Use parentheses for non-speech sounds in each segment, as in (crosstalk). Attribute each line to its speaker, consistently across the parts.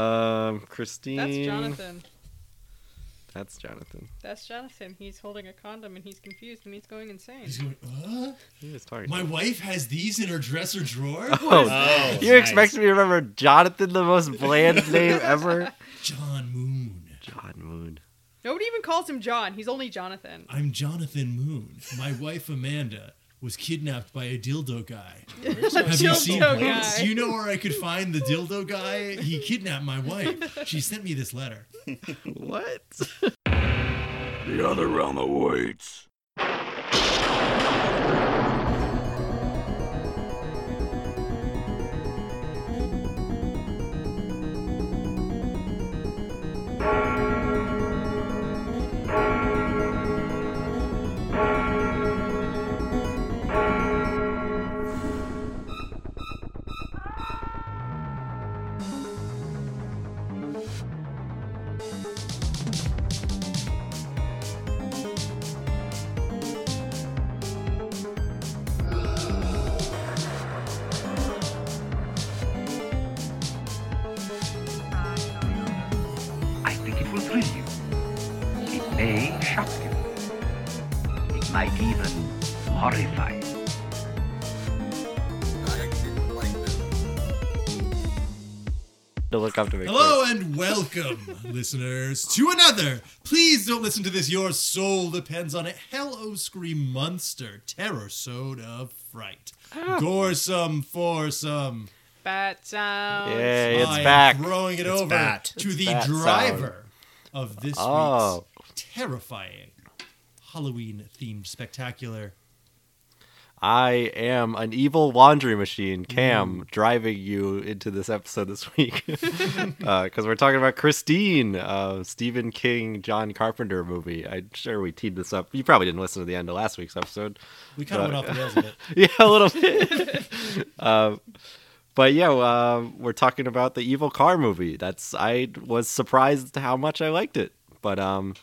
Speaker 1: Um, Christine.
Speaker 2: That's Jonathan.
Speaker 1: That's Jonathan.
Speaker 2: That's Jonathan. He's holding a condom and he's confused and he's going insane.
Speaker 3: He's going, huh?
Speaker 1: He was talking.
Speaker 3: My wife has these in her dresser
Speaker 2: (laughs)
Speaker 3: drawer?
Speaker 1: Oh,
Speaker 4: Oh,
Speaker 1: you
Speaker 4: nice.
Speaker 1: expect me to remember Jonathan, the most
Speaker 3: (laughs)
Speaker 1: bland name ever?
Speaker 3: John Moon.
Speaker 1: John Moon.
Speaker 2: Nobody even calls him John. He's only Jonathan.
Speaker 3: I'm Jonathan Moon. My wife Amanda was kidnapped by a dildo guy.
Speaker 2: (laughs)
Speaker 3: Have you
Speaker 2: Dildo
Speaker 3: seen
Speaker 2: guy.
Speaker 3: Do you know where I could find the dildo guy? He kidnapped my wife. She sent me this letter.
Speaker 1: What?
Speaker 5: The other realm awaits.
Speaker 6: I think it will thrill you. It may shock you. It might even horrify you.
Speaker 1: To look up to me.
Speaker 3: Hello and welcome, listeners, to another. Please don't listen to this. Your soul depends on it. Hell O Scream Monster, Terror Sode of Fright.
Speaker 2: Oh.
Speaker 3: Goresome, foursome.
Speaker 2: Bat sounds.
Speaker 1: Yeah. Hey, it's
Speaker 3: I am
Speaker 1: back.
Speaker 3: Throwing it over
Speaker 4: bat.
Speaker 3: to the
Speaker 1: bat
Speaker 3: driver of this
Speaker 1: Oh.
Speaker 3: week's terrifying Halloween themed spectacular.
Speaker 1: I am an evil laundry machine,
Speaker 3: Hmm.
Speaker 1: Cam, driving you into this episode this week. (laughs) Because we're talking about Christine, uh, Stephen King, John Carpenter movie. I'm sure we teed this up. You probably didn't listen to the end of last week's episode.
Speaker 3: We kind of
Speaker 1: But-
Speaker 3: went off the rails
Speaker 1: (laughs)
Speaker 3: a bit.
Speaker 1: yeah, a little bit. (laughs) um, but yeah, uh, we're talking about the evil car movie. That's I was surprised how much I liked it. But um,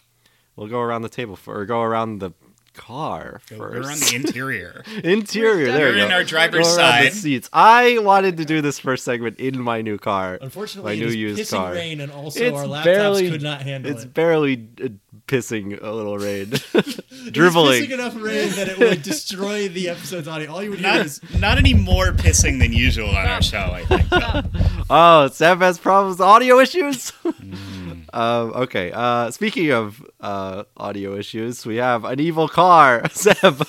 Speaker 1: we'll go around the table for, or go around the car first.
Speaker 4: We're on the interior.
Speaker 1: (laughs) Interior. There
Speaker 4: We're
Speaker 1: you
Speaker 4: in
Speaker 1: go.
Speaker 4: our driver's
Speaker 1: Go around the
Speaker 4: side.
Speaker 1: seats. I wanted to do this first segment in my new car.
Speaker 3: Unfortunately,
Speaker 1: my
Speaker 3: it
Speaker 1: new
Speaker 3: is
Speaker 1: used
Speaker 3: pissing
Speaker 1: car.
Speaker 3: rain, and also
Speaker 1: It's
Speaker 3: our laptops
Speaker 1: barely-
Speaker 3: could not handle
Speaker 1: It's
Speaker 3: it.
Speaker 1: barely uh, pissing a little rain,
Speaker 3: (laughs) It was
Speaker 1: (laughs) dribbling.
Speaker 3: pissing enough rain that it would destroy the episode's audio. All you would hear
Speaker 4: (laughs)
Speaker 1: (laughs)
Speaker 4: Not,
Speaker 3: is
Speaker 4: not any more pissing than usual on our show, I think.
Speaker 1: Oh, Sam has problems, audio issues. (laughs)
Speaker 4: Mm.
Speaker 1: um, okay. Uh, speaking of uh, audio issues, we have an evil car, (laughs) Seb.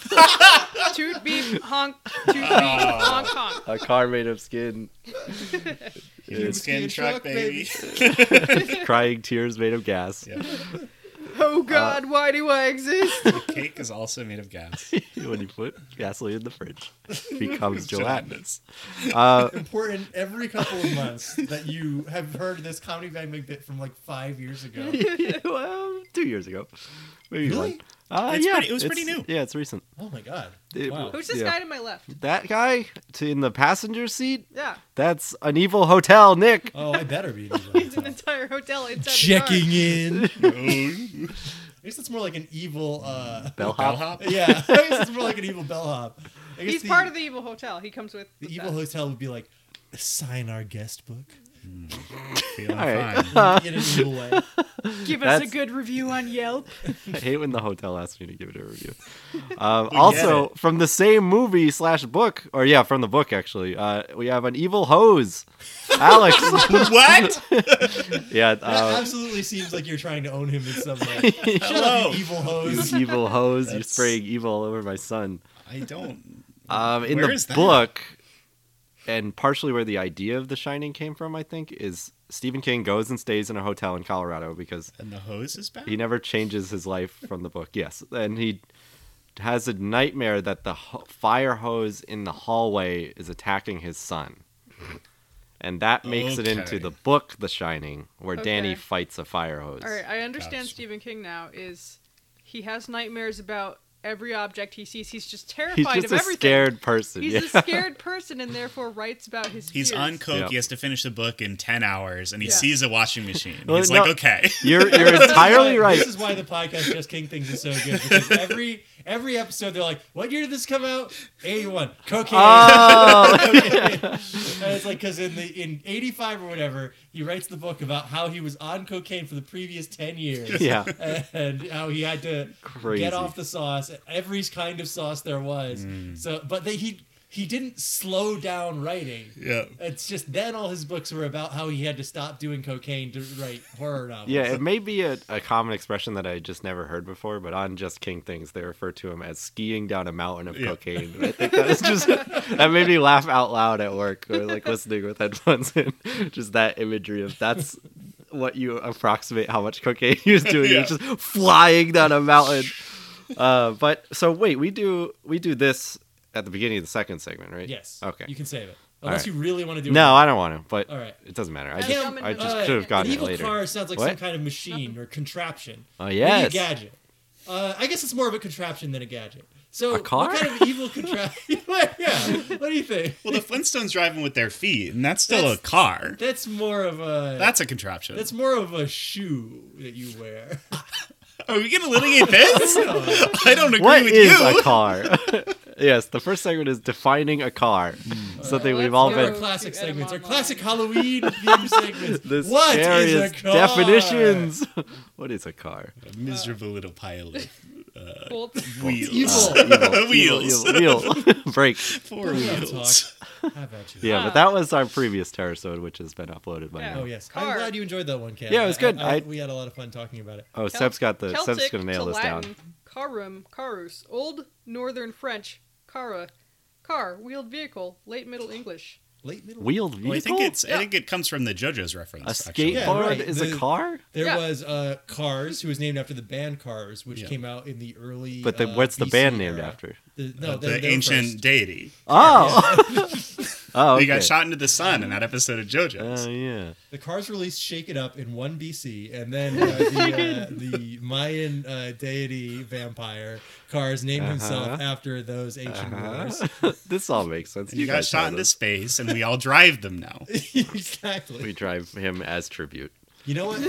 Speaker 2: Toot beep
Speaker 3: (laughs)
Speaker 2: honk. Toot beep honk honk.
Speaker 1: a car made of skin,
Speaker 4: Human skin truck, baby.
Speaker 1: (laughs) crying tears made of gas.
Speaker 4: Yeah.
Speaker 2: Oh God, why do I exist?
Speaker 4: The (laughs) cake is also made of gas.
Speaker 1: (laughs) (laughs) when you put gasoline in the fridge, it becomes Uh, gelatinous.
Speaker 4: Gelatinous. (laughs)
Speaker 3: important every couple of months that you have heard this comedy bang big bit from like five
Speaker 1: (laughs)
Speaker 3: years ago.
Speaker 1: (laughs) well, two years ago, maybe
Speaker 3: Really?
Speaker 1: one. Uh,
Speaker 4: It's
Speaker 1: yeah,
Speaker 4: pretty- it was
Speaker 1: it's-
Speaker 4: pretty new.
Speaker 1: Yeah, it's recent.
Speaker 3: Oh my god!
Speaker 1: It-
Speaker 3: wow.
Speaker 2: Who's this
Speaker 1: Yeah.
Speaker 2: guy to my left?
Speaker 1: That guy to, in the passenger seat.
Speaker 2: Yeah,
Speaker 1: That's an evil hotel, Nick.
Speaker 3: Oh, I
Speaker 2: (laughs)
Speaker 3: better be.
Speaker 2: it's an entire hotel inside the
Speaker 3: Checking (laughs) in. At
Speaker 4: Ooh,
Speaker 3: least it's more like an evil. uh
Speaker 1: Bellhop.
Speaker 4: bellhop.
Speaker 3: Yeah, (laughs) I guess it's more like an evil bellhop. I
Speaker 2: car.
Speaker 3: guess
Speaker 2: He's
Speaker 3: the,
Speaker 2: part of the evil hotel. He comes with
Speaker 3: the
Speaker 2: with
Speaker 3: evil
Speaker 2: that.
Speaker 3: hotel would be like sign our guest book
Speaker 4: Feeling
Speaker 1: All right.
Speaker 3: (laughs)
Speaker 4: fine.
Speaker 3: in an evil way.
Speaker 2: Give us
Speaker 1: That's-
Speaker 2: a good review on Yelp.
Speaker 1: I hate when the hotel asks me to give it a
Speaker 4: (laughs)
Speaker 1: review. Um, also, from the same movie slash book, or yeah, from the book actually, uh, we have an evil
Speaker 4: (laughs)
Speaker 1: hose, Alex.
Speaker 4: What?
Speaker 1: yeah,
Speaker 4: (laughs)
Speaker 3: That
Speaker 1: uh,
Speaker 3: absolutely seems like you're trying to own him in some
Speaker 1: (laughs)
Speaker 3: way. (laughs) Shut up,
Speaker 4: Hello.
Speaker 3: you evil
Speaker 1: you
Speaker 3: hose.
Speaker 1: evil hose. You're
Speaker 4: That's-
Speaker 1: spraying evil all over my son.
Speaker 4: I don't.
Speaker 1: Um, in
Speaker 4: Where
Speaker 1: the
Speaker 4: is that?
Speaker 1: book, and partially where the idea of The Shining came from, I think, is Stephen King goes and stays in a hotel in Colorado because
Speaker 4: And the hose is back?
Speaker 1: he never changes his life from the book. Yes, and he has a nightmare that the ho- fire hose in the hallway is attacking his son, and that makes it into
Speaker 4: Okay.
Speaker 1: the book The Shining, where Danny
Speaker 2: Okay.
Speaker 1: fights a fire hose.
Speaker 2: All right, I understand
Speaker 4: Gotcha.
Speaker 2: Stephen King now is he has nightmares about every object he sees. He's just
Speaker 1: He's
Speaker 2: terrified
Speaker 1: just
Speaker 2: of
Speaker 1: a
Speaker 2: everything.
Speaker 1: scared person.
Speaker 2: He's
Speaker 1: yeah. (laughs)
Speaker 2: a scared person and therefore writes about his
Speaker 4: He's
Speaker 2: fears.
Speaker 4: on coke.
Speaker 1: Yep.
Speaker 4: He has to finish the book in ten hours, and he
Speaker 2: Yeah.
Speaker 4: sees a washing machine.
Speaker 1: Well,
Speaker 4: He's
Speaker 1: no.
Speaker 4: like, okay.
Speaker 1: You're you're entirely right.
Speaker 3: This is why the podcast Just King Things is so good because every every episode they're like, "What year did this come out?" Eighty one. Cocaine.
Speaker 1: Oh,
Speaker 3: (laughs) And it's like because in the in eighty five or whatever, he writes the book about how he was on cocaine for the previous ten years.
Speaker 1: yeah.
Speaker 3: And how he had to
Speaker 1: Crazy.
Speaker 3: get off the sauce, every kind of sauce there was.
Speaker 1: Mm.
Speaker 3: So, but they, he he didn't slow down writing.
Speaker 4: yeah.
Speaker 3: It's just then all his books were about how he had to stop doing cocaine to write horror novels.
Speaker 1: Yeah, it may be a, a common expression that I just never heard before, but on Just King Things, they refer to him as skiing down a mountain of
Speaker 4: Yeah.
Speaker 1: cocaine. I think that is just (laughs) that made me laugh out loud at work, or like listening with headphones in. (laughs) Just that imagery of that's what you approximate how much cocaine
Speaker 4: (laughs)
Speaker 1: he was doing. He's
Speaker 4: Yeah.
Speaker 1: just flying down a mountain. Uh, but so wait, we do we do this at the beginning of the second segment, right?
Speaker 3: Yes.
Speaker 1: Okay.
Speaker 3: You can save it
Speaker 1: All
Speaker 3: unless
Speaker 1: right.
Speaker 3: you really want to do it.
Speaker 1: No, I don't want to, but
Speaker 3: All right.
Speaker 1: it doesn't matter. I
Speaker 2: Cam,
Speaker 1: just I just
Speaker 2: uh,
Speaker 1: could have gotten
Speaker 3: an
Speaker 1: it
Speaker 3: evil
Speaker 1: later.
Speaker 3: car sounds like some
Speaker 1: What?
Speaker 3: kind of machine or contraption.
Speaker 1: Oh,
Speaker 3: Maybe
Speaker 1: yes.
Speaker 3: a gadget. Uh, I guess it's more of a contraption than a gadget. So
Speaker 1: A car?
Speaker 3: what kind of evil contraption? yeah. (laughs) What do you think?
Speaker 4: (laughs) Well, the Flintstones driving with their feet, and that's still
Speaker 3: That's-
Speaker 4: a car.
Speaker 3: That's more of a
Speaker 4: That's a contraption.
Speaker 3: that's more of a shoe that you wear.
Speaker 4: Are we gonna litigate (laughs) this? I don't agree
Speaker 1: What
Speaker 4: with
Speaker 1: is
Speaker 4: you. (laughs)
Speaker 1: a car? (laughs) yes, the first segment is defining a car.
Speaker 2: Hmm.
Speaker 1: Something we've
Speaker 2: let's
Speaker 1: all
Speaker 2: go.
Speaker 3: They're our
Speaker 1: been.
Speaker 3: classic
Speaker 2: Keep
Speaker 3: segments, our
Speaker 2: etymology.
Speaker 3: classic
Speaker 1: (laughs)
Speaker 3: Halloween themed segments.
Speaker 1: The
Speaker 3: What is a
Speaker 1: scariest
Speaker 3: car?
Speaker 1: definitions. (laughs) what is a car?
Speaker 4: A miserable little pile of
Speaker 2: (laughs) Bolt.
Speaker 4: wheels.
Speaker 1: Ah,
Speaker 4: (laughs)
Speaker 3: Evil.
Speaker 4: Wheels.
Speaker 1: Wheel. wheel. (laughs) Break.
Speaker 4: Four
Speaker 3: Don't
Speaker 4: wheels.
Speaker 3: How about you?
Speaker 1: Yeah, but that was our previous Terrasode, which has been uploaded by
Speaker 2: Yeah.
Speaker 1: now.
Speaker 3: Oh yes,
Speaker 2: Car.
Speaker 3: I'm glad you enjoyed that one, Cam.
Speaker 1: Yeah, it was
Speaker 3: I-
Speaker 1: good.
Speaker 3: I-
Speaker 1: I-
Speaker 3: we had a lot of fun talking about it.
Speaker 1: Oh,
Speaker 2: Cel-
Speaker 1: Seb's got the
Speaker 2: Celtic
Speaker 1: Seb's gonna nail
Speaker 2: to
Speaker 1: this
Speaker 2: Latin,
Speaker 1: down.
Speaker 2: Carum, carus, Old Northern French, cara, car, wheeled vehicle, late Middle English.
Speaker 3: Late middle.
Speaker 1: Wheeled vehicle.
Speaker 4: Well, I think it's. I
Speaker 2: Yeah.
Speaker 4: think it comes from the JoJo's reference.
Speaker 1: a skateboard
Speaker 4: actually.
Speaker 3: Yeah, right.
Speaker 1: is
Speaker 3: The-
Speaker 1: a car.
Speaker 3: There
Speaker 2: Yeah.
Speaker 3: was uh, Cars, who was named after the band Cars, which
Speaker 4: Yeah.
Speaker 3: came out in the early.
Speaker 1: But the,
Speaker 3: uh,
Speaker 1: what's the
Speaker 3: BC
Speaker 1: band named
Speaker 3: era.
Speaker 1: after?
Speaker 3: The, no, they-
Speaker 4: the
Speaker 3: they were
Speaker 4: ancient (laughs)
Speaker 3: first.
Speaker 4: deity.
Speaker 1: Oh. (laughs) oh.
Speaker 4: He
Speaker 1: Okay.
Speaker 4: got shot into the sun in that episode of JoJo's.
Speaker 1: Oh yeah.
Speaker 3: The Cars released "Shake It Up" in one BC, and then uh, the, uh, the Mayan uh, deity vampire Cars named himself
Speaker 1: Uh-huh.
Speaker 3: after those
Speaker 1: (laughs)
Speaker 3: ancient wars. (laughs)
Speaker 1: this all makes sense.
Speaker 4: and he got
Speaker 1: guys know
Speaker 4: shot into
Speaker 1: this.
Speaker 4: space, and we all drive
Speaker 1: (laughs)
Speaker 4: them now.
Speaker 1: We
Speaker 3: exactly.
Speaker 1: drive him as tribute.
Speaker 3: You know what?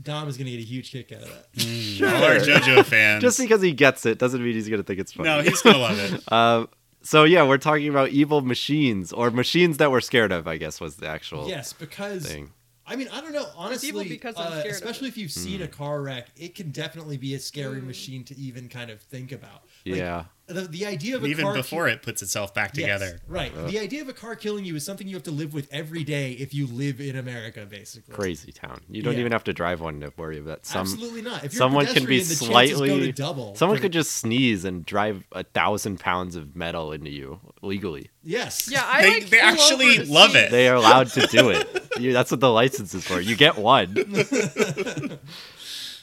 Speaker 3: Dom is gonna get a huge kick out of that.
Speaker 4: All
Speaker 1: (laughs)
Speaker 4: our JoJo fans.
Speaker 1: Just because he gets it doesn't mean he's gonna think it's funny.
Speaker 4: no, he's gonna
Speaker 1: (laughs)
Speaker 4: love it.
Speaker 1: so yeah, we're talking about evil machines or machines that we're scared of. I guess was the actual
Speaker 3: Yes, because
Speaker 1: thing.
Speaker 3: I mean, I don't know. Honestly,
Speaker 2: evil because I'm
Speaker 3: uh,
Speaker 2: scared of
Speaker 3: especially if you've seen
Speaker 1: Hmm.
Speaker 3: a car wreck, it can definitely be a scary
Speaker 2: Hmm.
Speaker 3: machine to even kind of think about. Like,
Speaker 1: yeah,
Speaker 3: The, the idea of
Speaker 4: And
Speaker 3: a
Speaker 4: even
Speaker 3: car
Speaker 4: before it puts itself back
Speaker 3: Yes,
Speaker 4: together.
Speaker 3: right. The idea of a car killing you is something you have to live with every day if you live in America, basically.
Speaker 1: crazy town. You don't
Speaker 3: Yeah.
Speaker 1: even have to drive one to worry about some.
Speaker 3: Absolutely not. If you're
Speaker 1: Someone can be
Speaker 3: pedestrian, the chances
Speaker 1: slightly.
Speaker 3: go to double.
Speaker 1: someone
Speaker 3: for-
Speaker 1: could just sneeze and drive a thousand pounds of metal into you legally.
Speaker 3: yes.
Speaker 2: Yeah, I
Speaker 4: They-
Speaker 2: like
Speaker 4: they
Speaker 2: pull
Speaker 4: actually
Speaker 2: over to
Speaker 4: love
Speaker 2: see-
Speaker 4: it.
Speaker 1: They are allowed to do it. You, that's what the license is for. You get one.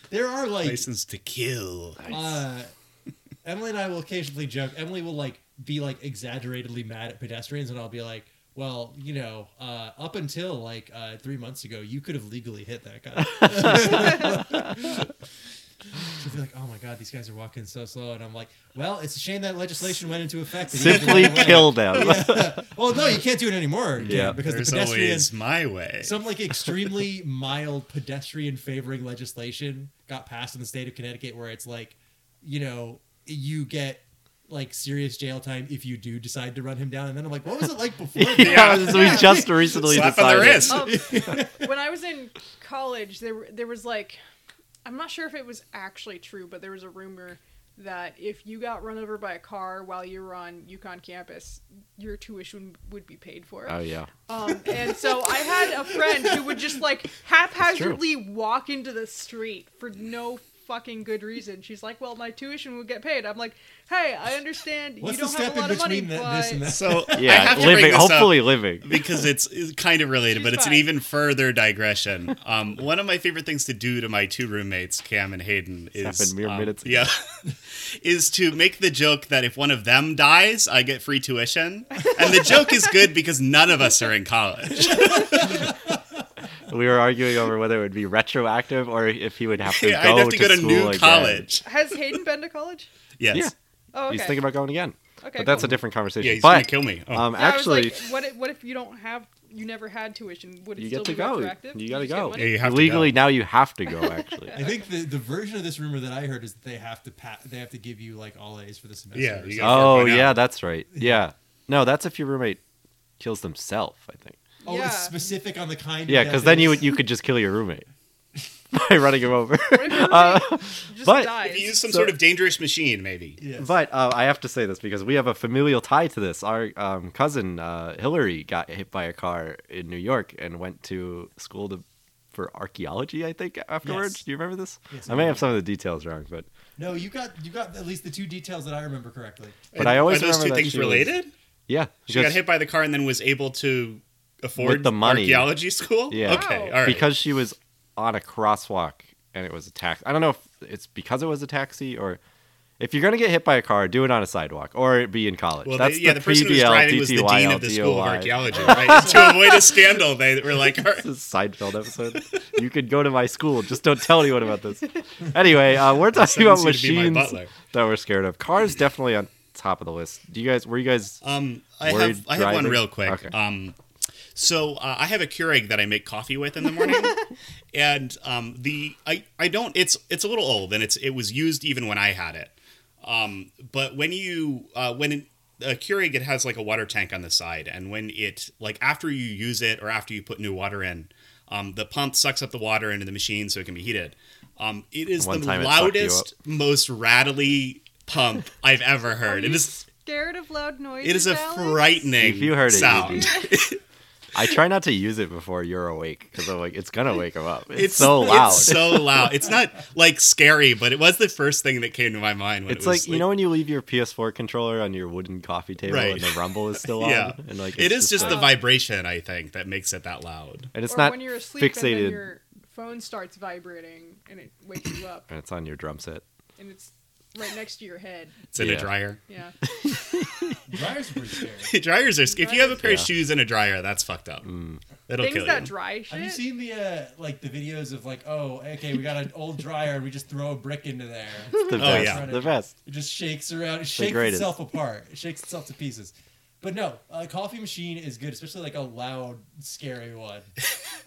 Speaker 3: there are like
Speaker 4: License to kill.
Speaker 3: Uh, Emily and I will occasionally joke. Emily will like be like exaggeratedly mad at pedestrians, and I'll be like, "Well, you know, uh, up until like uh, three months ago, you could have legally hit that guy." (laughs) She'll be like, "Oh my god, these guys are walking so slow," and I'm like, "Well, it's a shame that legislation went into effect." that you had to
Speaker 1: Simply
Speaker 3: go away."
Speaker 1: kill them.
Speaker 3: Well, no, you can't do it anymore.
Speaker 1: Yeah.
Speaker 3: Yeah, because
Speaker 4: There's
Speaker 3: the pedestrians
Speaker 4: always my way.
Speaker 3: some like extremely (laughs) mild pedestrian favoring legislation got passed in the state of Connecticut where it's like, you know, you get like serious jail time if you do decide to run him down. And then I'm like, what was
Speaker 1: (laughs)
Speaker 3: it like before?
Speaker 1: (laughs)
Speaker 3: that?
Speaker 1: yeah, so we just recently
Speaker 4: Slap on
Speaker 1: decided.
Speaker 4: the wrist.
Speaker 1: (laughs)
Speaker 2: Um, when I was in college, there were- there was like, I'm not sure if it was actually true, but there was a rumor that if you got run over by a car while you were on UConn campus, your tuition would be paid for.
Speaker 1: Oh yeah.
Speaker 2: Um, and so I had a friend who would
Speaker 1: (laughs)
Speaker 2: just like haphazardly walk into the street for no fucking good reason. She's like, "Well, my tuition would get paid." I'm like, "Hey, I understand
Speaker 3: What's
Speaker 2: you
Speaker 3: the
Speaker 2: don't have a
Speaker 3: step in
Speaker 2: lot of money,
Speaker 3: between that,
Speaker 2: but
Speaker 3: this and that?
Speaker 1: (laughs)
Speaker 4: So I
Speaker 1: Yeah,
Speaker 4: have to bring
Speaker 1: living.
Speaker 4: this
Speaker 1: Hopefully,
Speaker 4: up
Speaker 1: living.
Speaker 4: because it's, it's kind of related, but
Speaker 2: She's
Speaker 4: it's an
Speaker 2: fine.
Speaker 4: even further digression. Um, one of my favorite things to do to my two roommates, Cam and Hayden, is
Speaker 1: happened mere
Speaker 4: um,
Speaker 1: minutes ago.
Speaker 4: Yeah, (laughs) is to make the joke that if one of them dies, I get free tuition, and the joke is good because none of us are in college.
Speaker 1: We were arguing over whether it would be retroactive or if he would have to
Speaker 4: (laughs) I'd
Speaker 1: go
Speaker 4: have to, go to
Speaker 1: school
Speaker 4: new
Speaker 1: again.
Speaker 4: college.
Speaker 1: (laughs)
Speaker 2: has Hayden been to college?
Speaker 4: Yes.
Speaker 1: Yeah.
Speaker 2: Oh, okay.
Speaker 1: He's thinking about going again.
Speaker 2: Okay,
Speaker 1: but that's
Speaker 2: cool.
Speaker 1: a different conversation.
Speaker 4: Yeah, he's gonna
Speaker 1: but
Speaker 4: kill me. Oh.
Speaker 1: Um,
Speaker 2: Yeah, I was
Speaker 1: actually,
Speaker 2: like, (laughs) what if, what if you don't have you never had tuition? Would it
Speaker 1: you
Speaker 2: still
Speaker 1: get to
Speaker 2: be
Speaker 1: go.
Speaker 2: retroactive?
Speaker 1: You gotta
Speaker 2: just get
Speaker 1: go.
Speaker 2: money?
Speaker 4: Yeah, you have to
Speaker 1: Legally,
Speaker 4: go.
Speaker 1: now you have to
Speaker 4: (laughs)
Speaker 1: go. Actually,
Speaker 3: I think the, the version of this rumor that I heard is that they have to pa- they have to give you like all A's for the semester.
Speaker 4: Yeah,
Speaker 3: or
Speaker 4: you
Speaker 3: something.
Speaker 4: gotta-
Speaker 1: oh
Speaker 4: 4.0.
Speaker 1: yeah, that's right. Yeah, no, that's if your roommate kills themselves. I think.
Speaker 3: oh,
Speaker 2: Yeah.
Speaker 3: it's specific on the kind. of
Speaker 1: Yeah,
Speaker 3: death
Speaker 1: because then
Speaker 3: it
Speaker 1: you
Speaker 3: is.
Speaker 1: would you could just kill your roommate (laughs) by running him
Speaker 4: (laughs)
Speaker 1: over.
Speaker 2: What
Speaker 1: (laughs)
Speaker 2: if your roommate just
Speaker 1: Uh, but-
Speaker 2: dies?
Speaker 4: If you use some
Speaker 1: So-
Speaker 4: sort of dangerous machine, maybe.
Speaker 3: Yes.
Speaker 1: But uh, I have to say this because we have a familial tie to this. Our um, cousin uh, Hillary got hit by a car in New York and went to school to for archaeology. I think afterwards.
Speaker 3: Yes.
Speaker 1: Do you remember this?
Speaker 3: Yes,
Speaker 1: I
Speaker 3: I
Speaker 1: may
Speaker 3: do.
Speaker 1: have some of the details wrong, but
Speaker 3: no, you got you got at least the two details that I remember correctly.
Speaker 1: but I always
Speaker 4: Are those
Speaker 1: remember
Speaker 4: two
Speaker 1: that
Speaker 4: things
Speaker 1: she was-
Speaker 4: related?
Speaker 1: yeah,
Speaker 4: She
Speaker 1: because-
Speaker 4: got hit by the car and then was able to afford
Speaker 1: the money.
Speaker 4: archaeology school.
Speaker 1: Yeah.
Speaker 4: Okay.
Speaker 2: Wow.
Speaker 4: All right.
Speaker 1: because she was on a crosswalk and it was a taxi. I don't know if it's because it was a taxi or if you're gonna get hit by a car, do it on a sidewalk or be in college.
Speaker 4: well,
Speaker 1: That's
Speaker 4: the, yeah, the, person who was
Speaker 1: PBL,
Speaker 4: driving was the
Speaker 1: DTYL,
Speaker 4: dean of the school of
Speaker 1: DOY.
Speaker 4: archaeology. Right? (laughs) to avoid a scandal, they were like, all right.
Speaker 1: This is a Seinfeld episode. you could go to my school. Just don't tell anyone about this. Anyway, uh, we're talking about
Speaker 4: sentence you to be my
Speaker 1: machines
Speaker 4: butler.
Speaker 1: that we're scared of. Cars definitely on top of the list. Do you guys? Were you guys?
Speaker 4: Um, I
Speaker 1: Worried
Speaker 4: have I have one
Speaker 1: driving?
Speaker 4: real quick.
Speaker 1: Okay.
Speaker 4: Um, so uh, I have a Keurig that I make coffee with in
Speaker 1: (laughs)
Speaker 4: the morning, and um, the I, I don't it's it's a little old and it's it was used even when I had it. Um, but when you uh, when it, a Keurig it has like a water tank on the side, and when it like after you use it or after you put new water in, um, the pump sucks up the water into the machine so it can be heated. Um, it is
Speaker 1: One
Speaker 4: the
Speaker 1: time it sucked you
Speaker 4: loudest, most rattly pump I've ever heard.
Speaker 2: you
Speaker 4: It is
Speaker 2: scared of loud noises.
Speaker 4: it is a
Speaker 2: Alex?
Speaker 4: frightening
Speaker 1: If you heard it, you
Speaker 4: sound.
Speaker 1: I try not to use it before you're awake because I'm like, it's gonna wake him up. It's,
Speaker 4: It's
Speaker 1: so loud.
Speaker 4: It's so loud. It's not like scary, but it was the first thing that came to my mind. When
Speaker 1: It's
Speaker 4: it was,
Speaker 1: like you know when you leave your PS4 controller on your wooden coffee table
Speaker 4: Right.
Speaker 1: and the rumble is still on,
Speaker 4: (laughs) yeah,
Speaker 1: and like
Speaker 4: it is just,
Speaker 1: like-
Speaker 4: the vibration. I think that makes it that loud.
Speaker 1: and it's
Speaker 2: or
Speaker 1: not
Speaker 2: when you're asleep
Speaker 1: fixated,
Speaker 2: and then
Speaker 1: and,
Speaker 2: your phone starts vibrating and it wakes you up
Speaker 1: it's on your drum set.
Speaker 2: and it's right next to your head.
Speaker 4: It's in
Speaker 1: Yeah.
Speaker 4: a dryer. (laughs)
Speaker 1: (laughs)
Speaker 2: Yeah.
Speaker 3: Dryers are pretty scary.
Speaker 4: Dryers are. sc- If you have a pair of
Speaker 1: Yeah. Mm.
Speaker 4: shoes and a dryer, that's fucked up. That'll
Speaker 2: Things
Speaker 4: kill
Speaker 2: that
Speaker 4: you.
Speaker 2: dry shit.
Speaker 3: Have you seen the uh, like the videos of like oh okay we got an old dryer and we just throw a brick into there
Speaker 1: The best,
Speaker 4: Oh, yeah.
Speaker 1: the best.
Speaker 3: it just shakes around it shakes
Speaker 1: greatest.
Speaker 3: itself apart it shakes itself to pieces but no a coffee machine is good especially like a loud scary one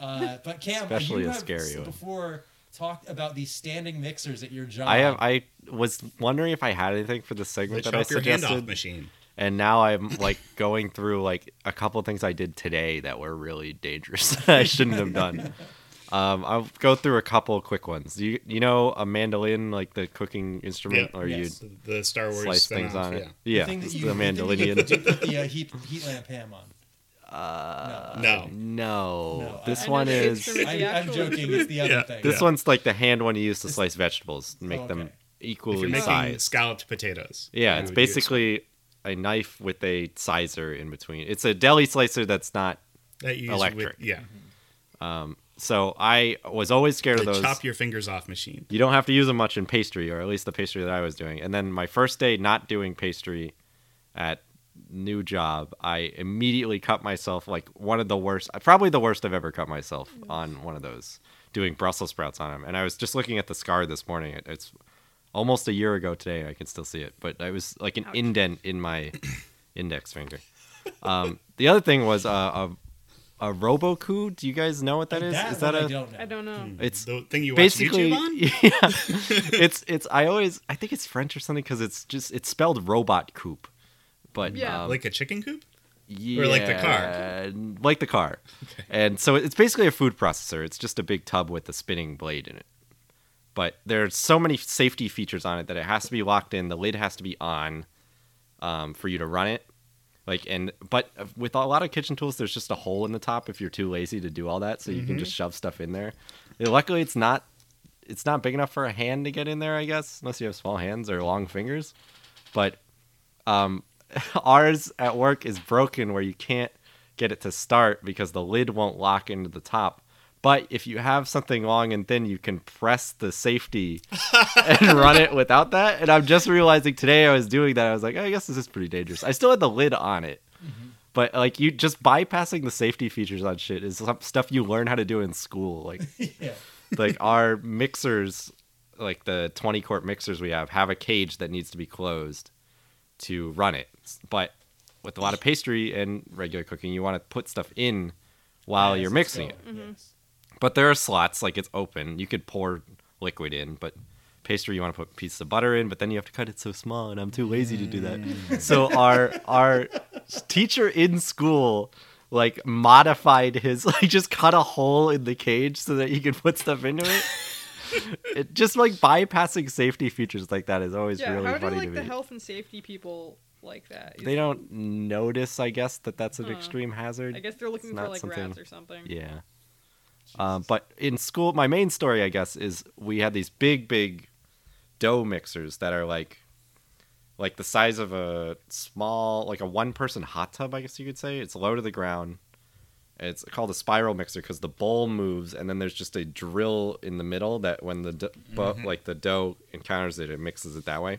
Speaker 3: uh, but Cam
Speaker 1: Especially
Speaker 3: you
Speaker 1: a
Speaker 3: have
Speaker 1: scary
Speaker 3: s-
Speaker 1: one.
Speaker 3: before talked about these standing mixers at your job
Speaker 1: I have. I was wondering if I had anything for the segment
Speaker 4: The
Speaker 1: that I
Speaker 4: chop your hand off
Speaker 1: suggested,
Speaker 4: machine.
Speaker 1: and now I'm like (laughs) going through like a couple of things I did today that were really dangerous. (laughs) that I shouldn't have done. Um, I'll go through a couple of quick ones. You you know a mandolin, like the cooking instrument,
Speaker 4: Yeah.
Speaker 1: Mm, or
Speaker 3: Yes.
Speaker 1: you
Speaker 4: The Star Wars
Speaker 1: slice things
Speaker 4: spin-off,
Speaker 1: on it.
Speaker 4: yeah.
Speaker 1: Yeah,
Speaker 3: the, thing that
Speaker 1: it's
Speaker 3: you,
Speaker 1: the
Speaker 3: thing that you
Speaker 1: mandolin.
Speaker 3: (laughs) put- you put the uh, heat, heat lamp ham on uh,
Speaker 4: No.
Speaker 1: No,
Speaker 3: No, I-
Speaker 1: this
Speaker 2: I know
Speaker 1: one
Speaker 2: the
Speaker 1: is
Speaker 2: instrument.
Speaker 3: I, I'm
Speaker 2: actual-
Speaker 3: joking it's
Speaker 2: (laughs)
Speaker 3: the other
Speaker 4: Yeah.
Speaker 3: thing
Speaker 1: this one's like the hand one you use to slice vegetables, and make
Speaker 3: Oh,
Speaker 1: them
Speaker 3: okay.
Speaker 4: If you're
Speaker 1: equally
Speaker 4: making
Speaker 1: sized.
Speaker 4: scalloped potatoes.
Speaker 1: Yeah,
Speaker 4: you
Speaker 1: it's
Speaker 4: would use-
Speaker 1: basically a knife with a sizer in between. It's a deli slicer that's not.
Speaker 4: that you use
Speaker 1: electric.
Speaker 4: With, yeah,
Speaker 1: So I was always scared
Speaker 4: the
Speaker 1: of those.
Speaker 4: chop your fingers off machine.
Speaker 1: you don't have to use them much in pastry, or at least the pastry that I was doing. And then my first day not doing pastry at new job, I immediately cut myself like one of the worst, probably the worst I've ever cut myself on one of those, doing Brussels sprouts on them. And I was just looking at the scar this morning. It, it's almost a year ago today. I can still see it, but I was like an indent in my index finger. Um, the other thing was uh, a a Robocoo. Do you guys know what that is?
Speaker 3: that
Speaker 1: is that
Speaker 3: one
Speaker 1: a
Speaker 3: I don't know
Speaker 2: I don't know.
Speaker 1: it's
Speaker 4: The thing you watch
Speaker 1: basically
Speaker 4: YouTube on?
Speaker 1: (laughs) yeah it's it's i always i think it's french or something because it's just it's spelled robot coop but
Speaker 2: Yeah.
Speaker 1: um,
Speaker 4: like a chicken coop.
Speaker 1: yeah,
Speaker 4: or like the car?
Speaker 1: like the car and so it's basically a food processor it's just a big tub with a spinning blade in it but there's so many safety features on it that it has to be locked in the lid has to be on um, for you to run it like and but with a lot of kitchen tools there's just a hole in the top if you're too lazy to do all that so you can just
Speaker 4: Mm-hmm.
Speaker 1: shove stuff in there And luckily it's not it's not big enough for a hand to get in there i guess unless you have small hands or long fingers but um (laughs) ours at work is broken where you can't get it to start because the lid won't lock into the top but if you have something long and thin you can press the safety and run it without that. And I'm just realizing today I was doing that. I was like, "Oh, I guess this is pretty dangerous. I still had the lid on it. But like you just bypassing the safety features on
Speaker 3: (laughs)
Speaker 1: shit is some stuff you learn how to do in school. Like
Speaker 3: yeah
Speaker 1: like our mixers like the 20 quart mixers we have have a cage that needs to be closed to run it. But with a lot of pastry and regular cooking, you want to put stuff in while you're mixing it.
Speaker 3: Yes.
Speaker 1: But there are slots, like it's open. You could pour liquid in, but pastry you want to put pieces of butter in, but then you have to cut it so small, and I'm too lazy to do that. So our our teacher in school like modified his (laughs) like just cut a hole in the cage so that he could put stuff into it. it just like bypassing safety features like that is always
Speaker 2: yeah,
Speaker 1: really
Speaker 2: how do
Speaker 1: funny
Speaker 2: like
Speaker 1: to
Speaker 2: the
Speaker 1: me.
Speaker 2: health and safety people like that?
Speaker 1: they don't notice, I guess, that that's an
Speaker 2: Huh.
Speaker 1: extreme hazard.
Speaker 2: I guess they're looking
Speaker 1: It's
Speaker 2: for
Speaker 1: not
Speaker 2: like
Speaker 1: something-
Speaker 2: rats or something.
Speaker 1: Yeah. Um, but in school, my main story, I guess, is we had these big, big dough mixers that are like, like the size of a small, like a one-person hot tub, I guess you could say. It's low to the ground. It's called a spiral mixer because the bowl moves, and then there's just a drill in the middle that when the d- bu- like the dough encounters it, it mixes it that way.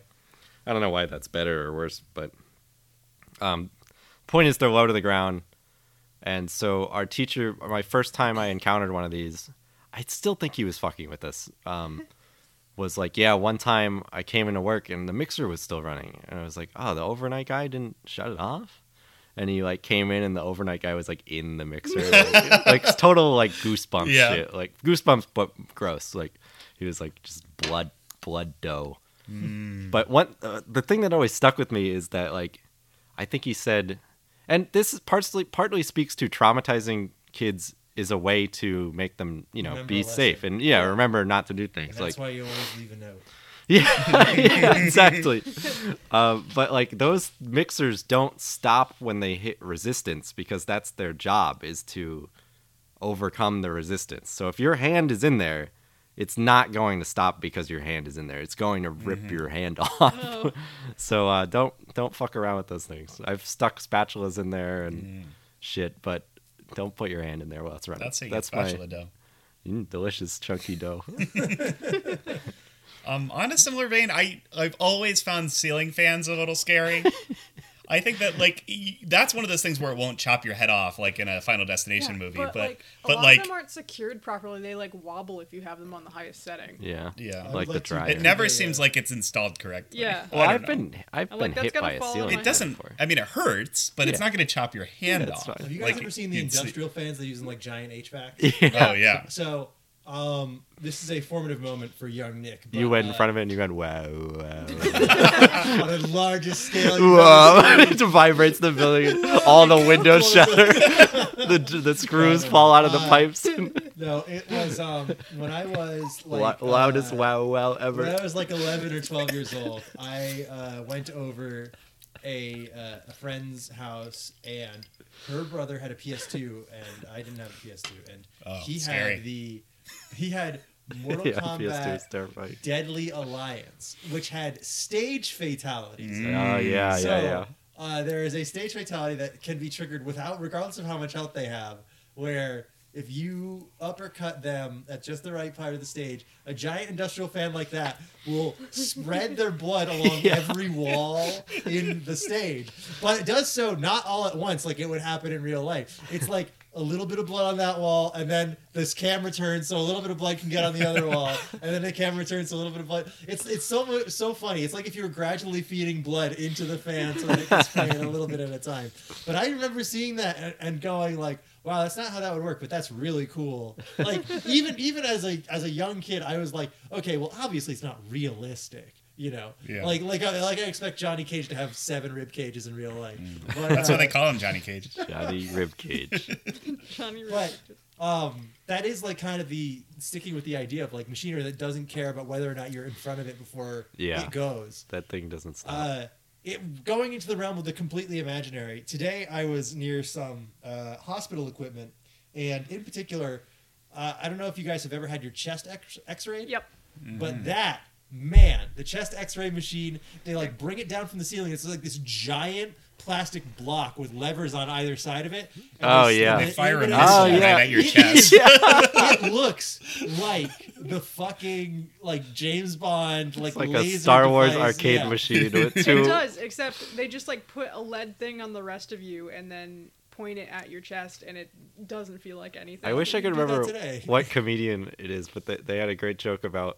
Speaker 1: I don't know why that's better or worse, but um, point is they're low to the ground. And so our teacher, my first time I encountered one of these, I still think he was fucking with us. Um, was like, yeah, one time I came into work and the mixer was still running, and I was like, oh, the overnight guy didn't shut it off. And he like came in, and the overnight guy was like in the mixer, like, like, it's total like goosebumps
Speaker 4: Yeah.
Speaker 1: shit, like goosebumps, but gross. Like he was like just blood, blood dough.
Speaker 3: Mm.
Speaker 1: But one, uh, the thing that always stuck with me is that like, I think he said and this is partly partly speaks to traumatizing kids is a way to make them you know
Speaker 3: Remember a
Speaker 1: be
Speaker 3: lesson.
Speaker 1: safe and yeah remember not to do
Speaker 3: And
Speaker 1: things like
Speaker 3: that's why you always leave a note.
Speaker 1: (laughs) yeah, yeah, exactly um, but like those mixers don't stop when they hit resistance because that's their job is to overcome the resistance so if your hand is in there it's not going to stop because your hand is in there it's going to rip
Speaker 4: Mm-hmm.
Speaker 1: your hand (laughs) off
Speaker 2: Oh,
Speaker 1: so uh, don't don't fuck around with those things. I've stuck spatulas in there and shit, but don't put your hand in there while it's running.
Speaker 4: Mm. That's a
Speaker 1: That's
Speaker 4: spatula
Speaker 1: my
Speaker 4: dough.
Speaker 1: mm, delicious chunky dough. (laughs)
Speaker 4: Um, on a similar vein, I I've always found ceiling fans a
Speaker 1: (laughs)
Speaker 4: little scary. I think that like y- that's one of those things where it won't chop your head off like in a Final Destination movie, but
Speaker 2: but like, a
Speaker 4: but
Speaker 2: lot
Speaker 4: like
Speaker 2: of them aren't secured properly. They like wobble if you have them on the highest setting.
Speaker 1: yeah,
Speaker 4: (laughs) Yeah. I would
Speaker 1: like the
Speaker 3: like to-
Speaker 1: dryer.
Speaker 4: it never
Speaker 3: Yeah.
Speaker 4: seems like it's installed correctly.
Speaker 2: Yeah.
Speaker 4: I
Speaker 1: well,
Speaker 4: don't
Speaker 1: I've
Speaker 4: know.
Speaker 1: been I've been
Speaker 2: I'm like, that's
Speaker 1: hit
Speaker 2: gotta
Speaker 1: by a
Speaker 2: fall
Speaker 1: (laughs)
Speaker 2: on
Speaker 1: ceiling.
Speaker 2: my
Speaker 4: It doesn't.
Speaker 1: before.
Speaker 4: I mean, it hurts, but it's
Speaker 1: Yeah.
Speaker 4: not going to chop your hand
Speaker 1: Yeah, it's fine.
Speaker 4: off.
Speaker 3: Have you guys
Speaker 4: Like,
Speaker 3: ever seen the
Speaker 4: you'd
Speaker 1: (laughs)
Speaker 4: see-
Speaker 3: industrial fans that use in like giant HVAC?
Speaker 4: Oh yeah.
Speaker 3: So, um, this is a formative moment for young Nick. But,
Speaker 1: You went in
Speaker 3: uh,
Speaker 1: front of it and you went wow, wow,
Speaker 3: on the
Speaker 1: (laughs)
Speaker 3: largest scale. you've
Speaker 1: wow. it vibrates the building. All the windows
Speaker 3: careful.
Speaker 1: shatter. (laughs) the the screws fall out of the pipes. (laughs)
Speaker 3: ever- No, it was um, when I was
Speaker 1: Lo-
Speaker 3: like
Speaker 1: loudest
Speaker 3: uh,
Speaker 1: wow wow
Speaker 3: When I
Speaker 1: ever.
Speaker 3: was like 11 or 12 years old, I uh, went over a, uh, a friend's house and her brother had a PS2 and I didn't have a PS2 and
Speaker 4: Oh,
Speaker 3: he
Speaker 4: scary.
Speaker 3: had the he had
Speaker 1: (laughs) (laughs)
Speaker 3: Mortal
Speaker 1: Yeah, PS2
Speaker 3: Kombat
Speaker 1: is terrifying.
Speaker 3: Deadly Alliance, which had stage fatalities.
Speaker 1: Oh yeah, yeah,
Speaker 3: so,
Speaker 1: yeah.
Speaker 3: Uh, there is a stage fatality that can be triggered without, regardless of how much health they have, where if you uppercut them at just the right part of the stage, a giant industrial fan like that will spread
Speaker 1: (laughs)
Speaker 3: their blood along
Speaker 1: Yeah.
Speaker 3: every wall in the stage. But it does so not all at once, like it would happen in real life. It's like a little bit of blood on that wall, and then this camera turns, so a little bit of blood can get on the other wall, and then the camera turns, so a little bit of blood. It's it's so mu- so funny. It's like if you were gradually feeding blood into the fan so that it can spray in a little bit at a time. But I remember seeing that and, and going like, "Wow, that's not how that would work," but that's really cool. Like even even as a as a young kid, I was like, "Okay, well, obviously it's not realistic." You know,
Speaker 4: Yeah.
Speaker 3: like like I, like I expect Johnny Cage to have seven rib cages in real life. But,
Speaker 4: Mm. That's
Speaker 3: uh,
Speaker 4: what they call him, Johnny Cage.
Speaker 1: Johnny Ribcage.
Speaker 2: (laughs) Johnny
Speaker 3: But-
Speaker 2: Rejected.
Speaker 3: um, that is like kind of the sticking with the idea of like machinery that doesn't care about whether or not you're in front of it before
Speaker 1: Yeah.
Speaker 3: it goes.
Speaker 1: That thing doesn't stop.
Speaker 3: Uh, it, going into the realm of the completely imaginary. Today, I was near some uh, hospital equipment, and in particular, uh, I don't know if you guys have ever had your chest X- X-rayed.
Speaker 2: Yep.
Speaker 1: Mm-hmm.
Speaker 3: But that man, the chest X-ray machine, they like bring it down from the ceiling. It's like this giant plastic block with levers on either side of it. and
Speaker 1: Oh,
Speaker 3: s-
Speaker 1: yeah.
Speaker 4: They fire a
Speaker 3: it-
Speaker 4: missile
Speaker 1: Oh,
Speaker 4: right
Speaker 1: yeah.
Speaker 3: (laughs)
Speaker 4: at your
Speaker 3: it
Speaker 4: chest.
Speaker 3: is- it looks like the fucking like James Bond like
Speaker 1: it's like a
Speaker 3: laser
Speaker 1: Star Wars
Speaker 3: device.
Speaker 1: arcade
Speaker 3: Yeah. (laughs)
Speaker 1: machine with
Speaker 2: It
Speaker 1: two.
Speaker 2: does, except they just like put a lead thing on the rest of you and then point it at your chest, and it doesn't feel like anything.
Speaker 1: I wish I could
Speaker 3: do that
Speaker 1: remember
Speaker 3: today.
Speaker 1: what comedian it is, but they, they had a great joke about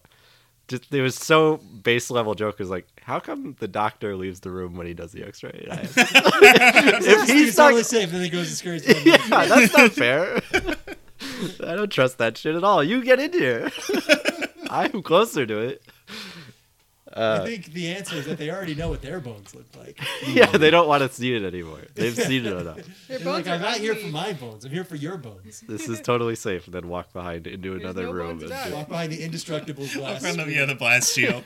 Speaker 1: just it was so base level joke is like how come the doctor leaves the room when he does the x-ray I- (laughs) if he's
Speaker 3: He's
Speaker 1: not
Speaker 3: totally (laughs) safe, and then he goes to
Speaker 1: (laughs)
Speaker 3: Scourge.
Speaker 1: yeah that's not fair (laughs) i don't trust that shit at all you get in here (laughs) i'm closer to it
Speaker 3: I think the answer is that they already know what their bones look like.
Speaker 1: yeah they don't want to see it anymore they've seen it enough
Speaker 2: Their
Speaker 3: They're like,
Speaker 2: bones are
Speaker 3: I'm not here for
Speaker 2: ugly.
Speaker 3: my bones. I'm here for your bones.
Speaker 1: this is totally safe then walk behind into another
Speaker 2: no
Speaker 1: room
Speaker 2: bones
Speaker 1: and
Speaker 2: left.
Speaker 1: do-
Speaker 3: Walk behind the indestructible glass.
Speaker 4: Friend of
Speaker 3: screen.
Speaker 4: yeah, the blast shield.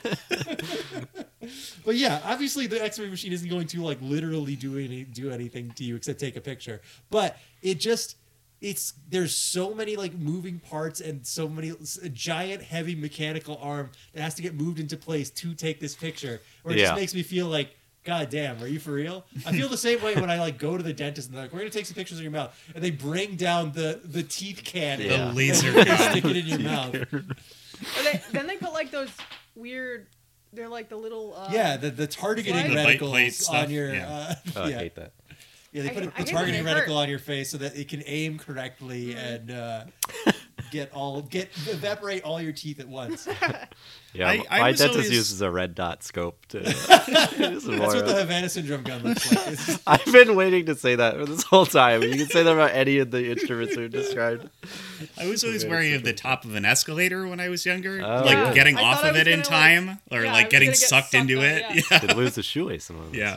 Speaker 3: But yeah, obviously the X-ray machine isn't going to like literally do any do anything to you except take a picture. But it just it's there's so many like moving parts and so many a giant heavy mechanical arm that has to get moved into place to take this picture. Or it
Speaker 1: Yeah.
Speaker 3: just makes me feel like God damn, are you for real? I feel the same way when I like go to the dentist and they're like, "We're gonna take some pictures of your mouth," and they bring down the the teeth
Speaker 1: (laughs)
Speaker 3: cannon,
Speaker 1: Yeah.
Speaker 4: The
Speaker 1: (laughs)
Speaker 4: laser
Speaker 3: and
Speaker 4: gun.
Speaker 3: stick it in your mouth.
Speaker 2: Or they- then they put like those weird. They're like the little. Uh,
Speaker 3: Yeah, the, the targeting
Speaker 2: The
Speaker 4: bite
Speaker 3: reticles
Speaker 4: plate stuff,
Speaker 3: on your
Speaker 4: yeah.
Speaker 3: uh,
Speaker 1: oh, i
Speaker 3: yeah.
Speaker 1: hate that
Speaker 3: Yeah, they
Speaker 2: I-
Speaker 3: put a
Speaker 2: I
Speaker 3: the
Speaker 2: hate
Speaker 3: targeting
Speaker 2: when
Speaker 3: reticle
Speaker 2: they hurt.
Speaker 3: on your face so that it can aim
Speaker 2: Hmm.
Speaker 3: correctly
Speaker 2: (laughs)
Speaker 3: and uh, get all get evaporate all your teeth
Speaker 2: (laughs)
Speaker 3: at once. That's
Speaker 1: yeah
Speaker 4: I-
Speaker 1: my
Speaker 4: I was
Speaker 1: dentist
Speaker 4: always-
Speaker 1: uses a red dot scope to (laughs) This is
Speaker 3: what the
Speaker 1: more-
Speaker 3: Havana syndrome gun looks like. It's-
Speaker 1: I've been waiting to say that this whole time. You can say that about any of the instruments we've (laughs) described.
Speaker 4: I was always wary of the top of an escalator when I was younger,
Speaker 1: Oh,
Speaker 4: like
Speaker 1: yeah.
Speaker 4: getting
Speaker 2: I
Speaker 4: off
Speaker 2: thought I
Speaker 4: of
Speaker 2: was
Speaker 4: it in
Speaker 2: gonna,
Speaker 4: time
Speaker 2: like-
Speaker 4: or
Speaker 2: yeah, I
Speaker 4: like
Speaker 2: was
Speaker 4: getting
Speaker 2: gonna get
Speaker 4: sucked
Speaker 2: sucked
Speaker 4: into
Speaker 2: on,
Speaker 4: it.
Speaker 2: yeah.
Speaker 4: Yeah.
Speaker 1: Could lose a shoelace in one of those.
Speaker 4: (laughs) yeah.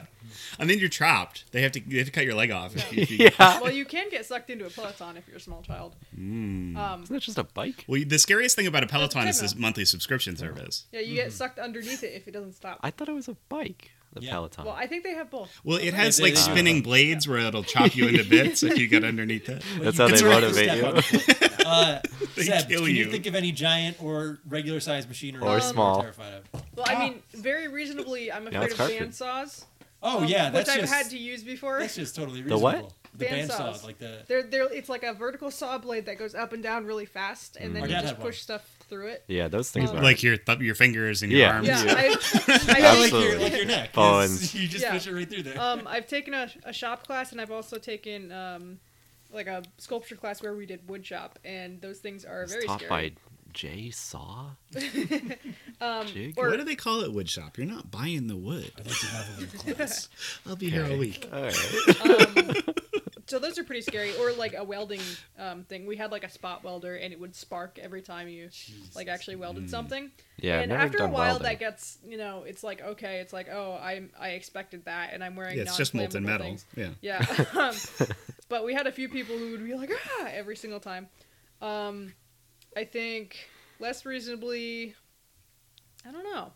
Speaker 4: And then you're trapped. They have to they have to cut your leg off. If you, if you-
Speaker 2: (laughs)
Speaker 1: Yeah.
Speaker 2: Well, you can get sucked into a peloton if you're a small child.
Speaker 3: Mm.
Speaker 2: Um,
Speaker 1: Isn't that just a bike?
Speaker 4: Well, the scariest thing about a Peloton is this
Speaker 2: treadmill.
Speaker 4: monthly subscription service.
Speaker 2: yeah, you get
Speaker 3: Mm-hmm.
Speaker 2: sucked underneath it if it doesn't stop.
Speaker 1: I thought it was a bike. The
Speaker 3: Yeah.
Speaker 1: Peloton.
Speaker 2: well, I think they have both.
Speaker 4: Well, it has
Speaker 3: they-
Speaker 4: like
Speaker 3: they do
Speaker 4: spinning blades where it'll chop you into bits if you get underneath it.
Speaker 1: That's
Speaker 3: you
Speaker 1: how
Speaker 3: can
Speaker 1: they
Speaker 3: step
Speaker 1: motivate
Speaker 3: on
Speaker 1: you. (laughs)
Speaker 3: it. Uh, Seb,
Speaker 4: kill
Speaker 3: can you,
Speaker 4: you.
Speaker 3: think of any giant or regular sized machinery
Speaker 1: Or
Speaker 3: you're
Speaker 1: small.
Speaker 3: terrified of?
Speaker 2: Well, I mean, very reasonably, I'm afraid
Speaker 1: it's
Speaker 2: of
Speaker 1: carpet.
Speaker 2: bandsaws.
Speaker 3: Oh
Speaker 2: um,
Speaker 3: yeah, that's
Speaker 2: which
Speaker 3: just
Speaker 2: I've had to use before.
Speaker 3: that's just totally
Speaker 1: The
Speaker 3: reasonable.
Speaker 1: what?
Speaker 3: The
Speaker 2: Band
Speaker 3: bandsaw,
Speaker 2: saws.
Speaker 3: like the
Speaker 2: They're, they're, it's like a vertical saw blade that goes up and down really fast,
Speaker 1: Mm.
Speaker 2: and
Speaker 3: My
Speaker 2: then you
Speaker 3: dad
Speaker 2: just
Speaker 3: had one.
Speaker 2: push stuff through it.
Speaker 1: yeah, those things are
Speaker 4: Like your th- your fingers and your
Speaker 1: Yeah.
Speaker 4: arms.
Speaker 1: (laughs)
Speaker 2: Yeah,
Speaker 1: Yeah.
Speaker 2: I've,
Speaker 3: Yeah,
Speaker 2: I've,
Speaker 3: like
Speaker 1: Absolutely.
Speaker 3: your like your neck.
Speaker 1: Oh,
Speaker 3: It's- (laughs) you just
Speaker 2: Yeah.
Speaker 3: push it right through there.
Speaker 2: um, I've taken a, a shop class, and I've also taken um, like a sculpture class where we did wood shop, and those things are very
Speaker 1: taught
Speaker 2: scary.
Speaker 1: by Jay
Speaker 2: (laughs)
Speaker 1: Saw. um, Jig?
Speaker 2: or-
Speaker 4: What do they call it, wood shop? You're not buying the wood.
Speaker 2: (laughs)
Speaker 3: I'd like to have a little class.
Speaker 4: I'll be here all week.
Speaker 1: All right.
Speaker 2: Um,
Speaker 1: (laughs)
Speaker 2: So those are pretty scary. Or like a welding um, thing. We had like a spot welder, and it would spark every time you like actually
Speaker 4: Mm.
Speaker 2: welded something.
Speaker 1: Yeah, I've
Speaker 2: and
Speaker 1: never
Speaker 2: after a
Speaker 1: done
Speaker 2: while,
Speaker 1: welding.
Speaker 2: that gets you know, it's like okay, it's like oh, I am I expected that, and I'm wearing
Speaker 4: Yeah, it's just molten
Speaker 2: non-flammable
Speaker 4: metal.
Speaker 2: things.
Speaker 4: Yeah.
Speaker 2: Yeah. (laughs) Um, but we had a few people who would be like, ah, every single time. Um, I think less reasonably, I don't know.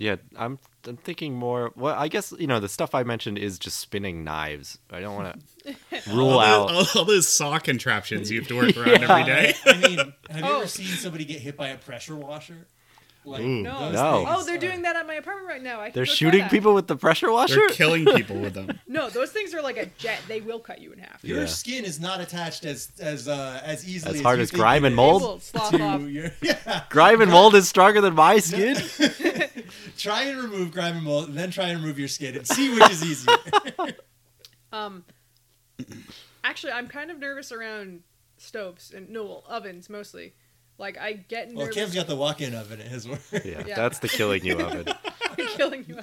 Speaker 1: Yeah, I'm I'm thinking more. Well, I guess you know the stuff I mentioned is just spinning knives. I don't
Speaker 2: (laughs)
Speaker 1: want to rule
Speaker 4: All,
Speaker 1: out.
Speaker 4: those, all those saw contraptions you have to
Speaker 2: (laughs)
Speaker 4: work around every day.
Speaker 3: I mean, have you
Speaker 2: Oh.
Speaker 3: ever seen somebody get hit by a pressure washer? Like,
Speaker 4: Ooh.
Speaker 2: No.
Speaker 1: No.
Speaker 2: Oh, they're doing that at my apartment right now. I can
Speaker 1: They're
Speaker 2: go try
Speaker 1: shooting
Speaker 2: that.
Speaker 1: people with the pressure washer.
Speaker 4: They're killing people
Speaker 2: (laughs)
Speaker 4: with them.
Speaker 2: No, those things are like a jet. They will cut you in half.
Speaker 3: Your
Speaker 1: Yeah.
Speaker 3: skin is not attached as as uh, as easily
Speaker 1: As hard
Speaker 3: you
Speaker 1: as
Speaker 3: think
Speaker 1: grime
Speaker 3: it
Speaker 1: and
Speaker 3: is
Speaker 2: They
Speaker 1: mold? (laughs)
Speaker 2: will slop off.
Speaker 3: to your- (laughs) yeah.
Speaker 1: Grime and mold is stronger than my skin.
Speaker 3: Try and remove grime and mold, and then try and remove your skin, and see which is easier.
Speaker 2: (laughs) Um, actually, I'm kind of nervous around stoves and no well, ovens mostly. Like I get
Speaker 3: well,
Speaker 2: nervous
Speaker 3: Kim's got the walk-in oven at his work.
Speaker 1: Yeah,
Speaker 2: Yeah.
Speaker 1: that's the killing you of it.
Speaker 2: (laughs) killing you.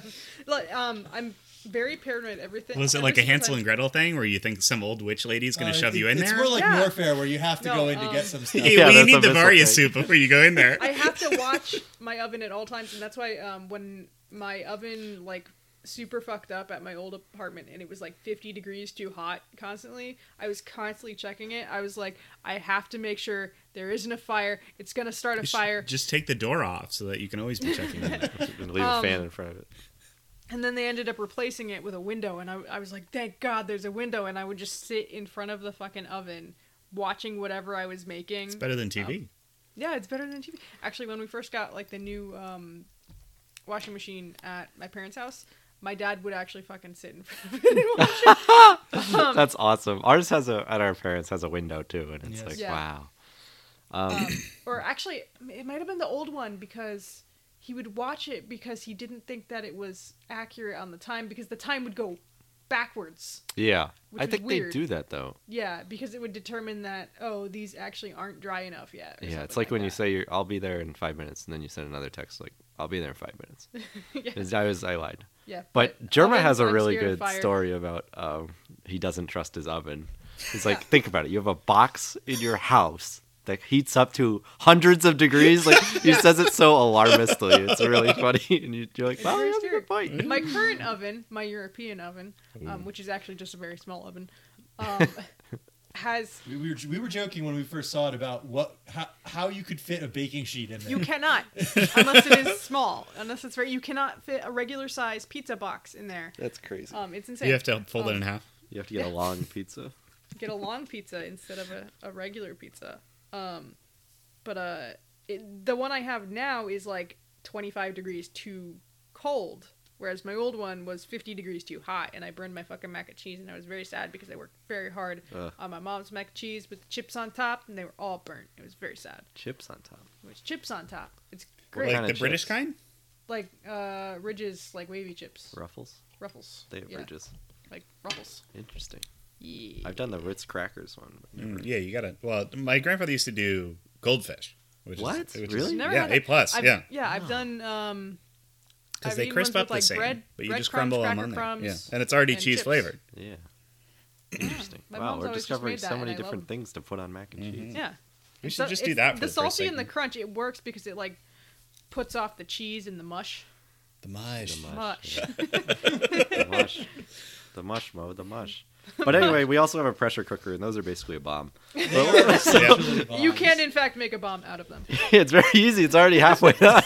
Speaker 2: Like, um, I'm very paranoid. Everything
Speaker 4: Was it
Speaker 2: ever
Speaker 4: like a
Speaker 2: since
Speaker 4: Hansel
Speaker 2: I've-
Speaker 4: and Gretel thing where you think some old witch lady's going
Speaker 3: Uh,
Speaker 4: to shove
Speaker 3: it-
Speaker 4: you in
Speaker 3: it's
Speaker 4: there?
Speaker 3: more like
Speaker 2: Yeah.
Speaker 3: warfare, where you have to
Speaker 2: No,
Speaker 3: go in
Speaker 2: um,
Speaker 3: to get some stuff.
Speaker 4: yeah,
Speaker 1: Yeah,
Speaker 4: we
Speaker 1: that's
Speaker 4: need
Speaker 1: a
Speaker 4: the
Speaker 1: missile
Speaker 4: Varia
Speaker 1: thing.
Speaker 4: soup before you go in there.
Speaker 2: (laughs) I have to watch my oven at all times, and that's why um, when my oven like super fucked up at my old apartment and it was like 50 degrees too hot constantly i was constantly checking it i was like i have to make sure there isn't a fire it's gonna start a fire
Speaker 4: Just take the door off so that you can
Speaker 2: (laughs)
Speaker 4: always be checking it.
Speaker 1: And leave
Speaker 2: Um,
Speaker 1: a fan in front of it.
Speaker 2: And then they ended up replacing it with a window, and I, I was like, thank God there's a window. And I would just sit in front of the fucking oven watching whatever I was making.
Speaker 4: Better than TV.
Speaker 2: yeah, it's better than TV. Actually, when we first got like the new um, washing machine at my parents' house, my dad would actually fucking sit in (laughs) front of it and watch it. um,
Speaker 1: That's awesome. Ours has a at our parents has a window too, and it's
Speaker 3: Yes.
Speaker 1: like
Speaker 2: Yeah.
Speaker 1: wow.
Speaker 2: Or actually, it might have been the old one because he would watch it because he didn't think that it was accurate on the time because the time would go backwards.
Speaker 1: Yeah.
Speaker 2: Which
Speaker 1: I
Speaker 2: was
Speaker 1: think they
Speaker 2: weird.
Speaker 1: do that though.
Speaker 2: Yeah, because it would determine that oh these actually aren't dry enough yet. or
Speaker 1: Yeah, it's
Speaker 2: something
Speaker 1: like when you
Speaker 2: that.
Speaker 1: say you're, I'll be there in five minutes, and then you send another text like I'll be there in five minutes.
Speaker 2: (laughs) Yeah.
Speaker 1: It's- I was I lied.
Speaker 2: yeah.
Speaker 1: But Germa
Speaker 2: oven-
Speaker 1: has a
Speaker 2: I'm
Speaker 1: really
Speaker 2: scared of
Speaker 1: good
Speaker 2: fire.
Speaker 1: story about um, he doesn't trust his oven. He's
Speaker 2: (laughs)
Speaker 1: like, think about it. You have a box in your house that heats up to hundreds of degrees.
Speaker 2: (laughs)
Speaker 1: Like he says it so alarmistly. It's really (laughs) funny, and you, you're like,
Speaker 2: It's
Speaker 1: well,
Speaker 2: very
Speaker 1: you have a good
Speaker 2: scary.
Speaker 1: point.
Speaker 2: My current oven, my European oven, um, which is actually just a very small oven, um, has
Speaker 3: We, we, were, we were joking when we first saw it about what how, how you could fit a baking sheet in there.
Speaker 2: you cannot unless it is small, unless it's very you cannot fit a regular size pizza box in there.
Speaker 1: That's crazy.
Speaker 2: Um, it's insane.
Speaker 4: You have to fold it
Speaker 2: Um,
Speaker 4: in half.
Speaker 1: You have to get a long
Speaker 2: (laughs)
Speaker 1: pizza.
Speaker 2: get a long pizza instead of a, a regular pizza. Um, but uh, it, the one I have now is like 25 degrees too cold, whereas my old one was 50 degrees too hot, and I burned my fucking mac and cheese, and I was very sad because I worked very hard
Speaker 1: Ugh.
Speaker 2: on my mom's mac and cheese with the chips on top, and they were all burnt. It was very sad.
Speaker 1: Chips on top.
Speaker 2: It was chips on top. It's
Speaker 1: What
Speaker 2: great.
Speaker 4: Like
Speaker 1: kind
Speaker 4: the
Speaker 1: of
Speaker 4: British
Speaker 1: chips?
Speaker 4: kind?
Speaker 2: Like uh, ridges, like wavy chips,
Speaker 1: Ruffles.
Speaker 2: ruffles.
Speaker 1: They have
Speaker 2: Yeah,
Speaker 1: ridges.
Speaker 2: Like ruffles.
Speaker 1: Interesting.
Speaker 2: Yeah.
Speaker 1: I've done the Ritz crackers one. but never-
Speaker 4: Mm, yeah, you got to Well, my grandfather used to do goldfish. Which is-
Speaker 1: What?
Speaker 4: which is-
Speaker 1: Really? Oh.
Speaker 2: Never
Speaker 4: yeah,
Speaker 2: had
Speaker 4: A
Speaker 2: it.
Speaker 4: plus.
Speaker 2: I've,
Speaker 4: yeah.
Speaker 2: I've done um,
Speaker 4: because
Speaker 2: I've
Speaker 4: they
Speaker 2: eaten
Speaker 4: crisp
Speaker 2: ones with,
Speaker 4: up the
Speaker 2: like,
Speaker 4: same,
Speaker 2: bread-
Speaker 4: but you
Speaker 2: bread
Speaker 4: just
Speaker 2: crumbs,
Speaker 4: crumble them
Speaker 2: cracker
Speaker 4: on
Speaker 2: crumbs,
Speaker 4: there. Yeah. And it's already
Speaker 2: and
Speaker 4: cheese
Speaker 2: chips.
Speaker 4: flavored.
Speaker 1: Yeah.
Speaker 2: (clears throat)
Speaker 1: Interesting.
Speaker 2: My
Speaker 1: wow,
Speaker 2: mom's
Speaker 1: we're
Speaker 2: always just
Speaker 1: discovering
Speaker 2: made that
Speaker 1: so
Speaker 2: and I
Speaker 1: many
Speaker 2: love Mm-hmm.
Speaker 1: different
Speaker 2: them.
Speaker 1: things to put on mac and cheese.
Speaker 2: yeah.
Speaker 4: We
Speaker 2: It's
Speaker 4: should
Speaker 2: the-
Speaker 4: just do
Speaker 2: it's-
Speaker 4: that for
Speaker 2: the
Speaker 4: the first
Speaker 2: salty and the
Speaker 4: segment.
Speaker 2: crunch. It works because it like puts off the cheese and the mush.
Speaker 4: The mush.
Speaker 1: The
Speaker 2: Mush.
Speaker 1: the mush. The mush, Mo, the mush. But anyway, we also have a pressure cooker, and those are basically a bomb.
Speaker 2: (laughs)
Speaker 4: Yeah.
Speaker 2: you can in fact make a bomb out of them.
Speaker 1: (laughs) it's very easy. It's already halfway done.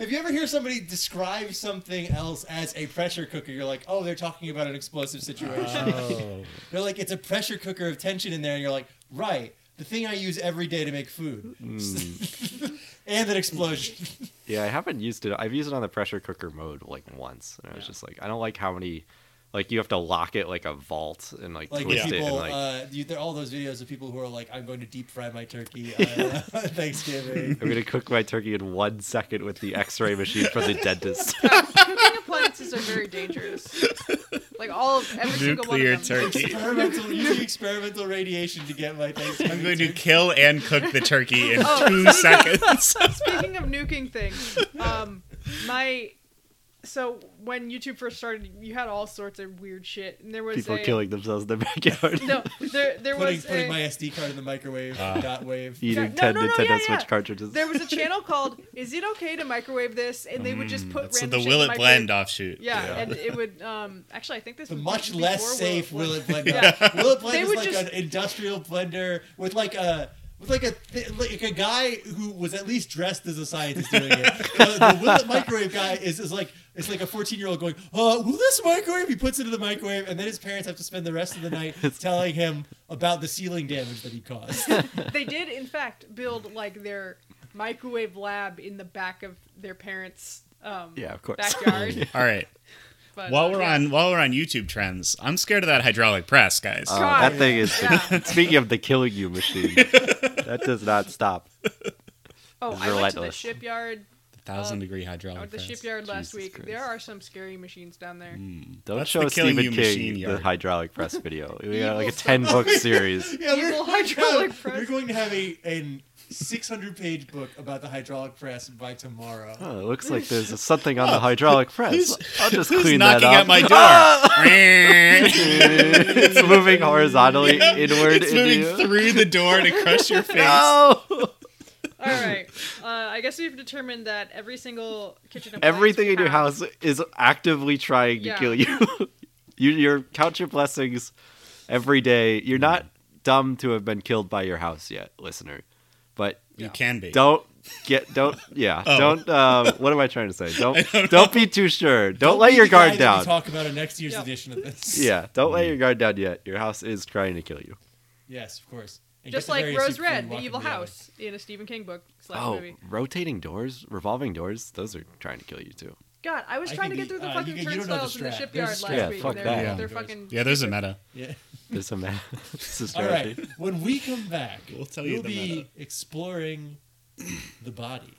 Speaker 3: If you ever hear somebody describe something else as a pressure cooker, you're like, oh, they're talking about an explosive situation.
Speaker 4: Oh.
Speaker 3: (laughs) they're like, it's a pressure cooker of tension in there, and you're like, right, the thing I use every day to make food.
Speaker 4: Hmm.
Speaker 3: (laughs) and an explosion.
Speaker 1: (laughs) yeah, I haven't used it. I've used it on the pressure cooker mode like once, and I was just like, I don't like how many. Like you have to lock it like a vault and like,
Speaker 3: Like
Speaker 1: twist it and
Speaker 3: people,
Speaker 1: like
Speaker 3: uh, you, there are all those videos of people who are like, I'm going to deep fry my turkey uh, (laughs) Thanksgiving.
Speaker 1: I'm gonna cook my turkey in one second with the X-ray machine from
Speaker 2: (laughs)
Speaker 1: the dentist.
Speaker 2: Cooking appliances are very
Speaker 4: (laughs)
Speaker 2: dangerous. Like all of every single one (laughs)
Speaker 4: Nuclear
Speaker 2: of them.
Speaker 4: turkey.
Speaker 3: experimental, using experimental radiation to get my Thanksgiving.
Speaker 4: I'm going to
Speaker 3: turkey.
Speaker 4: kill and cook the turkey in
Speaker 2: (laughs) Oh.
Speaker 4: two seconds.
Speaker 2: Speaking of nuking things, um, my so when YouTube first started, you had all sorts of weird shit, and there was
Speaker 1: People
Speaker 2: a,
Speaker 1: killing themselves in the backyard,
Speaker 2: No, there there
Speaker 3: putting,
Speaker 2: was
Speaker 3: putting
Speaker 2: a,
Speaker 3: my SD card in the microwave,
Speaker 4: Ah.
Speaker 3: dot
Speaker 1: (laughs)
Speaker 3: wave.
Speaker 1: eating
Speaker 2: No, no,
Speaker 1: ten
Speaker 2: no, no,
Speaker 1: Nintendo
Speaker 2: yeah,
Speaker 1: Switch
Speaker 2: yeah.
Speaker 1: cartridges.
Speaker 2: there was a channel called "Is it okay to microwave this?" and they would just put
Speaker 4: Mm, That's
Speaker 2: random
Speaker 4: the
Speaker 2: shit
Speaker 4: Will
Speaker 2: in the
Speaker 4: It Blend
Speaker 2: microwave.
Speaker 4: offshoot.
Speaker 2: Yeah, and it would. Um, actually, I think this
Speaker 3: The
Speaker 2: was
Speaker 3: much
Speaker 2: before
Speaker 3: less
Speaker 2: Will
Speaker 3: safe Will It Blend.
Speaker 2: Yeah.
Speaker 3: up. Will It
Speaker 2: They
Speaker 3: Blend is
Speaker 2: would
Speaker 3: like
Speaker 2: just-
Speaker 3: an industrial blender with like a with like a th- like a guy who was at least dressed as a scientist doing it. Uh, the Will It microwave guy is is like it's like a fourteen year old going, "Uh, will this microwave?" He puts it in the microwave, and then his parents have to spend the rest of the night telling him about the ceiling damage that
Speaker 2: (laughs)
Speaker 3: he caused.
Speaker 2: They did, in fact, build like their microwave lab in the back of their parents' um,
Speaker 1: (laughs) Yeah, of course.
Speaker 2: backyard.
Speaker 4: All right.
Speaker 2: But, (laughs)
Speaker 4: While
Speaker 2: uh,
Speaker 4: we're
Speaker 2: yeah.
Speaker 4: on while we're on YouTube trends, I'm scared of that hydraulic press, guys.
Speaker 1: Oh,
Speaker 2: God.
Speaker 1: that thing is. (laughs)
Speaker 2: Yeah.
Speaker 1: Speaking of the killing you
Speaker 2: (laughs)
Speaker 1: machine, that does not stop.
Speaker 2: oh, I went to the
Speaker 1: relentless.
Speaker 2: shipyard.
Speaker 4: thousand degree hydraulic
Speaker 2: I went to oh, the
Speaker 4: press.
Speaker 2: shipyard last
Speaker 1: Jesus
Speaker 2: week.
Speaker 1: Christ.
Speaker 2: There are some scary machines down there.
Speaker 1: Don't
Speaker 4: That's
Speaker 1: show
Speaker 4: the killing
Speaker 1: Stephen
Speaker 4: you
Speaker 1: King
Speaker 4: machine
Speaker 1: the
Speaker 4: yard.
Speaker 1: hydraulic press
Speaker 4: (laughs)
Speaker 1: video. We got like a
Speaker 2: Evil
Speaker 1: ten book series.
Speaker 3: Yeah, we're,
Speaker 2: Evil
Speaker 3: we're-
Speaker 2: hydraulic
Speaker 3: (laughs) we're
Speaker 2: press.
Speaker 3: going to have a an six hundred page book about the hydraulic press by tomorrow.
Speaker 1: Oh, it looks like there's something
Speaker 4: (laughs)
Speaker 1: on the hydraulic press. I'll just
Speaker 4: Who's
Speaker 1: clean that
Speaker 4: knocking
Speaker 1: up. (laughs)
Speaker 4: at my door?
Speaker 1: it's moving
Speaker 4: (laughs)
Speaker 1: horizontally inward.
Speaker 4: it's
Speaker 1: into
Speaker 4: moving
Speaker 1: you.
Speaker 4: through the door to
Speaker 1: (laughs)
Speaker 4: crush your face. (laughs)
Speaker 1: No!
Speaker 2: All right. Uh, I guess we've determined that every single kitchen appliance
Speaker 1: Everything
Speaker 2: we
Speaker 1: in your
Speaker 2: have-
Speaker 1: house is actively trying to
Speaker 2: Yeah.
Speaker 1: kill you. (laughs) you. You're count your blessings every day. You're not dumb to have been killed by your house yet, listener. But
Speaker 4: You can be.
Speaker 1: don't get don't yeah
Speaker 4: Oh.
Speaker 1: don't um, what am i trying to (laughs) say don't
Speaker 4: don't
Speaker 1: don't, be too sure don't,
Speaker 3: Don't
Speaker 1: let
Speaker 3: be
Speaker 1: your
Speaker 3: the guy
Speaker 1: guard
Speaker 3: that
Speaker 1: down
Speaker 3: we Talk about in next year's
Speaker 2: Yeah.
Speaker 3: edition of this.
Speaker 1: yeah don't let your guard down yet your house is trying to kill you
Speaker 3: Yes, of course. And get
Speaker 2: Just
Speaker 3: the
Speaker 2: like
Speaker 3: various
Speaker 2: Rose
Speaker 3: people who
Speaker 2: Red,
Speaker 3: walk
Speaker 2: The
Speaker 3: in
Speaker 2: Evil
Speaker 3: the oven.
Speaker 2: House, in a Stephen King book slash
Speaker 1: oh
Speaker 2: movie.
Speaker 1: rotating doors revolving doors those are trying to kill you too
Speaker 2: God, I was
Speaker 3: I
Speaker 2: trying to
Speaker 3: think
Speaker 2: get
Speaker 3: the-
Speaker 2: through the
Speaker 3: uh,
Speaker 2: fucking
Speaker 3: you- you don't know
Speaker 2: turnstiles
Speaker 3: the
Speaker 2: in the
Speaker 3: strat.
Speaker 2: shipyard
Speaker 3: There's
Speaker 2: last
Speaker 3: a
Speaker 1: strat.
Speaker 2: week.
Speaker 1: Fuck
Speaker 2: they're,
Speaker 1: that. Yeah.
Speaker 2: they're fucking.
Speaker 4: yeah, there's a meta.
Speaker 3: Yeah.
Speaker 1: there's a man (laughs) this is
Speaker 3: All
Speaker 1: strategy.
Speaker 3: right. When we come back,
Speaker 4: We'll
Speaker 3: we'll
Speaker 4: tell you the
Speaker 3: be
Speaker 4: meta.
Speaker 3: exploring the body.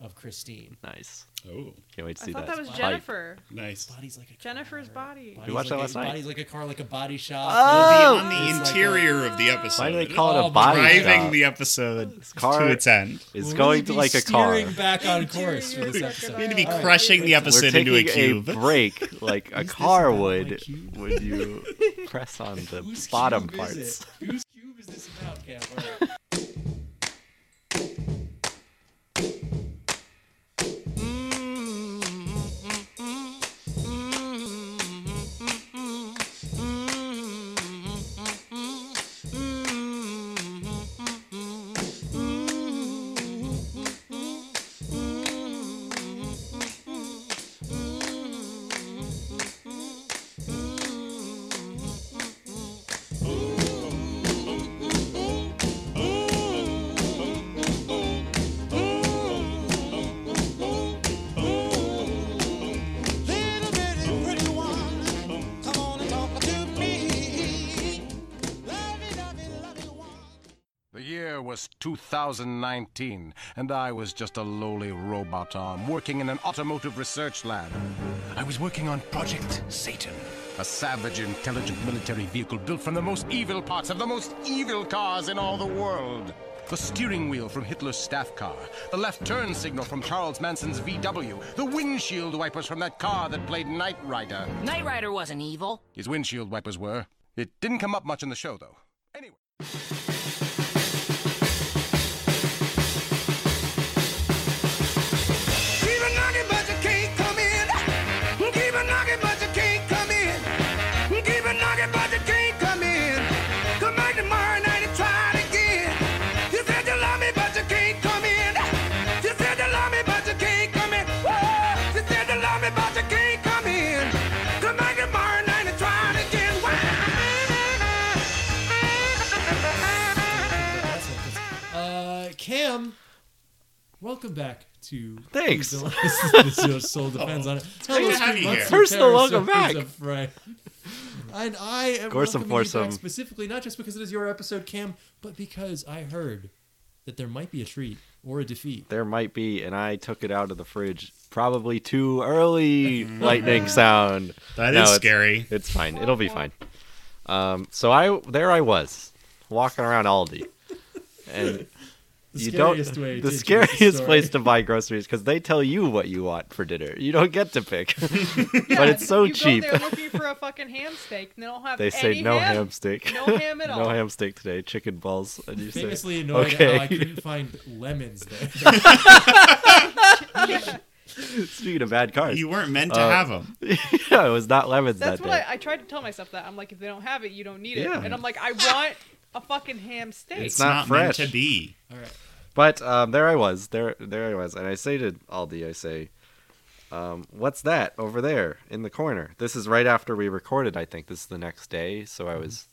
Speaker 7: of Christine.
Speaker 1: Nice.
Speaker 4: Oh,
Speaker 1: Can't wait to
Speaker 2: I
Speaker 1: see
Speaker 2: thought that
Speaker 1: that
Speaker 2: was
Speaker 1: spike.
Speaker 2: Jennifer.
Speaker 4: nice.
Speaker 7: Body's like a
Speaker 2: Jennifer's
Speaker 7: car.
Speaker 2: body.
Speaker 7: Body's
Speaker 1: We
Speaker 7: like
Speaker 1: watched that
Speaker 7: a-
Speaker 1: last night.
Speaker 7: Body's like a car, like a body shop.
Speaker 1: Oh!
Speaker 4: on
Speaker 7: It's
Speaker 4: the
Speaker 7: like
Speaker 4: interior of the episode.
Speaker 1: Why do they call it
Speaker 7: Oh,
Speaker 1: a body
Speaker 4: driving
Speaker 1: shop?
Speaker 4: the episode
Speaker 1: car-
Speaker 4: to its end?
Speaker 1: it's
Speaker 7: We'll
Speaker 1: going
Speaker 7: really
Speaker 1: to
Speaker 7: be
Speaker 1: like a car.
Speaker 7: steering back on course for this
Speaker 2: Interior
Speaker 7: episode.
Speaker 4: We need to be
Speaker 2: All right.
Speaker 4: crushing the
Speaker 1: We're
Speaker 4: episode
Speaker 1: taking
Speaker 4: into a cube.
Speaker 1: a (laughs) break, (laughs) like a
Speaker 7: Is this
Speaker 1: car
Speaker 7: about my
Speaker 1: would
Speaker 7: cube?
Speaker 1: when you (laughs) press on the
Speaker 7: Whose
Speaker 1: bottom
Speaker 7: cube is
Speaker 1: parts.
Speaker 7: it? Whose cube is this about, Cam? All right.
Speaker 8: Little bitty pretty one, come on and talk to me. Lovey, lovey, lovey one.
Speaker 9: The year was 2019, and I was just a lowly robot arm working in an automotive research lab. I was working on Project Satan, a savage, intelligent military vehicle built from the most evil parts of the most evil cars in all the world. The steering wheel from Hitler's staff car, the left turn signal from Charles Manson's VW, the windshield wipers from that car that played Knight Rider.
Speaker 10: Knight Rider wasn't evil.
Speaker 9: His windshield wipers were. It didn't come up much in the show, though. Anyway.
Speaker 8: Keep a knocking, but you can't come in. Keep a knocking, but you can't come in. Keep a knocking, but you can't come in. Come back tomorrow night and try it again. You said you love me, but you can't come in. You said you love me, but you can't come in. Whoa! You said you love me, but you can't come in. Come back tomorrow night and try it again. Why?
Speaker 7: That's what this- Uh, Cam, welcome back to.
Speaker 1: Thanks.
Speaker 7: this, this is your
Speaker 4: (laughs)
Speaker 7: soul depends on it.
Speaker 4: great Oh. to have you here.
Speaker 1: Personal welcome back.
Speaker 7: Right. And I am
Speaker 1: Gorsum
Speaker 7: welcoming you back
Speaker 1: foursome.
Speaker 7: specifically, not just because it is your episode, Cam, but because I heard that there might be a treat or a defeat.
Speaker 1: There might be, and I took it out of the fridge probably too
Speaker 7: (laughs)
Speaker 1: early. lightning sound.
Speaker 4: That
Speaker 1: No,
Speaker 4: is
Speaker 1: it's-
Speaker 4: scary.
Speaker 1: It's fine. It'll be fine. Um, so I there I was walking around Aldi, and
Speaker 7: (laughs) The
Speaker 1: you don't
Speaker 7: scariest way.
Speaker 1: the
Speaker 7: to introduce
Speaker 1: scariest
Speaker 7: story.
Speaker 1: place to buy groceries because they tell you what you want for dinner. You don't get
Speaker 7: (laughs)
Speaker 1: to pick, but it's so
Speaker 2: you
Speaker 1: cheap.
Speaker 2: go there looking for a fucking ham steak, and they don't have
Speaker 1: They say
Speaker 2: any
Speaker 1: no ham,
Speaker 2: ham.
Speaker 1: steak,
Speaker 2: No ham at
Speaker 1: (laughs)
Speaker 2: all.
Speaker 1: no ham steak today. Chicken balls, and you
Speaker 7: Famously
Speaker 1: say,
Speaker 7: annoyed at
Speaker 1: okay. (laughs)
Speaker 7: how I couldn't find lemons there.
Speaker 1: Speaking of bad cards,
Speaker 4: You weren't meant to have 'em. have them.
Speaker 1: (laughs) yeah, it was not lemons
Speaker 2: That's
Speaker 1: that
Speaker 2: what
Speaker 1: day.
Speaker 2: I, I tried to tell myself that. I'm like, if they don't have it, you don't need it.
Speaker 1: Yeah.
Speaker 2: And I'm like, I want a fucking ham steak.
Speaker 4: It's,
Speaker 1: not
Speaker 4: not, meant
Speaker 1: fresh.
Speaker 4: to be.
Speaker 7: All right.
Speaker 1: But um, there I was. There, there I was, and I say to Aldi, I say, um, "What's that over there in the corner?" This is right after we recorded. I think this is the next day, so I was,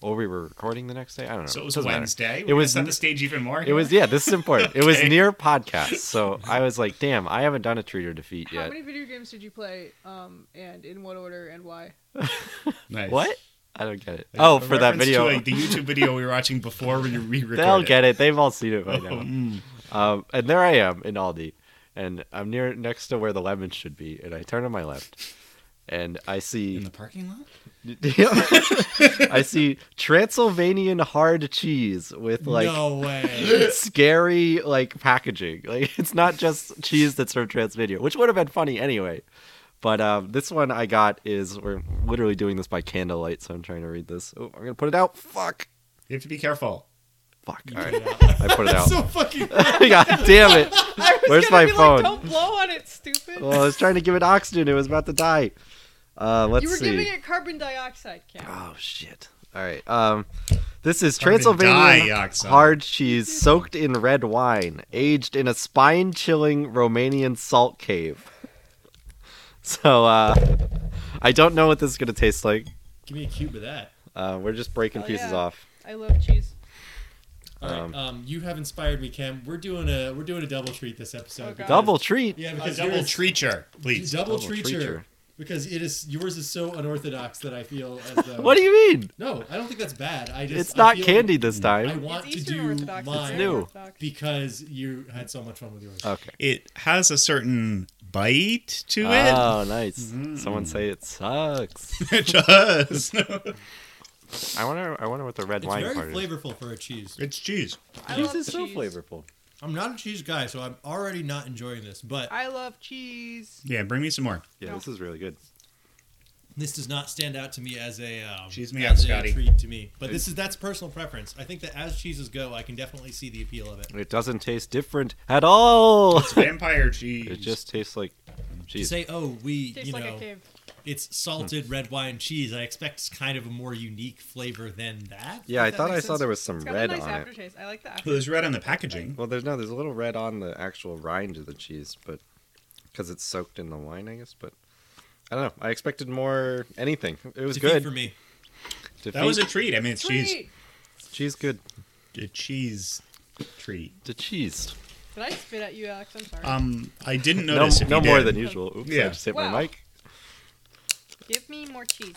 Speaker 1: or we were recording the next day. I don't know.
Speaker 4: Mm-hmm. So it was
Speaker 1: doesn't matter.
Speaker 4: Wednesday.
Speaker 1: It was
Speaker 4: set
Speaker 1: n-
Speaker 4: the stage even more.
Speaker 1: It was yeah. This is important. It was
Speaker 4: Okay.
Speaker 1: near podcast,
Speaker 4: (laughs)
Speaker 1: so I was like, "Damn, I haven't done a treat or defeat
Speaker 2: How
Speaker 1: yet."
Speaker 2: many video games did you play, um, and in what order and why?
Speaker 4: nice.
Speaker 1: What? I don't get it. Oh,
Speaker 4: A
Speaker 1: for that
Speaker 4: reference
Speaker 1: video,
Speaker 4: to, like, the YouTube video we were watching before we re-recorded.
Speaker 1: They'll get it. They've all seen it by now. Um, and there I am in Aldi, and I'm near next to where the lemons should be, and I turn to my left, and I
Speaker 4: in
Speaker 1: see
Speaker 4: the parking lot.
Speaker 1: (laughs) I see Transylvanian hard cheese with like
Speaker 7: no
Speaker 1: (laughs)
Speaker 7: way.
Speaker 1: scary like packaging. (laughs) Like it's not just cheese that's from Transmedia, which would have been funny anyway. But um, this one I got is we're literally doing this by candlelight, so I'm trying to read this. Oh, I'm gonna put it out. Fuck,
Speaker 4: You have to be careful.
Speaker 1: fuck. All right, I put it out.
Speaker 7: so
Speaker 1: (laughs)
Speaker 7: fucking.
Speaker 1: God damn it.
Speaker 2: (laughs) I was
Speaker 1: Where's
Speaker 2: gonna
Speaker 1: my
Speaker 2: be
Speaker 1: phone?
Speaker 2: Like, don't blow on it, stupid.
Speaker 1: Well, I was trying to give it oxygen. It was about to die. Uh, let's
Speaker 2: you were
Speaker 1: see.
Speaker 2: giving it carbon dioxide, Cam.
Speaker 1: Oh shit! All right. Um, this is
Speaker 4: Carbon
Speaker 1: Transylvanian
Speaker 4: dioxide.
Speaker 1: hard cheese soaked in red wine, aged in a spine-chilling Romanian salt cave. So uh, I don't know what this is gonna taste like.
Speaker 7: Give me a cube of that.
Speaker 1: Uh, we're just breaking
Speaker 2: Hell
Speaker 1: pieces
Speaker 2: Oh, yeah.
Speaker 1: off.
Speaker 2: I love cheese.
Speaker 7: All right. Um, you have inspired me, Cam. We're doing a we're doing a double treat this episode.
Speaker 2: Oh, God.
Speaker 1: Double treat.
Speaker 7: Yeah,
Speaker 4: A
Speaker 7: because
Speaker 4: Uh, double
Speaker 7: you're a-
Speaker 4: treacher, please.
Speaker 7: double,
Speaker 1: Double
Speaker 7: treacher.
Speaker 1: treacher.
Speaker 7: because it is yours is so unorthodox that I feel
Speaker 1: (laughs)
Speaker 7: as though
Speaker 1: What do you mean?
Speaker 7: No, I don't think that's bad. I just
Speaker 1: It's
Speaker 7: I
Speaker 1: not
Speaker 7: feel-
Speaker 1: candy this
Speaker 7: I
Speaker 1: time.
Speaker 7: want
Speaker 2: It's
Speaker 7: to
Speaker 2: Eastern
Speaker 7: do
Speaker 2: Orthodox. It's
Speaker 7: mine
Speaker 2: very
Speaker 1: new. Uh,
Speaker 2: Orthodox.
Speaker 7: because you had so much fun with yours.
Speaker 1: Okay.
Speaker 4: It has a certain bite to
Speaker 1: Oh, nice. Someone say it sucks.
Speaker 4: (laughs) it. It does. (laughs)
Speaker 1: I wonder. I wonder what the red
Speaker 3: It's
Speaker 1: wine
Speaker 3: very
Speaker 1: part
Speaker 3: flavorful for a cheese.
Speaker 4: it's cheese.
Speaker 2: I
Speaker 1: is.
Speaker 2: love
Speaker 1: Cheese is
Speaker 2: cheese.
Speaker 1: so flavorful.
Speaker 3: I'm not a cheese guy, so I'm already not enjoying this. But
Speaker 2: I love cheese.
Speaker 4: Yeah, bring me some more.
Speaker 1: Yeah, this is really good.
Speaker 3: this does not stand out to me as a um,
Speaker 4: Cheese me
Speaker 3: as
Speaker 4: up, Scotty.
Speaker 3: a treat to me. But this is that's personal preference. I think that as cheeses go, I can definitely see the appeal of it.
Speaker 1: It doesn't taste different at all.
Speaker 4: Vampire cheese.
Speaker 1: It just tastes like
Speaker 3: To
Speaker 1: cheese.
Speaker 3: say, oh, we,
Speaker 2: Tastes
Speaker 3: you
Speaker 2: like
Speaker 3: know,
Speaker 2: a cave.
Speaker 3: it's salted red wine cheese. I expect kind of a more unique flavor than that.
Speaker 1: Yeah, I
Speaker 3: If that
Speaker 1: thought I
Speaker 3: makes
Speaker 1: saw
Speaker 3: sense.
Speaker 1: there was some
Speaker 2: It's got
Speaker 1: red
Speaker 2: a nice
Speaker 1: on it.
Speaker 2: aftertaste. I like the
Speaker 4: Well,
Speaker 2: aftertaste.
Speaker 4: there's red on the packaging.
Speaker 1: Well, there's no, there's a little red on the actual rind of the cheese, but because it's soaked in the wine, I guess. But I don't know. I expected more anything. It was
Speaker 3: Defeat
Speaker 1: good.
Speaker 3: for me.
Speaker 1: Defeat.
Speaker 4: That was a treat. I mean, it's cheese.
Speaker 2: Sweet.
Speaker 1: cheese good.
Speaker 4: A cheese treat.
Speaker 1: The cheese.
Speaker 2: Did I spit at you, Alex? I'm sorry.
Speaker 4: Um, I didn't
Speaker 1: No,
Speaker 4: notice. if
Speaker 1: no
Speaker 4: you
Speaker 1: more
Speaker 4: did.
Speaker 1: than usual. Oops, I
Speaker 4: Yeah.
Speaker 1: just hit
Speaker 2: Wow.
Speaker 1: my mic.
Speaker 2: Give me more cheese.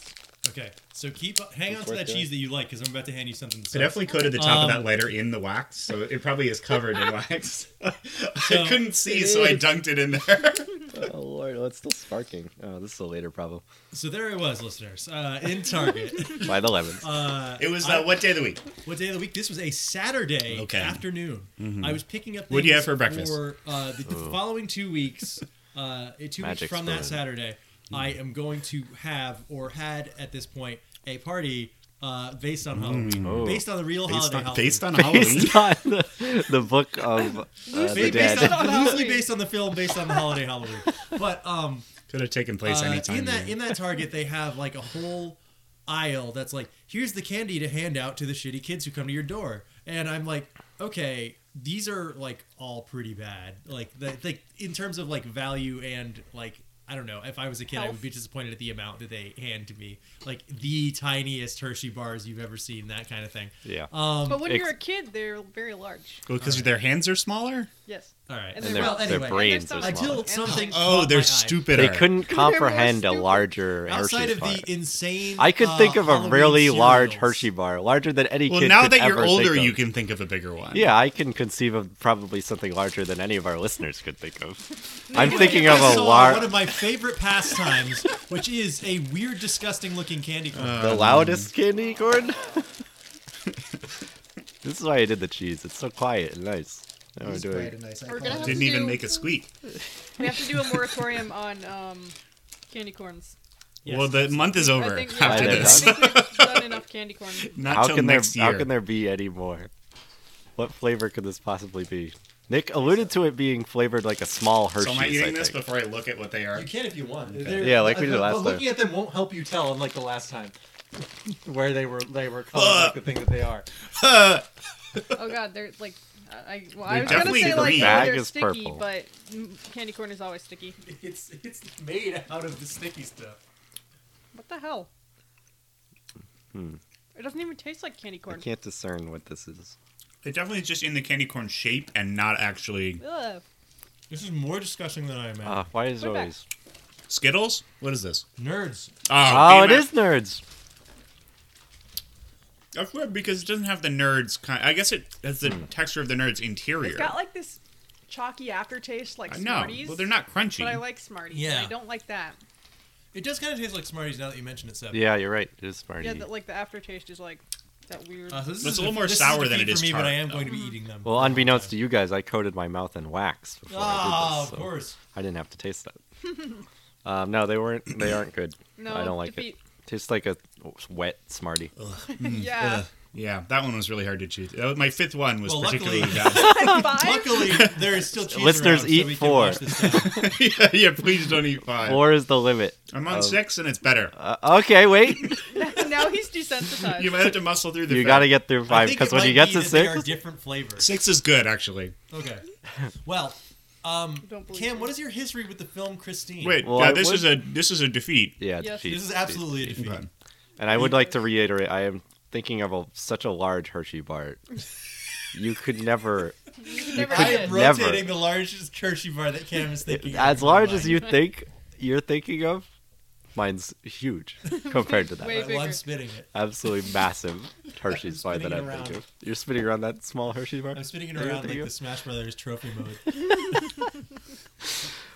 Speaker 3: Okay, so keep hang on
Speaker 1: It's
Speaker 3: to
Speaker 1: worth
Speaker 3: that
Speaker 1: doing.
Speaker 3: cheese that you like because I'm about to hand you something. That
Speaker 4: I
Speaker 3: sucks.
Speaker 4: definitely coated the top of
Speaker 3: Um,
Speaker 4: that lighter in the wax, so it probably is covered in wax. (laughs)
Speaker 3: So-
Speaker 4: I couldn't see, so I dunked it in there.
Speaker 1: Oh lord, oh, it's still sparking. Oh, this is a later problem.
Speaker 3: So there it was, listeners. Uh, in
Speaker 4: (laughs)
Speaker 3: Target.
Speaker 1: By the lemons.
Speaker 3: uh,
Speaker 4: It was uh, what day of the week?
Speaker 3: what day of the week? This was a Saturday
Speaker 4: Okay. Mm-hmm.
Speaker 3: afternoon. I was picking up.
Speaker 4: What'd you
Speaker 3: things
Speaker 4: have for breakfast?
Speaker 3: For uh, the, the following two weeks, uh, two
Speaker 1: Magic
Speaker 3: weeks from
Speaker 1: spoon. Mm.
Speaker 3: that Saturday, I am going to have or had at this point a party uh, based on Halloween,
Speaker 1: Oh.
Speaker 3: based on the real
Speaker 4: Mm. Based
Speaker 3: holiday
Speaker 4: on,
Speaker 3: Halloween.
Speaker 4: based on Halloween.
Speaker 1: Based on the, the book of
Speaker 3: (laughs)
Speaker 1: uh, the
Speaker 3: Based,
Speaker 1: dead.
Speaker 3: on,
Speaker 2: Halloween.
Speaker 3: loosely based on the film, based on the holiday Halloween.
Speaker 1: (laughs)
Speaker 3: But um,
Speaker 4: Could have taken place
Speaker 3: Uh,
Speaker 4: any time.
Speaker 3: in that
Speaker 4: of
Speaker 3: in that Target, they have like a whole aisle that's like, here's the candy to hand out to the shitty kids who come to your door. And I'm like, okay, these are like all pretty bad. Like the like in terms of like value and like I don't know. If I was a kid, I would
Speaker 2: Health.
Speaker 3: be disappointed at the amount that they hand to me. Like the tiniest Hershey bars you've ever seen, that kind of thing.
Speaker 1: Yeah.
Speaker 3: Um,
Speaker 2: But when
Speaker 1: ex-
Speaker 2: you're a kid, they're very large.
Speaker 4: the because their hands are smaller.
Speaker 2: Yes.
Speaker 3: all right.
Speaker 2: And
Speaker 1: and their,
Speaker 2: they're
Speaker 3: well,
Speaker 2: their
Speaker 3: anyway,
Speaker 1: their brains are
Speaker 2: smaller.
Speaker 3: until
Speaker 1: small.
Speaker 3: something.
Speaker 4: Oh,
Speaker 3: caught
Speaker 4: they're
Speaker 3: my eye.
Speaker 4: stupider.
Speaker 1: (laughs) They couldn't
Speaker 2: more
Speaker 1: comprehend a
Speaker 2: stupid.
Speaker 1: larger
Speaker 3: Outside
Speaker 1: Hershey's
Speaker 3: of
Speaker 1: bar.
Speaker 3: the insane,
Speaker 1: I could
Speaker 3: uh,
Speaker 1: think of a
Speaker 3: Halloween
Speaker 1: really large
Speaker 3: cereals.
Speaker 1: Hershey bar, larger than any
Speaker 4: Well,
Speaker 1: kid
Speaker 4: now
Speaker 1: could
Speaker 4: that you're
Speaker 1: ever
Speaker 4: older,
Speaker 1: think of.
Speaker 4: you can think of a bigger one.
Speaker 1: Yeah, I can conceive of probably something larger than any of our listeners could think
Speaker 3: (laughs)
Speaker 1: of. I'm
Speaker 2: you
Speaker 1: thinking
Speaker 2: can
Speaker 1: of a
Speaker 3: saw one
Speaker 1: large,
Speaker 3: of my favorite pastimes, which is a weird, disgusting looking candy corn.
Speaker 1: the loudest candy corn. (laughs) this is why I did the cheese. It's so quiet and nice. Now we're doing it.
Speaker 2: We're gonna have
Speaker 4: Didn't
Speaker 2: to
Speaker 4: even
Speaker 2: do,
Speaker 4: make a squeak.
Speaker 2: We have to do a moratorium on um, candy corns.
Speaker 3: Yes.
Speaker 4: Well, the month is over
Speaker 2: I think, we-
Speaker 4: after
Speaker 1: Why
Speaker 2: I
Speaker 1: they're
Speaker 4: this.
Speaker 2: think we've done enough candy corns.
Speaker 4: Not
Speaker 1: How
Speaker 4: till
Speaker 1: can there
Speaker 4: next
Speaker 1: how
Speaker 4: year.
Speaker 1: can there be any more? What flavor could this possibly be? Nick alluded to it being flavored like a small Hershey's.
Speaker 4: so am I
Speaker 1: I
Speaker 4: eating this
Speaker 1: think.
Speaker 4: before I look at what they are?
Speaker 7: You can if you want.
Speaker 1: Yeah, like we did last
Speaker 7: but Looking at them won't help you tell, unlike the last time, (laughs) where they were they were colored like the thing that they are.
Speaker 2: Oh god, they're like. I, I- well,
Speaker 4: They're
Speaker 2: I was gonna
Speaker 4: definitely
Speaker 2: say like
Speaker 4: green.
Speaker 2: oh,
Speaker 1: Bag
Speaker 2: they're
Speaker 1: is
Speaker 2: sticky,
Speaker 1: purple.
Speaker 2: but mm, candy corn is always sticky.
Speaker 7: It's it's made out of the sticky stuff.
Speaker 2: What the hell? It doesn't even taste like candy
Speaker 1: Hmm. I
Speaker 2: corn.
Speaker 1: can't discern what this is.
Speaker 4: It definitely is just in the candy corn shape and not actually
Speaker 2: Ugh.
Speaker 3: this is more disgusting than I imagined.
Speaker 1: Ah, why is it
Speaker 2: We're back.
Speaker 1: always?
Speaker 4: Skittles. What is this?
Speaker 3: Uh, Nerds.
Speaker 4: Oh,
Speaker 1: Oh, it
Speaker 4: damn
Speaker 1: is nerds.
Speaker 4: That's weird because it doesn't have the nerds. Kind. I guess it has
Speaker 1: Hmm.
Speaker 4: the texture of the nerds interior.
Speaker 2: It's got like this chalky aftertaste, like
Speaker 4: I know.
Speaker 2: Smarties.
Speaker 4: Well, they're not crunchy.
Speaker 2: But I like Smarties.
Speaker 3: Yeah.
Speaker 2: And I don't like that.
Speaker 3: It does kind of taste like Smarties now that you mention it, Seb.
Speaker 1: Yeah, you're right. It is Smarties.
Speaker 2: Yeah, the, like the aftertaste is like that weird.
Speaker 3: Uh,
Speaker 2: (laughs)
Speaker 3: so this
Speaker 4: It's
Speaker 3: is
Speaker 4: a little more
Speaker 3: this
Speaker 4: sour
Speaker 3: is a
Speaker 4: than it
Speaker 3: defeat
Speaker 4: is
Speaker 3: for me,
Speaker 4: tart,
Speaker 3: but I am
Speaker 4: though.
Speaker 3: going to be eating them.
Speaker 1: Well, unbeknownst to you guys, I coated my mouth in wax before I
Speaker 3: Ah,
Speaker 1: did this,
Speaker 3: of
Speaker 1: so
Speaker 3: course.
Speaker 1: I didn't have to taste that.
Speaker 2: (laughs)
Speaker 1: um, no, they weren't. They aren't good.
Speaker 2: No,
Speaker 1: I don't like
Speaker 2: defeat.
Speaker 1: it. Tastes like a wet Smartie.
Speaker 3: mm,
Speaker 2: (laughs) yeah.
Speaker 4: yeah, that one was really hard to choose. That was- My fifth one was
Speaker 3: Well,
Speaker 4: particularly
Speaker 3: luckily-
Speaker 4: bad. (laughs)
Speaker 2: Five? (laughs)
Speaker 3: Luckily, there is still cheese
Speaker 1: Listeners,
Speaker 3: around,
Speaker 1: eat
Speaker 3: so we
Speaker 1: four.
Speaker 3: Can wash this down.
Speaker 4: yeah, yeah, please don't eat five.
Speaker 1: Four is the limit.
Speaker 4: I'm on six and it's better.
Speaker 1: Uh, okay,
Speaker 3: (laughs)
Speaker 1: wait.
Speaker 2: now he's desensitized.
Speaker 4: you might have to muscle through the.
Speaker 1: you
Speaker 4: fat.
Speaker 1: got to get through
Speaker 3: I
Speaker 1: five
Speaker 3: think
Speaker 1: because
Speaker 3: it
Speaker 1: when
Speaker 3: might
Speaker 1: you get
Speaker 3: be
Speaker 1: to
Speaker 3: that they are
Speaker 1: six,
Speaker 3: different flavors.
Speaker 4: six is good actually.
Speaker 3: Okay.
Speaker 1: (laughs)
Speaker 3: Well, um,
Speaker 2: Don't believe
Speaker 3: Cam,
Speaker 2: you.
Speaker 3: what is your history with the film Christine?
Speaker 4: Wait,
Speaker 1: Well,
Speaker 4: yeah,
Speaker 1: I
Speaker 4: this
Speaker 1: would-
Speaker 4: is a this is a defeat.
Speaker 1: yeah,
Speaker 2: Yes.
Speaker 1: defeat.
Speaker 3: this is absolutely a defeat.
Speaker 4: Okay.
Speaker 1: And I would like to reiterate, I am thinking of a, such a large Hershey bar.
Speaker 2: (laughs)
Speaker 1: You could never,
Speaker 2: You never
Speaker 3: I
Speaker 2: did.
Speaker 3: am
Speaker 1: Never.
Speaker 3: rotating the largest Hershey bar that Cam is thinking. of
Speaker 1: as
Speaker 3: in my
Speaker 1: large as
Speaker 3: life.
Speaker 1: you think you're thinking of. Mine's
Speaker 2: (laughs)
Speaker 1: huge compared to that.
Speaker 2: Way
Speaker 3: Well,
Speaker 2: bigger.
Speaker 3: I'm spitting it.
Speaker 1: Absolutely massive Hershey's bar that I
Speaker 3: spinning it around.
Speaker 1: think of. You're spinning around that small Hershey bar.
Speaker 3: I'm spinning it
Speaker 1: Are you
Speaker 3: around
Speaker 1: thinking of?
Speaker 3: like the Smash Brothers trophy mode.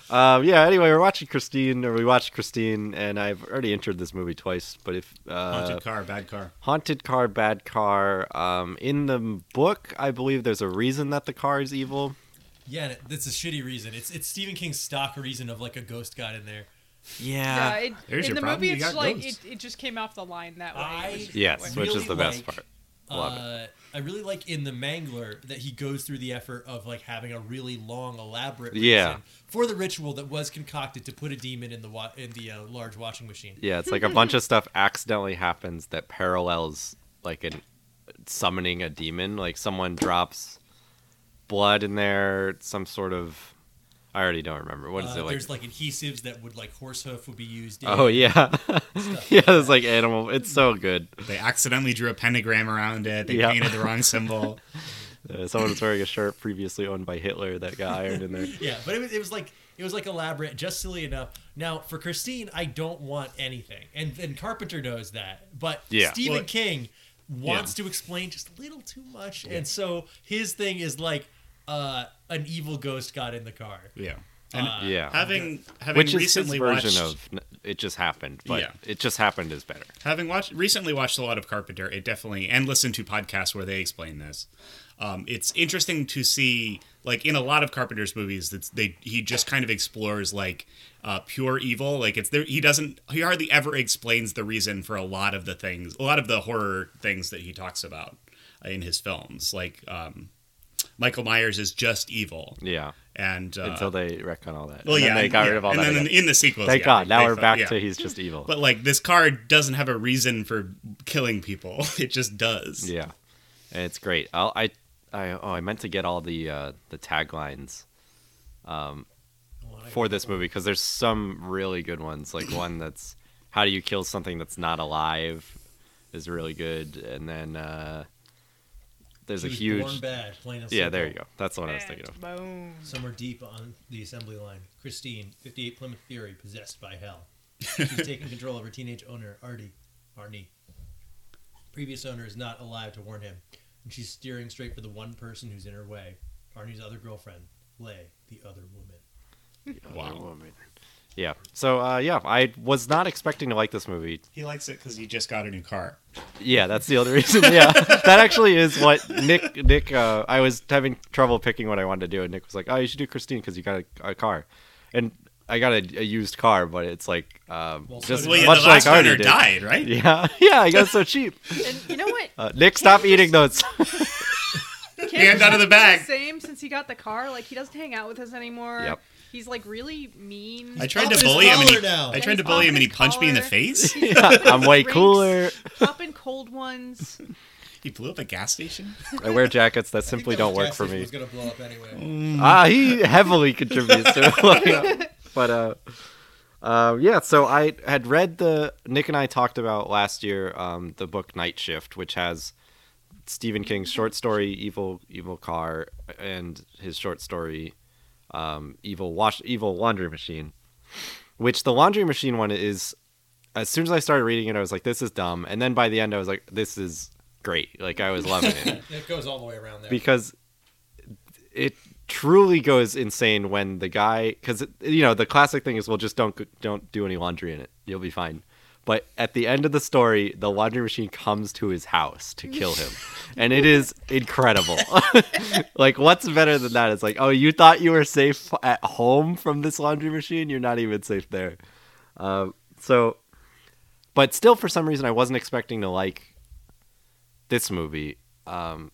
Speaker 1: Um, yeah. Anyway, we're watching Christine, or we watched Christine, and I've already entered this movie twice. But if uh,
Speaker 4: Haunted Oh, car, bad car.
Speaker 1: haunted car, bad car. Um, in the book, I believe there's a reason that the car is evil.
Speaker 3: Yeah, and it- that's a shitty reason. It's it's Stephen King's stock reason of like a ghost got in there.
Speaker 2: Yeah,
Speaker 1: Yeah.
Speaker 2: it,
Speaker 4: There's
Speaker 2: in
Speaker 4: your
Speaker 2: the
Speaker 4: problem,
Speaker 2: movie,
Speaker 4: you
Speaker 2: it's
Speaker 4: got
Speaker 2: like
Speaker 4: ghosts.
Speaker 2: it, it just came off the line that way.
Speaker 3: I-
Speaker 2: It was just-
Speaker 1: yes, which is
Speaker 3: really
Speaker 1: the best
Speaker 3: like-
Speaker 1: part. Love it.
Speaker 3: uh, I really like in the Mangler that he goes through the effort of like having a really long, elaborate reason
Speaker 1: Yeah.
Speaker 3: for the ritual that was concocted to put a demon in the wa- in the uh, large washing machine.
Speaker 1: Yeah, it's like a bunch of stuff accidentally happens that parallels like an summoning a demon. Like someone drops blood in there, some sort of I already don't remember. What is
Speaker 3: Uh,
Speaker 1: it like?
Speaker 3: There's like adhesives that would like horse hoof would be used. In.
Speaker 1: Oh yeah. (laughs) yeah, it's like animal it's so good.
Speaker 4: They accidentally drew a pentagram around it. They
Speaker 1: Yeah.
Speaker 4: painted the
Speaker 1: (laughs)
Speaker 4: wrong symbol.
Speaker 1: Uh, someone was wearing a shirt previously owned by Hitler that got ironed in
Speaker 3: (laughs)
Speaker 1: there.
Speaker 3: yeah, but it was, it was like it was like elaborate, just silly enough. Now for Christine, I don't want anything, and and Carpenter knows that, but
Speaker 1: Yeah.
Speaker 3: Stephen
Speaker 4: Well-
Speaker 3: King wants to explain just a little too much, and so his thing is like uh, an evil ghost got in the car.
Speaker 4: Yeah. And
Speaker 1: Uh, yeah.
Speaker 4: having having
Speaker 1: Which is
Speaker 4: recently
Speaker 1: his version
Speaker 4: watched
Speaker 1: of n- it just happened, but
Speaker 4: Yeah.
Speaker 1: it just happened is better.
Speaker 4: having watched recently watched a lot of Carpenter, it definitely and listened to podcasts where they explain this. Um, it's interesting to see, like in a lot of Carpenter's movies, that they he just kind of explores like uh, pure evil. Like it's there, he doesn't he hardly ever explains the reason for a lot of the things, a lot of the horror things that he talks about in his films. Like um, Michael Myers is just evil,
Speaker 1: Yeah.
Speaker 4: and uh,
Speaker 1: Until they retcon all that.
Speaker 4: well,
Speaker 1: and
Speaker 4: yeah,
Speaker 1: then they
Speaker 4: and-
Speaker 1: got
Speaker 4: yeah,
Speaker 1: rid of all
Speaker 4: and
Speaker 1: that.
Speaker 4: then
Speaker 1: again.
Speaker 4: in- in the sequels,
Speaker 1: Thank
Speaker 4: yeah,
Speaker 1: God.
Speaker 4: they-
Speaker 1: Now
Speaker 4: they
Speaker 1: we're
Speaker 4: thought-
Speaker 1: back
Speaker 4: yeah.
Speaker 1: to he's just evil.
Speaker 4: But like this car doesn't have a reason for killing people. (laughs) It just does.
Speaker 1: Yeah, and it's great. I'll, I, I, oh, I meant to get all the uh, the taglines um, for this movie because there's some really good ones. Like one that's "How do you kill something that's not alive?" is really good, and then uh, there's
Speaker 3: He
Speaker 1: a
Speaker 3: was Born
Speaker 1: huge.
Speaker 3: bad, plain and
Speaker 1: Yeah,
Speaker 3: simple.
Speaker 1: there you go. That's the one I was thinking of.
Speaker 2: Boom.
Speaker 3: Somewhere deep on the assembly line, Christine, 58 Plymouth Fury, possessed by hell. She's taking control of her teenage owner, Artie. Arnie. Previous owner is not alive to warn him, and she's steering straight for the one person who's in her way Arnie's other girlfriend, Lay, the other woman.
Speaker 4: Wow.
Speaker 1: Yeah. So uh, yeah, I was not expecting to like this movie.
Speaker 4: He likes it because he just got a new car.
Speaker 1: Yeah, that's the other (laughs) reason. Yeah, that actually is what Nick. Nick, uh, I was having trouble picking what I wanted to do, and Nick was like, "Oh, you should do Christine because you got a, a car," and I got a, a used car, but it's like um,
Speaker 3: Well, so
Speaker 1: just
Speaker 3: did-
Speaker 4: Well, yeah,
Speaker 1: much
Speaker 4: the
Speaker 1: like
Speaker 4: last
Speaker 1: Artie
Speaker 4: owner
Speaker 1: did.
Speaker 4: died,
Speaker 1: (laughs)
Speaker 4: right?
Speaker 1: Yeah, yeah, I got so cheap.
Speaker 2: And you know what?
Speaker 1: (laughs) Uh, Nick, stop eating those.
Speaker 4: Hand out of
Speaker 2: It's
Speaker 4: the
Speaker 2: the
Speaker 4: bag.
Speaker 2: same since he got the car. Like he doesn't hang out with us anymore.
Speaker 1: Yep.
Speaker 2: He's like really mean.
Speaker 4: I tried
Speaker 3: popping
Speaker 4: to
Speaker 3: his
Speaker 4: bully him. And he,
Speaker 3: collar now.
Speaker 4: I
Speaker 2: And
Speaker 4: tried to
Speaker 2: he's
Speaker 4: bully him, and
Speaker 2: popping
Speaker 4: he
Speaker 2: his
Speaker 4: punched me in the
Speaker 2: collar.
Speaker 1: (laughs)
Speaker 2: (laughs)
Speaker 4: face.
Speaker 1: I'm way
Speaker 2: Drinks.
Speaker 1: cooler.
Speaker 2: popping
Speaker 1: (laughs)
Speaker 2: cold ones.
Speaker 4: he blew up a
Speaker 3: (laughs)
Speaker 4: gas station. (laughs)
Speaker 1: I wear jackets that simply don't work for me.
Speaker 3: was going to blow up anyway.
Speaker 1: Ah, he heavily contributes to it. Like, but uh, uh, yeah. So I had read the Nick and I talked about last year um, the book Night Shift, which has Stephen King's short story "Evil Evil Car" and his short story um, "Evil Wash Evil Laundry Machine," which the laundry machine one is. As soon as I started reading it, I was like, "This is dumb," and then by the end, I was like, "This is great!" Like I was loving it
Speaker 3: It goes all the way around there.
Speaker 1: because it truly goes insane when the guy because you know the classic thing is well just don't don't do any laundry in it you'll be fine but at the end of the story the laundry machine comes to his house to kill him and it is incredible (laughs) like what's better than that it's like oh you thought you were safe at home from this laundry machine you're not even safe there uh, so but still for some reason i wasn't expecting to like this movie um,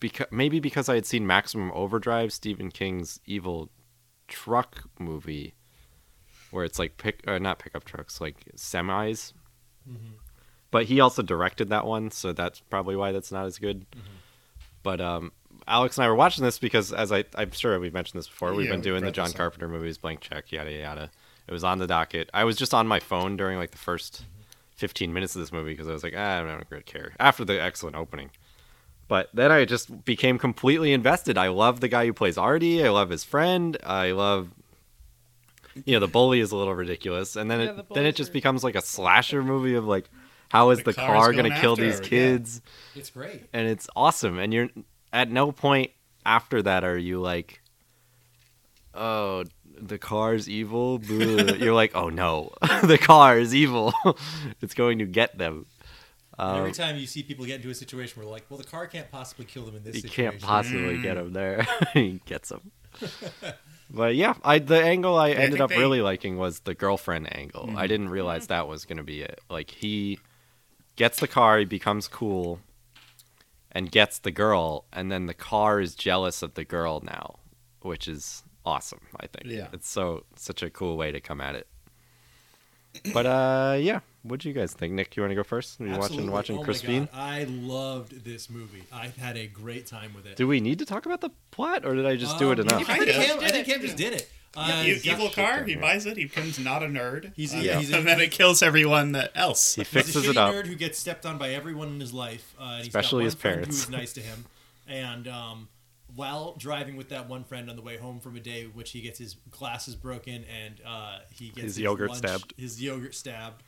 Speaker 1: because maybe because I had seen Maximum Overdrive, Stephen King's evil truck movie, where it's like pick uh, not pickup trucks, like semis.
Speaker 4: Mm-hmm.
Speaker 1: But he also directed that one, so that's probably why that's not as good.
Speaker 4: Mm-hmm.
Speaker 1: But um, Alex and I were watching this because, as I, I'm sure we've mentioned this before, we've
Speaker 4: Yeah,
Speaker 1: been
Speaker 4: we've
Speaker 1: doing the
Speaker 4: brought
Speaker 1: John
Speaker 4: this up.
Speaker 1: Carpenter movies, blank check, yada yada. It was on the docket. I was just on my phone during like the first
Speaker 4: Mm-hmm.
Speaker 1: 15 minutes of this movie because I was like, ah, I don't really care. After the excellent opening, but then I just became completely invested. I love the guy who plays Artie. I love his friend. I love you know the bully is a little ridiculous, and then
Speaker 2: Yeah,
Speaker 1: it
Speaker 2: the
Speaker 1: then
Speaker 2: bullies
Speaker 1: it just
Speaker 2: are-
Speaker 1: becomes like a slasher movie of like how is
Speaker 4: The
Speaker 1: the,
Speaker 4: car's
Speaker 1: car going to
Speaker 4: going
Speaker 1: kill
Speaker 4: after
Speaker 1: these
Speaker 4: her, yeah.
Speaker 1: kids?
Speaker 3: It's great.
Speaker 1: and it's awesome. And you're at no point after that are you like, oh, the car's evil. boo." you're like, oh no, (laughs) the car is evil. (laughs) it's going to get them.
Speaker 3: And every
Speaker 1: Um,
Speaker 3: time you see people get into a situation where like, well, the car can't possibly kill them in this
Speaker 1: you
Speaker 3: situation.
Speaker 1: can't possibly get him there. (laughs) he gets
Speaker 3: (laughs)
Speaker 1: him. But yeah, I the angle I ended
Speaker 4: think
Speaker 1: up
Speaker 4: they-
Speaker 1: really liking was the girlfriend angle. I didn't realize
Speaker 3: Mm-hmm.
Speaker 1: that was going to be it. Like he gets the car, he becomes cool and gets the girl and then the car is jealous of the girl now, which is awesome, I think.
Speaker 4: Yeah.
Speaker 1: It's so such a cool way to come at it. But uh yeah, what do you guys think? Nick, you want to go first? Are you
Speaker 3: Absolutely.
Speaker 1: watching watching
Speaker 3: Oh my
Speaker 1: Crispine?
Speaker 3: God, I loved this movie. I had a great time with it.
Speaker 1: Do we need to talk about the plot or did I just do it
Speaker 3: Um,
Speaker 1: enough?
Speaker 3: I
Speaker 4: Kind
Speaker 3: think
Speaker 4: of.
Speaker 3: Cam, I think Cam just did it. Uh,
Speaker 4: E-
Speaker 3: he's got-
Speaker 4: evil car.
Speaker 1: down
Speaker 4: He
Speaker 1: here.
Speaker 4: buys it. He becomes not a nerd.
Speaker 3: He's-
Speaker 4: uh,
Speaker 3: yeah, he's-
Speaker 4: and then it kills everyone that else.
Speaker 1: He
Speaker 3: He's a
Speaker 1: fixes
Speaker 3: shitty
Speaker 1: it up.
Speaker 3: nerd who gets stepped on by everyone in his life, uh, and
Speaker 1: Especially
Speaker 3: he's
Speaker 1: his
Speaker 3: got one friend
Speaker 1: parents.
Speaker 3: Who's nice to him, and um, while driving with that one friend on the way home from a day, which he gets his glasses broken and uh, he gets
Speaker 1: His yogurt
Speaker 3: lunch-
Speaker 1: stabbed.
Speaker 3: His yogurt stabbed,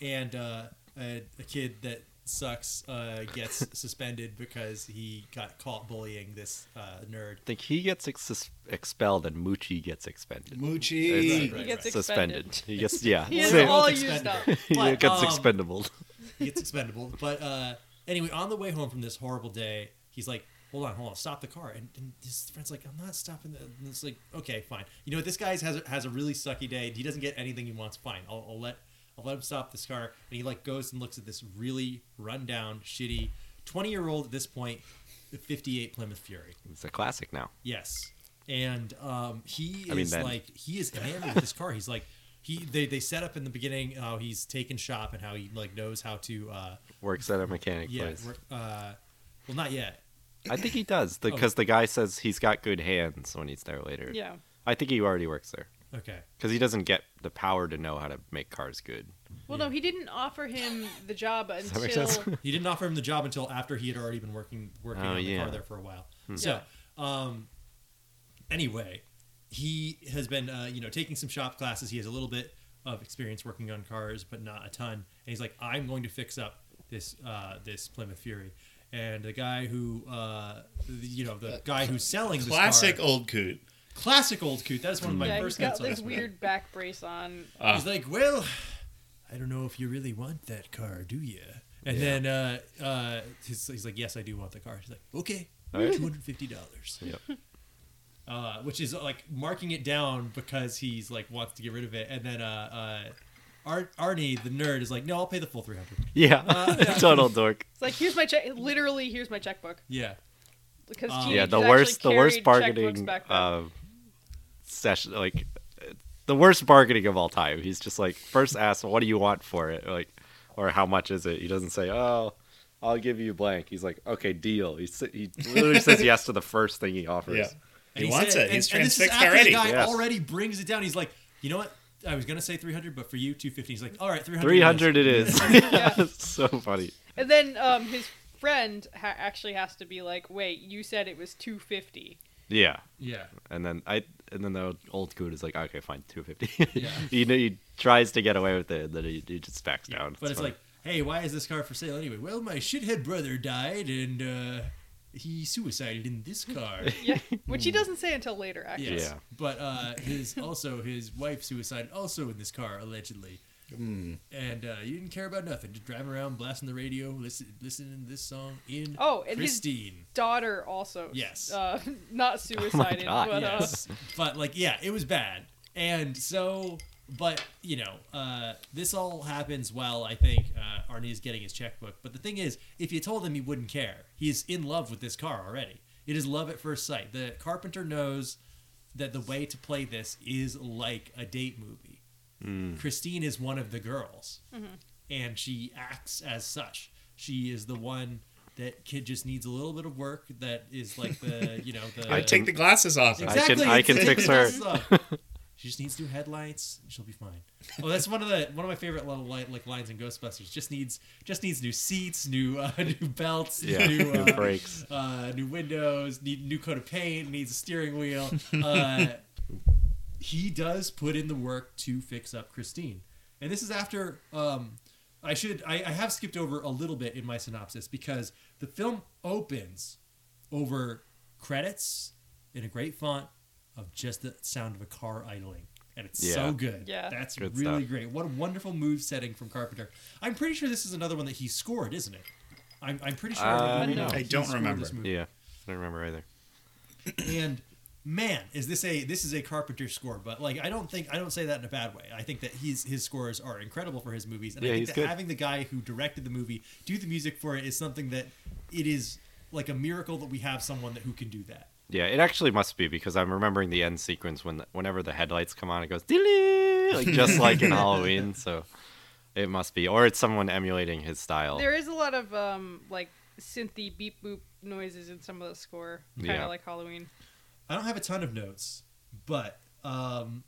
Speaker 3: and uh, a, a kid that sucks uh,
Speaker 1: (laughs)
Speaker 3: gets suspended because he got caught bullying this uh, nerd.
Speaker 1: think he gets ex- expelled and Moochie gets expended.
Speaker 4: Moochie.
Speaker 3: Right,
Speaker 2: He gets
Speaker 3: right.
Speaker 1: Suspended.
Speaker 2: expended.
Speaker 1: He gets yeah.
Speaker 2: He is
Speaker 1: Same.
Speaker 3: They're
Speaker 2: all
Speaker 3: both
Speaker 2: used up.
Speaker 3: expendable.
Speaker 1: (laughs) he
Speaker 3: But,
Speaker 1: gets
Speaker 3: um,
Speaker 1: expendable.
Speaker 3: He gets expendable. But uh, anyway, on the way home from this horrible day, he's like, "Hold on, hold on, stop the car." And, and his friend's like, "I'm not stopping." The, and it's like, "Okay, fine." You know what? This guy has a, has a really sucky day. He doesn't get anything he wants. Fine, I'll, I'll let I'll let him stop this car. And he like goes and looks at this really rundown, shitty, twenty year old at this point, fifty eight Plymouth Fury.
Speaker 1: It's a classic now.
Speaker 3: Yes, and um, he is
Speaker 1: I mean, then.
Speaker 3: like he is enamored with this car. He's like he they, they set up in the beginning how he's taken shop and how he like knows how to uh,
Speaker 1: Works at a mechanic
Speaker 3: yeah
Speaker 1: place.
Speaker 3: we're- uh, well not yet
Speaker 1: I think he does because the guy says he's got good hands when he's there later.
Speaker 2: Oh. Yeah.
Speaker 1: I think he already works there
Speaker 3: okay
Speaker 1: because he doesn't get the power to know how to make cars good.
Speaker 2: Well, no, he didn't offer him
Speaker 1: (laughs)
Speaker 2: the job
Speaker 1: that make
Speaker 2: until
Speaker 1: sense?
Speaker 3: he didn't offer him the job until after he had already been working working
Speaker 1: Oh,
Speaker 3: on the
Speaker 1: yeah. Hmm.
Speaker 3: car there for a while so um, anyway he has been uh, you know taking some shop classes he has a little bit of experience working on cars but not a ton and he's like i'm going to fix up this uh, this plymouth fury and the guy who uh, the- you know the guy who's selling this
Speaker 4: Classic
Speaker 3: car,
Speaker 4: old coot.
Speaker 3: classic old coot that is one of my
Speaker 1: Hmm.
Speaker 2: yeah, he's
Speaker 3: first
Speaker 2: got
Speaker 3: notes on
Speaker 2: this
Speaker 3: this one.
Speaker 2: weird back brace on.
Speaker 1: Uh,
Speaker 3: He's like, well, I don't know if you really want that car, do you? And then uh, uh, he's, he's like, yes, I do want the car. He's like, okay,
Speaker 1: All right.
Speaker 3: two hundred fifty dollars. (laughs) Uh, which is like marking it down because he's like wants to get rid of it, and then uh, uh, Ar- Arnie the nerd is like, no, I'll pay the full three hundred.
Speaker 1: Yeah,
Speaker 2: Uh,
Speaker 1: (laughs) total dork.
Speaker 2: It's like here's my check. Literally, here's my checkbook
Speaker 3: Yeah,
Speaker 2: because
Speaker 3: Um,
Speaker 2: teenagers
Speaker 1: Yeah, the
Speaker 2: actually
Speaker 1: worst, the worst
Speaker 2: carried checkbooks
Speaker 1: bargaining
Speaker 2: back then.
Speaker 1: uh, session, like uh, the worst bargaining of all time. He's just like first asks, "What do you want for it?" Like, or how much is it? He doesn't say, "Oh, I'll give you blank." He's like, "Okay, deal." He s- he literally says yes to the first thing he offers.
Speaker 4: Yeah. He,
Speaker 3: And
Speaker 4: wants
Speaker 3: said-
Speaker 4: it. He's
Speaker 3: and- and this is
Speaker 4: transfixed
Speaker 3: after
Speaker 4: already.
Speaker 3: The guy
Speaker 1: Yes.
Speaker 3: already brings it down. He's like, you know what? I was gonna say three hundred, but for you, two fifty. He's like, all right, three hundred.
Speaker 1: Three hundred, it is.
Speaker 2: (laughs) Yeah.
Speaker 1: (laughs) It's so funny.
Speaker 2: And then um, his friend ha- actually has to be like, "Wait, you said it was 250."
Speaker 1: Yeah,
Speaker 3: Yeah.
Speaker 1: and then I, and then the old coot is like, "Okay, fine, two fifty.
Speaker 3: Yeah.
Speaker 1: (laughs) he, he tries to get away with it, and then he, he just backs down.
Speaker 3: But it's
Speaker 1: funny.
Speaker 3: like, hey, why is this car for sale anyway? Well, my shithead brother died and uh, he suicided in
Speaker 1: (laughs)
Speaker 3: this car.
Speaker 2: Yeah, which he doesn't say until later. Actually,
Speaker 3: Yes.
Speaker 1: Hmm. Yeah.
Speaker 3: But uh, his also his wife suicided also in this car allegedly.
Speaker 1: Hmm.
Speaker 3: And uh, you didn't care about nothing. Just driving around, blasting the radio, listen, listening to this song in
Speaker 2: Oh, and his-
Speaker 3: Christine.
Speaker 2: daughter also.
Speaker 3: Yes.
Speaker 2: Uh, (laughs)
Speaker 1: (laughs)
Speaker 2: not suicided,
Speaker 1: Oh God.
Speaker 2: (laughs) but uh,
Speaker 3: yes. but like, yeah, it was bad. And so, but you know, uh, this all happens while I think uh, Arnie is getting his checkbook. But the thing is, if you told him, he wouldn't care. He is in love with this car already. It is love at first sight. The carpenter knows that the way to play this is like a date movie.
Speaker 4: Hmm.
Speaker 3: Christine is one of the girls, and she acts as such. She is the one that kid just needs a little bit of work. That is like the you know the
Speaker 4: I take the glasses off.
Speaker 1: I can- I can
Speaker 3: It's-
Speaker 1: fix
Speaker 3: it's-
Speaker 1: (laughs)
Speaker 3: She just needs new headlights. and She'll be fine. Oh, that's one of the one of my favorite little light, like lines in Ghostbusters. Just needs just needs new seats, new uh, (laughs) new belts,
Speaker 1: Yeah,
Speaker 3: new,
Speaker 1: new
Speaker 3: uh,
Speaker 1: brakes. (laughs)
Speaker 3: uh, new windows, need new coat of paint, needs a steering wheel. Uh, he does put in the work to fix up Christine. And this is after um, I should I, I have skipped over a little bit in my synopsis because the film opens over credits in a great font of just the sound of a car idling. And it's
Speaker 1: Yeah.
Speaker 3: so good.
Speaker 2: Yeah.
Speaker 3: That's
Speaker 1: Good
Speaker 3: really
Speaker 1: stuff.
Speaker 3: great. What a wonderful move setting from Carpenter. I'm pretty sure this is another one that he scored, isn't it? I'm, I'm pretty sure.
Speaker 1: Uh,
Speaker 3: no,
Speaker 4: I
Speaker 3: he
Speaker 4: don't
Speaker 3: scored
Speaker 4: remember.
Speaker 3: this movie.
Speaker 1: Yeah, I don't remember either.
Speaker 3: And man, is this a this is a Carpenter score? But like, I don't think I don't say that in a bad way. I think that he's his scores are incredible for his movies, and
Speaker 1: Yeah,
Speaker 3: I think
Speaker 1: he's
Speaker 3: that
Speaker 1: good.
Speaker 3: having the guy who directed the movie do the music for it is something that it is like a miracle that we have someone that who can do that.
Speaker 1: Yeah, it actually must be because I'm remembering the end sequence when whenever the headlights come on, it goes "Dilly," like
Speaker 3: (laughs)
Speaker 1: just like in Halloween. So it must be, or it's someone emulating his style.
Speaker 2: There is a lot of um like synthy beep boop noises in some of the score, kind of
Speaker 1: Yeah.
Speaker 2: like Halloween.
Speaker 3: I don't have a ton of notes, but um,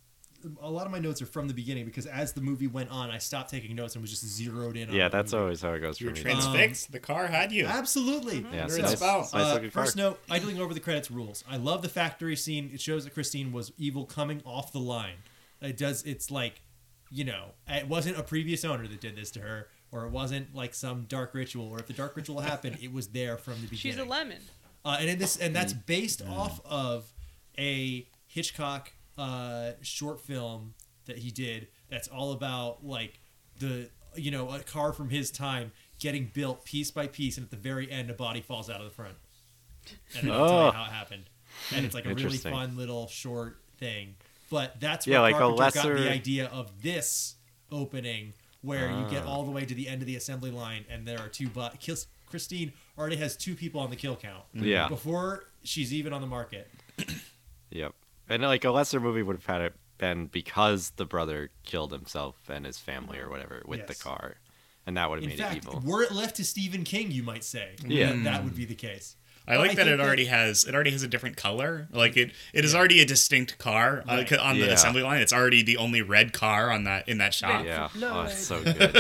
Speaker 3: a lot of my notes are from the beginning because as the movie went on, I stopped taking notes and was just zeroed in. on
Speaker 1: yeah,
Speaker 3: the
Speaker 1: that's
Speaker 3: movie.
Speaker 1: always how it goes for
Speaker 4: You were
Speaker 1: me.
Speaker 4: transfixed. the car had you.
Speaker 3: Absolutely.
Speaker 2: Mm-hmm.
Speaker 1: Yeah, it's
Speaker 3: So,
Speaker 1: nice- nice
Speaker 3: uh,
Speaker 1: looking
Speaker 3: first
Speaker 1: car.
Speaker 3: note, idling over the credits rules. I love the factory scene. It shows that Christine was evil coming off the line. It does. It's like, you know, it wasn't a previous owner that did this to her, or it wasn't like some dark ritual, or if the dark ritual happened, it was there from the beginning.
Speaker 2: She's a lemon.
Speaker 3: Uh, and in this, and that's
Speaker 1: Mm.
Speaker 3: based off of a Hitchcock uh, short film that he did. That's all about like the you know a car from his time getting built piece by piece, and at the very end, a body falls out of the front. And they'll tell
Speaker 1: Oh.
Speaker 3: you how it happened. And it's like a really
Speaker 1: Interesting.
Speaker 3: fun little short thing. But that's where
Speaker 1: Yeah, like a
Speaker 3: Carpenter got
Speaker 1: lesser-
Speaker 3: the idea of this opening, where you
Speaker 1: Ah.
Speaker 3: get all the way to the end of the assembly line, and there are two. But Christine already has two people on the kill count
Speaker 1: Mm-hmm. Yeah.
Speaker 3: before she's even on the market.
Speaker 1: Yep. And like a lesser movie would have had it been because the brother killed himself and his family or whatever with the
Speaker 3: Yes.
Speaker 1: car, and that would have
Speaker 3: In
Speaker 1: made
Speaker 3: fact,
Speaker 1: it evil.
Speaker 3: were it left to Stephen King, you might say,
Speaker 1: Yeah. Mm.
Speaker 3: that, that would be the case.
Speaker 4: I like
Speaker 3: But
Speaker 4: that
Speaker 3: think
Speaker 4: it already has it already has a different color. Like it it is already a distinct car uh,
Speaker 3: Right.
Speaker 4: c- on the
Speaker 1: Yeah.
Speaker 4: assembly line. It's already the only red car on that in that
Speaker 3: (laughs)
Speaker 4: shop.
Speaker 1: Yeah, oh, it's so good.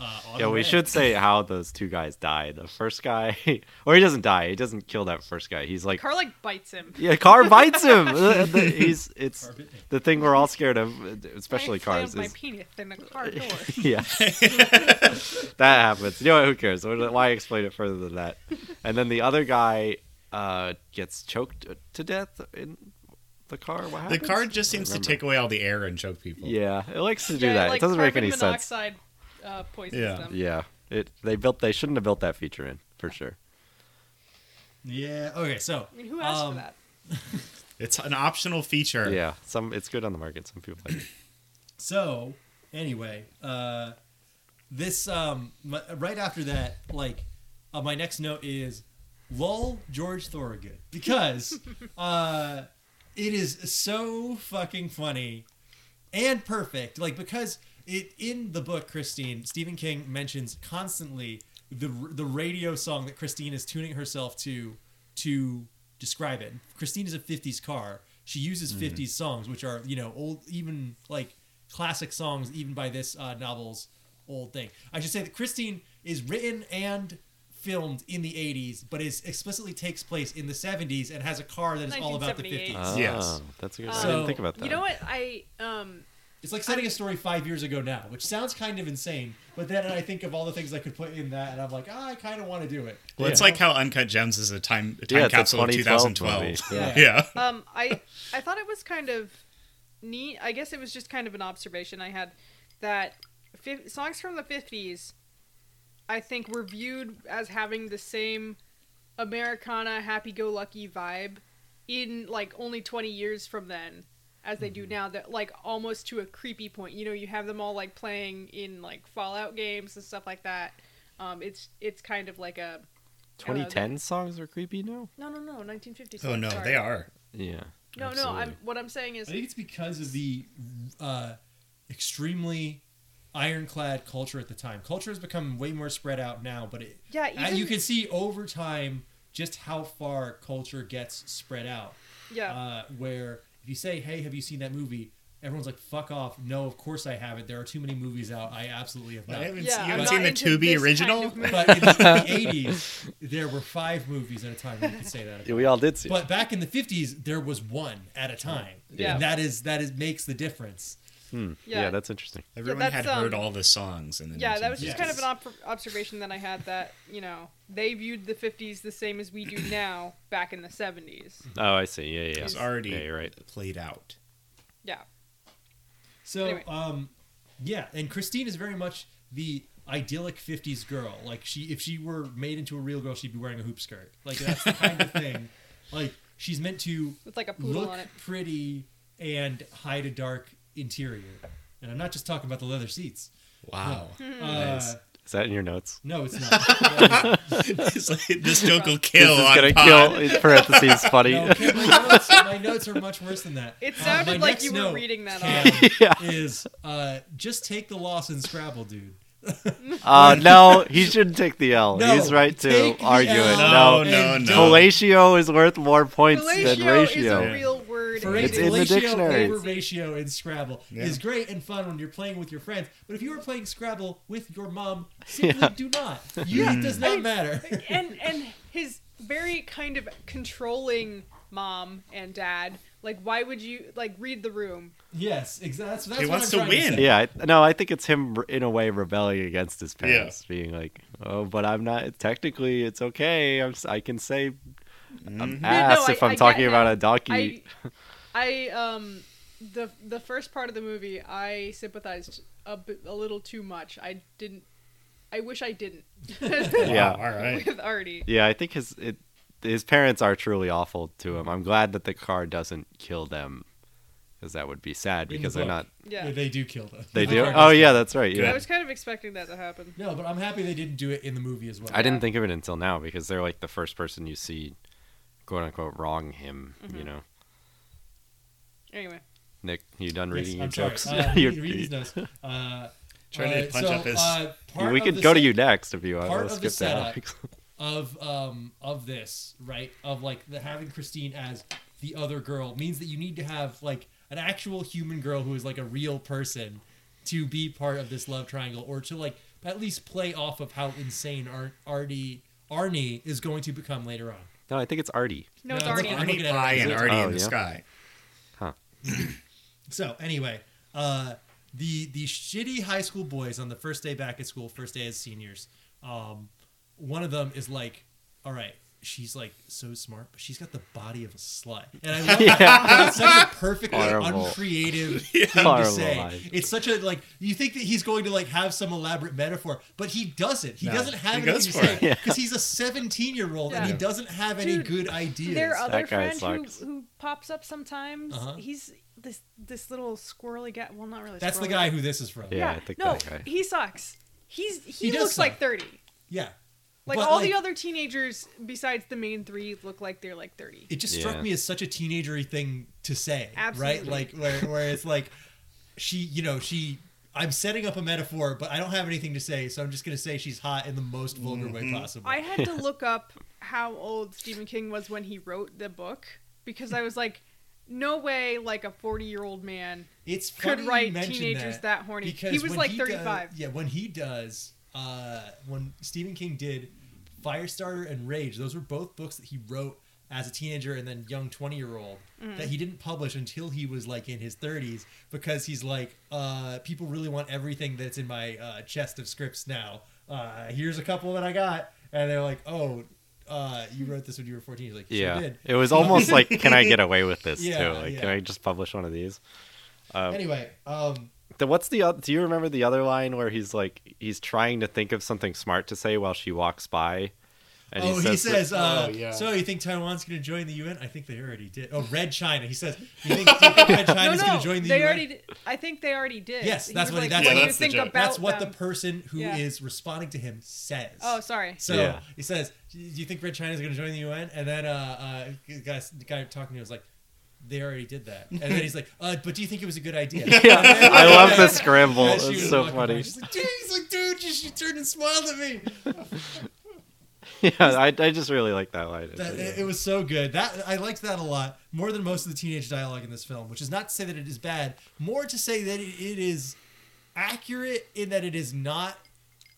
Speaker 3: uh, on
Speaker 1: yeah,
Speaker 3: the
Speaker 1: we
Speaker 3: way.
Speaker 1: should say how those two guys die. The first guy, (laughs) or he doesn't die. He doesn't kill that first guy. He's like
Speaker 2: Car like bites him.
Speaker 1: Yeah, car bites him. The- the- He's it's
Speaker 3: Car bit me.
Speaker 1: the thing we're all scared of, uh, especially
Speaker 2: I slammed
Speaker 1: cars.
Speaker 2: My
Speaker 1: Is,
Speaker 2: penis in
Speaker 1: (laughs)
Speaker 2: the car door.
Speaker 1: yeah,
Speaker 2: (laughs)
Speaker 1: (laughs) that happens. You know what, who cares? Why why explain it further than that? And then the other guy uh, gets choked to death in the car. What
Speaker 4: The
Speaker 1: happens?
Speaker 4: car just seems to
Speaker 1: remember.
Speaker 4: take away all the air and choke people.
Speaker 1: Yeah, it likes to do
Speaker 2: Yeah,
Speaker 1: that.
Speaker 2: Like
Speaker 1: it doesn't make
Speaker 2: carbon
Speaker 1: any sense.
Speaker 2: monoxide, Uh, poisons
Speaker 4: Yeah.
Speaker 2: them.
Speaker 1: Yeah, it they built. They shouldn't have built that feature in for sure.
Speaker 3: Yeah. Okay. So
Speaker 2: I mean, who asked
Speaker 3: Um,
Speaker 2: for that?
Speaker 4: It's an optional feature.
Speaker 1: Yeah, some it's good on the market. Some people like it.
Speaker 3: So anyway, uh, this um, my, right after that, like uh, my next note is lol George Thorogood
Speaker 2: (laughs)
Speaker 3: because uh, it is so fucking funny and perfect. Like because it in the book, Christine Stephen King mentions constantly the the radio song that Christine is tuning herself to to describe it. Christine is a '50s car. She uses '50s songs, which are you know old, even like classic songs, even by this uh, novel's old thing. I should say that Christine is written and filmed in the 80s but is explicitly takes place in the 70s and has a car that is all about the
Speaker 2: 1978.
Speaker 3: 50s
Speaker 4: Yes.
Speaker 1: Ah, that's a good. I
Speaker 3: So-
Speaker 1: didn't think about that.
Speaker 2: Um, You know what? I um
Speaker 3: It's like setting a story five years ago now, which sounds kind of insane. But then I think of all the things I could put in that, and I'm like, ah, I kind of want to do it.
Speaker 4: Well, it's
Speaker 1: Yeah.
Speaker 4: like how Uncut Gems is a time, a time
Speaker 1: Yeah, it's a
Speaker 4: capsule of
Speaker 1: 2012 (laughs)
Speaker 4: 2012.
Speaker 1: movie.
Speaker 4: (laughs) Yeah.
Speaker 3: Yeah.
Speaker 2: um I I thought it was kind of neat. I guess it was just kind of an observation I had that fif- songs from the 50s I think were viewed as having the same Americana happy-go-lucky vibe in like only 20 years from then as they do
Speaker 4: Mm-hmm.
Speaker 2: now that like almost to a creepy point you know you have them all like playing in like fallout games and stuff like that um it's it's kind of like a
Speaker 1: 2010 songs are creepy now.
Speaker 2: no no no 1950s
Speaker 4: Oh no, they are.
Speaker 1: Yeah.
Speaker 2: no no i'm what i'm saying is
Speaker 3: I think it's because of the uh, extremely ironclad culture at the time. Culture has become way more spread out now, but it,
Speaker 2: Yeah,
Speaker 3: and you
Speaker 2: even-
Speaker 3: can see over time just how far culture gets spread out.
Speaker 2: yeah
Speaker 1: Uh,
Speaker 3: uh, where if you say, "Hey, have you seen that movie?" Everyone's like, "Fuck off!" No, of course I haven't. There are too many movies out. I absolutely have
Speaker 4: I
Speaker 3: not.
Speaker 4: haven't,
Speaker 2: Yeah,
Speaker 4: you
Speaker 2: I'm
Speaker 4: haven't
Speaker 2: not
Speaker 4: seen the
Speaker 2: into
Speaker 4: Tubi
Speaker 2: this kind
Speaker 4: original?
Speaker 2: of movie.
Speaker 3: But in the,
Speaker 2: (laughs)
Speaker 3: in the 80s, there were five movies at a time. You could say that.
Speaker 1: Yeah, we all did see. it.
Speaker 3: But back in the 50s, there was one at a time.
Speaker 2: Yeah.
Speaker 3: And that is that is makes the difference.
Speaker 1: yeah.
Speaker 2: yeah.
Speaker 1: that's interesting.
Speaker 4: Everyone
Speaker 2: that's,
Speaker 4: had heard
Speaker 2: um,
Speaker 4: all the songs. In the
Speaker 2: Yeah, that was just kind of
Speaker 4: 1950s.
Speaker 2: an op- observation that I had that, you know, they viewed the 50s the same as
Speaker 1: (clears throat)
Speaker 2: we do now back in the 70s.
Speaker 1: Oh, I see. Yeah, yeah.
Speaker 4: It was
Speaker 1: yeah.
Speaker 4: already
Speaker 1: Yeah, you're right.
Speaker 4: played out.
Speaker 2: Yeah.
Speaker 3: So,
Speaker 2: Anyway.
Speaker 3: um, yeah, and Christine is very much the idyllic '50s girl. Like she, if she were made into a real girl, she'd be wearing a hoop skirt. Like that's the
Speaker 2: (laughs)
Speaker 3: kind of thing. Like she's meant to
Speaker 2: With like a poodle
Speaker 3: look
Speaker 2: on it.
Speaker 3: pretty and hide a dark interior. And I'm not just talking about the leather seats.
Speaker 4: (laughs) Wow.
Speaker 2: Hmm.
Speaker 3: Uh,
Speaker 1: Is that in your notes?
Speaker 3: no,
Speaker 2: (laughs)
Speaker 3: it's not.
Speaker 4: It's like, this joke will
Speaker 1: This
Speaker 4: kill
Speaker 1: is
Speaker 4: on
Speaker 1: gonna
Speaker 4: pod.
Speaker 1: kill. In parentheses, funny. Uh,
Speaker 3: No, Cam, my, notes, my notes are much worse than that.
Speaker 2: It
Speaker 3: Uh,
Speaker 2: sounded
Speaker 3: my
Speaker 2: like
Speaker 3: next
Speaker 2: you were
Speaker 3: note,
Speaker 2: reading
Speaker 1: (laughs)
Speaker 2: that
Speaker 3: Cam,
Speaker 1: Yeah.
Speaker 3: Is uh, just take the loss in Scrabble, dude.
Speaker 1: Uh, no, he shouldn't take the L.
Speaker 3: No,
Speaker 1: He's right to
Speaker 3: take the
Speaker 1: argue it.
Speaker 3: L
Speaker 1: No,
Speaker 4: No, no,
Speaker 3: and
Speaker 4: no.
Speaker 1: fellatio is worth more points than
Speaker 2: Fellatio is
Speaker 1: ratio.
Speaker 2: a real word.
Speaker 3: For
Speaker 1: It's
Speaker 3: it's
Speaker 1: in the dictionary.
Speaker 3: Over ratio in Scrabble is great and fun when you're playing with your friends, but if you are playing Scrabble with your mom,
Speaker 1: (laughs)
Speaker 3: simply do not. You, It does not matter.
Speaker 2: and and his very kind of controlling mom and dad like why would you like read the room
Speaker 3: (laughs) yes, exactly. That's, that's
Speaker 4: He
Speaker 3: what
Speaker 4: wants
Speaker 3: I'm
Speaker 4: to
Speaker 3: trying
Speaker 4: win.
Speaker 3: say.
Speaker 1: Yeah, I- no, I think it's him r- in a way rebelling against his parents, being like, "Oh, but I'm not. Technically, it's okay. I'm, s- I can say um, ass
Speaker 2: I-
Speaker 1: if I'm
Speaker 2: I get
Speaker 1: talking
Speaker 2: now.
Speaker 1: about a donkey."
Speaker 2: i i um the the first part of the movie i sympathized a, bit, a little too much i didn't i wish i didn't (laughs)
Speaker 1: yeah,
Speaker 4: Oh, All right.
Speaker 2: with artie
Speaker 1: yeah. I think his it, his parents are truly awful to him. I'm glad that the car doesn't kill them, because that would be sad.
Speaker 3: the
Speaker 1: Because they're
Speaker 3: book.
Speaker 1: not.
Speaker 2: yeah
Speaker 3: They do kill them.
Speaker 1: They
Speaker 3: The
Speaker 1: do.
Speaker 3: car
Speaker 1: Oh
Speaker 3: does
Speaker 1: yeah,
Speaker 3: kill them.
Speaker 1: that's right.
Speaker 2: i
Speaker 1: Yeah.
Speaker 2: was kind of expecting that to happen
Speaker 3: (laughs) No, but I'm happy they didn't do it in the movie as well.
Speaker 1: I didn't think of it until now because they're like the first person you see, quote unquote, wrong him.
Speaker 3: Mm-hmm.
Speaker 1: You know,
Speaker 2: anyway
Speaker 1: Nick, you done
Speaker 3: Yes,
Speaker 1: reading your
Speaker 3: I'm sorry.
Speaker 1: jokes? (laughs)
Speaker 3: Uh,
Speaker 1: You're-
Speaker 3: read- read these notes. Uh,
Speaker 4: Trying
Speaker 3: uh,
Speaker 4: to punch
Speaker 3: so,
Speaker 4: up his-
Speaker 3: uh, part
Speaker 1: we
Speaker 3: of
Speaker 1: could
Speaker 3: the
Speaker 1: go to
Speaker 3: set-
Speaker 1: you next if you want.
Speaker 3: part
Speaker 1: We'll
Speaker 3: of the
Speaker 1: skip that.
Speaker 3: of um of this right of like the having christine as the other girl means that you need to have like an actual human girl who is like a real person to be part of this love triangle or to like at least play off of how insane Ar- Artie Arnie is going to become later on.
Speaker 1: (laughs) No, I think it's
Speaker 3: (laughs)
Speaker 1: Artie.
Speaker 2: no it's
Speaker 3: No,
Speaker 2: artie
Speaker 3: I'm
Speaker 4: Arnie
Speaker 3: looking at it.
Speaker 4: Pie and Artie
Speaker 1: Oh,
Speaker 4: in the
Speaker 1: yeah.
Speaker 4: Sky.
Speaker 3: So anyway, uh, the the shitty high school boys on the first day back at school, first day as seniors. Um, one of them is like, "All right, she's like so smart, but she's got the body of a slut," and I
Speaker 1: (laughs)
Speaker 3: love that. It's such a perfectly
Speaker 1: Horrible.
Speaker 4: (laughs)
Speaker 3: uncreative thing
Speaker 1: Horrible
Speaker 3: to say.
Speaker 1: line.
Speaker 3: It's such a like you think that he's going to like have some elaborate metaphor, but he doesn't. He
Speaker 4: No,
Speaker 3: doesn't have
Speaker 4: he
Speaker 3: anything
Speaker 4: goes
Speaker 3: to
Speaker 4: for
Speaker 3: say
Speaker 4: it.
Speaker 3: because he's a seventeen-year-old and he
Speaker 2: Yeah.
Speaker 3: doesn't have any
Speaker 2: Dude,
Speaker 3: good ideas.
Speaker 2: their other
Speaker 1: That guy
Speaker 2: friend who,
Speaker 1: sucks.
Speaker 2: who pops up sometimes
Speaker 3: Uh-huh.
Speaker 2: he's this this little squirrely guy well not really
Speaker 3: That's the
Speaker 2: squirrely
Speaker 3: guy who this is from.
Speaker 1: Yeah.
Speaker 2: yeah,
Speaker 1: I think
Speaker 2: no
Speaker 1: that guy.
Speaker 2: he sucks he's he,
Speaker 3: He does
Speaker 2: looks like
Speaker 3: suck.
Speaker 2: 30
Speaker 3: yeah.
Speaker 2: like
Speaker 3: But,
Speaker 2: all the other teenagers besides the main three look like they're like 30
Speaker 3: it just struck
Speaker 1: Yeah.
Speaker 3: me as such a teenagery thing to say, right?
Speaker 2: Absolutely.
Speaker 3: Like where, where it's like she, you know, she. I'm setting up a metaphor, but I don't have anything to say, so I'm just gonna say she's hot in the most vulgar way possible.
Speaker 2: i had
Speaker 3: (laughs)
Speaker 2: to look up how old stephen king was when he wrote the book because i was like no way like a 40 year old man
Speaker 3: it's
Speaker 2: could
Speaker 3: funny you
Speaker 2: write
Speaker 3: mention
Speaker 2: teenagers that horny. He
Speaker 3: because
Speaker 2: was
Speaker 3: when
Speaker 2: like
Speaker 3: he does-
Speaker 2: 35.
Speaker 3: yeah, when he does, uh, when Stephen King did Firestarter and Rage, those were both books that he wrote as a teenager and then young 20 year old
Speaker 2: Mm.
Speaker 3: that he didn't publish until he was like in his 30s because he's like, uh, people really want everything that's in my uh, chest of scripts now. Uh, here's a couple that I got. And they're like, oh, uh, you wrote this when you were 14. He's like, sure
Speaker 1: Yeah.
Speaker 3: did.
Speaker 1: It was
Speaker 3: (laughs)
Speaker 1: almost like, can I get away with this
Speaker 3: Yeah,
Speaker 1: too? Like,
Speaker 3: yeah.
Speaker 1: can I just publish one of these?
Speaker 3: Anyway, um,
Speaker 1: The, what's the? oth- Do you remember the other line where he's like, he's trying to think of something smart to say while she walks by, and
Speaker 3: oh, he says, uh,
Speaker 4: Oh, yeah.
Speaker 3: so you think Taiwan's going to join the UN? I think they already did. Oh, Red China.
Speaker 2: (laughs)
Speaker 3: He says, you think, you think Red
Speaker 2: no
Speaker 3: China's going
Speaker 2: no
Speaker 3: to join the
Speaker 2: they
Speaker 3: UN?
Speaker 2: already did, i think they already did
Speaker 3: Yes,
Speaker 2: He
Speaker 3: that's
Speaker 2: was
Speaker 3: what-
Speaker 2: like,
Speaker 3: that's
Speaker 2: what
Speaker 4: what-
Speaker 2: do you
Speaker 4: that's the
Speaker 2: think
Speaker 4: joke.
Speaker 2: about
Speaker 3: That's what
Speaker 2: them?
Speaker 3: the person who is
Speaker 2: Yeah.
Speaker 3: responding to him says.
Speaker 2: oh sorry
Speaker 3: So
Speaker 1: Yeah.
Speaker 3: he says, do you think Red China's going to join the UN? And then uh, uh, the, guy, the guy talking to him was like, they already did that. And then
Speaker 2: (laughs)
Speaker 3: he's like, uh, but do you think it was a good idea?
Speaker 1: (laughs) Yeah, I love the scramble.
Speaker 3: And she
Speaker 1: It's
Speaker 3: was
Speaker 1: so
Speaker 3: walking by,
Speaker 1: funny.
Speaker 3: She's like, dude, he's like, dude, she, she turned and smiled at me.
Speaker 1: (laughs) yeah, I, I just really like that line.
Speaker 3: That, it, it was so good. That I liked that a lot more than most of the teenage dialogue in this film, which is not to say that it is bad, more to say that it, it is accurate in that it is not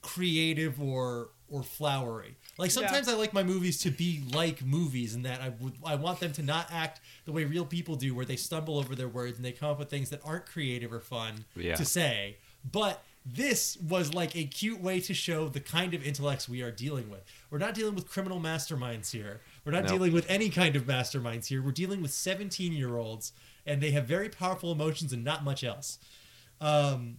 Speaker 3: creative or or flowery. Like sometimes I like my movies to be like movies, in that I would I want them to not act the way real people do, where they stumble over their words and they come up with things that aren't creative or fun
Speaker 1: Yeah.
Speaker 3: to say. But this was like a cute way to show the kind of intellects we are dealing with. We're not dealing with criminal masterminds here. We're not
Speaker 1: No.
Speaker 3: dealing with any kind of masterminds here. We're dealing with 17 year olds, and they have very powerful emotions and not much else. Um,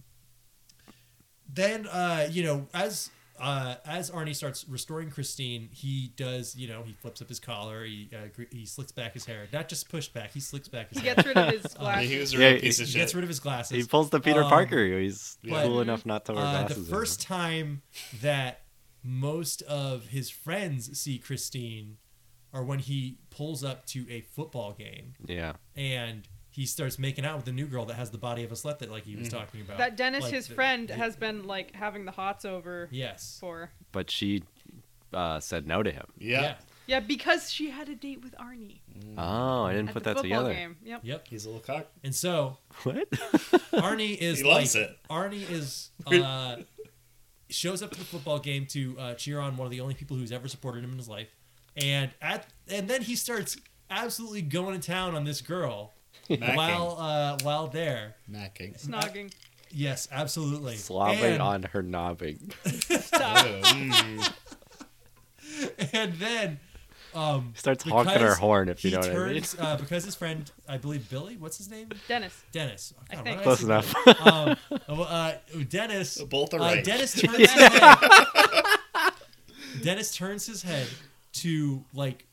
Speaker 3: then uh, you know as uh, as Arnie starts restoring Christine, he does you know he flips up his collar, he uh, gr- he slicks back his hair, not just pushed back, he slicks back his
Speaker 2: He
Speaker 3: hair.
Speaker 2: gets rid of
Speaker 3: (laughs)
Speaker 2: his
Speaker 4: Yeah, he
Speaker 2: glasses.
Speaker 4: was a real
Speaker 1: Yeah,
Speaker 4: piece
Speaker 1: he
Speaker 3: Uh,
Speaker 4: of
Speaker 3: He
Speaker 4: shit.
Speaker 3: gets rid of his glasses.
Speaker 1: He pulls the Peter
Speaker 3: Um,
Speaker 1: Parker. He's
Speaker 3: but-
Speaker 1: cool enough not to wear
Speaker 3: Uh, the
Speaker 1: glasses. anymore.
Speaker 3: first time that most of his friends see Christine are when he pulls up to a football game
Speaker 1: Yeah.
Speaker 3: and he starts making out with the new girl that has the body of a slut that like
Speaker 4: Mm.
Speaker 3: he was talking about.
Speaker 2: that Dennis,
Speaker 3: Like,
Speaker 2: his
Speaker 3: the-
Speaker 2: friend,
Speaker 3: the-
Speaker 2: has been like having the hots over
Speaker 3: Yes.
Speaker 2: for.
Speaker 1: But she uh, said no to him.
Speaker 4: yeah.
Speaker 2: Yeah, because she had a date with Arnie
Speaker 3: Mm.
Speaker 1: Oh, I didn't
Speaker 2: at
Speaker 1: put
Speaker 2: the
Speaker 1: that
Speaker 2: football
Speaker 1: together.
Speaker 2: game. Yep.
Speaker 3: Yep.
Speaker 4: He's a little cock.
Speaker 3: And so
Speaker 1: (laughs) What?
Speaker 3: (laughs)
Speaker 4: (laughs)
Speaker 3: Arnie is
Speaker 4: He loves
Speaker 3: like,
Speaker 4: it.
Speaker 3: Arnie
Speaker 4: (laughs)
Speaker 3: is uh, shows up to the football game to uh, cheer on one of the only people who's ever supported him in his life, and at and then he starts absolutely going to town on this girl
Speaker 4: Macking.
Speaker 3: while uh, while there.
Speaker 4: Macking.
Speaker 2: Snogging.
Speaker 3: Yes, absolutely.
Speaker 1: Slobbing
Speaker 3: And-
Speaker 1: on her knobbing.
Speaker 2: Stop.
Speaker 3: (laughs) And then um,
Speaker 1: He starts honking her
Speaker 3: because
Speaker 1: horn, if you
Speaker 3: he
Speaker 1: know what I mean.
Speaker 3: turns, uh, because his friend, I believe Billy, what's his name?
Speaker 2: Dennis.
Speaker 3: Dennis. Oh,
Speaker 2: I
Speaker 3: God,
Speaker 2: think.
Speaker 3: why
Speaker 1: Close
Speaker 3: did say (laughs)
Speaker 1: enough.
Speaker 3: um, uh, Dennis.
Speaker 4: Both are
Speaker 3: uh,
Speaker 1: (laughs)
Speaker 4: right.
Speaker 3: Dennis turns his head. Dennis turns his head to like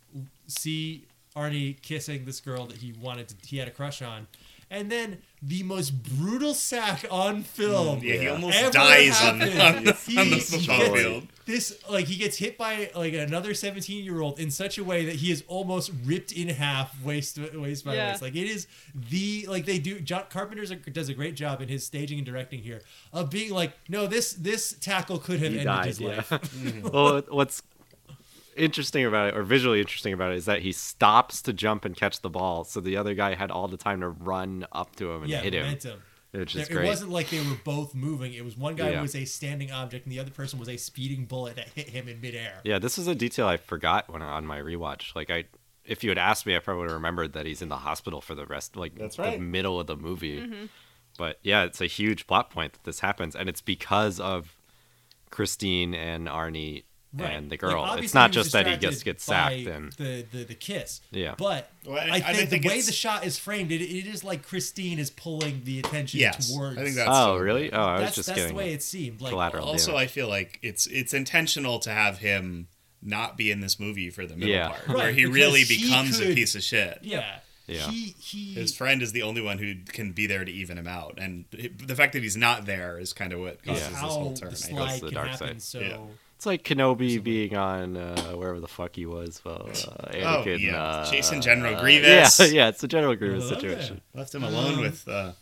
Speaker 3: see Arnie kissing this girl that he wanted to, he had a crush on, and then the most brutal sack on film.
Speaker 4: Mm, Yeah, he almost
Speaker 3: ever
Speaker 4: dies on,
Speaker 3: happened.
Speaker 4: on the,
Speaker 3: He-
Speaker 4: on the
Speaker 3: he
Speaker 4: football
Speaker 3: gets-
Speaker 4: field.
Speaker 3: This like he gets hit by like another seventeen year old in such a way that he is almost ripped in half, waist waist by
Speaker 2: Yeah.
Speaker 3: waist. Like it is the like they do. John Carpenter's a, does a great job in his staging and directing here of being like, no, this this tackle could have
Speaker 1: He
Speaker 3: ended
Speaker 1: died.
Speaker 3: his
Speaker 1: Yeah. (laughs)
Speaker 3: (laughs) life. Mm-hmm.
Speaker 1: well, what's interesting about it, or visually interesting about it, is that he stops to jump and catch the ball, so the other guy had all the time to run up to him and
Speaker 3: yeah,
Speaker 1: hit him,
Speaker 3: momentum.
Speaker 1: which is
Speaker 3: There-
Speaker 1: great.
Speaker 3: It wasn't like they were both moving. It was one guy
Speaker 1: Yeah.
Speaker 3: was a standing object and the other person was a speeding bullet that hit him in midair.
Speaker 1: Yeah, this is a detail I forgot when I- on my rewatch. Like I, if you had asked me, I probably would have remembered that he's in the hospital for the rest, like
Speaker 4: That's
Speaker 1: the
Speaker 4: right.
Speaker 1: middle of the movie. But yeah, it's a huge plot point that this happens, and it's because of Christine and Arnie
Speaker 3: Right.
Speaker 1: and the
Speaker 3: Like,
Speaker 1: girl. it's
Speaker 3: obviously
Speaker 1: not
Speaker 3: was
Speaker 1: just that he
Speaker 3: distracted
Speaker 1: just gets
Speaker 3: by
Speaker 1: sacked and
Speaker 3: the, the the kiss.
Speaker 1: Yeah.
Speaker 3: But
Speaker 4: Well, I-
Speaker 3: I,
Speaker 4: I
Speaker 3: think,
Speaker 4: didn't think
Speaker 3: the way
Speaker 4: it's-
Speaker 3: the shot is framed, it, it is like Christine is pulling the attention
Speaker 4: Yes,
Speaker 3: towards.
Speaker 4: I think that's
Speaker 1: oh
Speaker 4: so-
Speaker 1: really? Oh, I was
Speaker 3: that's,
Speaker 1: just
Speaker 3: that's the
Speaker 1: getting
Speaker 3: way it seemed. Like
Speaker 1: collateral.
Speaker 4: Also,
Speaker 1: damage.
Speaker 4: I feel like it's it's intentional to have him not be in this movie for the middle
Speaker 1: Yeah.
Speaker 4: part,
Speaker 1: Right,
Speaker 4: where he
Speaker 3: because
Speaker 4: really
Speaker 3: he
Speaker 4: becomes a
Speaker 3: could-
Speaker 4: piece of shit.
Speaker 3: Yeah.
Speaker 1: Yeah.
Speaker 3: He he.
Speaker 4: His friend is the only one who can be there to even him out, and it- the fact that he's not there is kind of what causes this
Speaker 3: how
Speaker 4: whole
Speaker 3: the
Speaker 4: turn. I guess.
Speaker 3: slide
Speaker 1: the
Speaker 3: can
Speaker 1: dark
Speaker 3: happen.
Speaker 1: side.
Speaker 3: So
Speaker 4: Yeah.
Speaker 1: it's like Kenobi being on uh, wherever the fuck he was.
Speaker 3: (laughs)
Speaker 1: Well, uh,
Speaker 4: Oh
Speaker 1: Anakin,
Speaker 4: yeah,
Speaker 1: uh,
Speaker 4: Jason
Speaker 1: (laughs)
Speaker 4: General
Speaker 1: yeah,
Speaker 4: Grievous.
Speaker 1: yeah, (laughs) it's a general agreement
Speaker 3: Hello there.
Speaker 1: situation.
Speaker 4: (laughs) left him alone
Speaker 3: Um,
Speaker 4: with uh,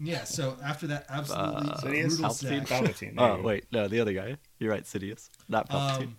Speaker 3: yeah. So after that, absolutely
Speaker 1: uh,
Speaker 4: Sidious.
Speaker 3: brutal
Speaker 1: Palpatine?
Speaker 3: sack.
Speaker 4: Palpatine.
Speaker 1: Oh wait, no, the other guy. You're right, Sidious, not Palpatine.
Speaker 3: Um,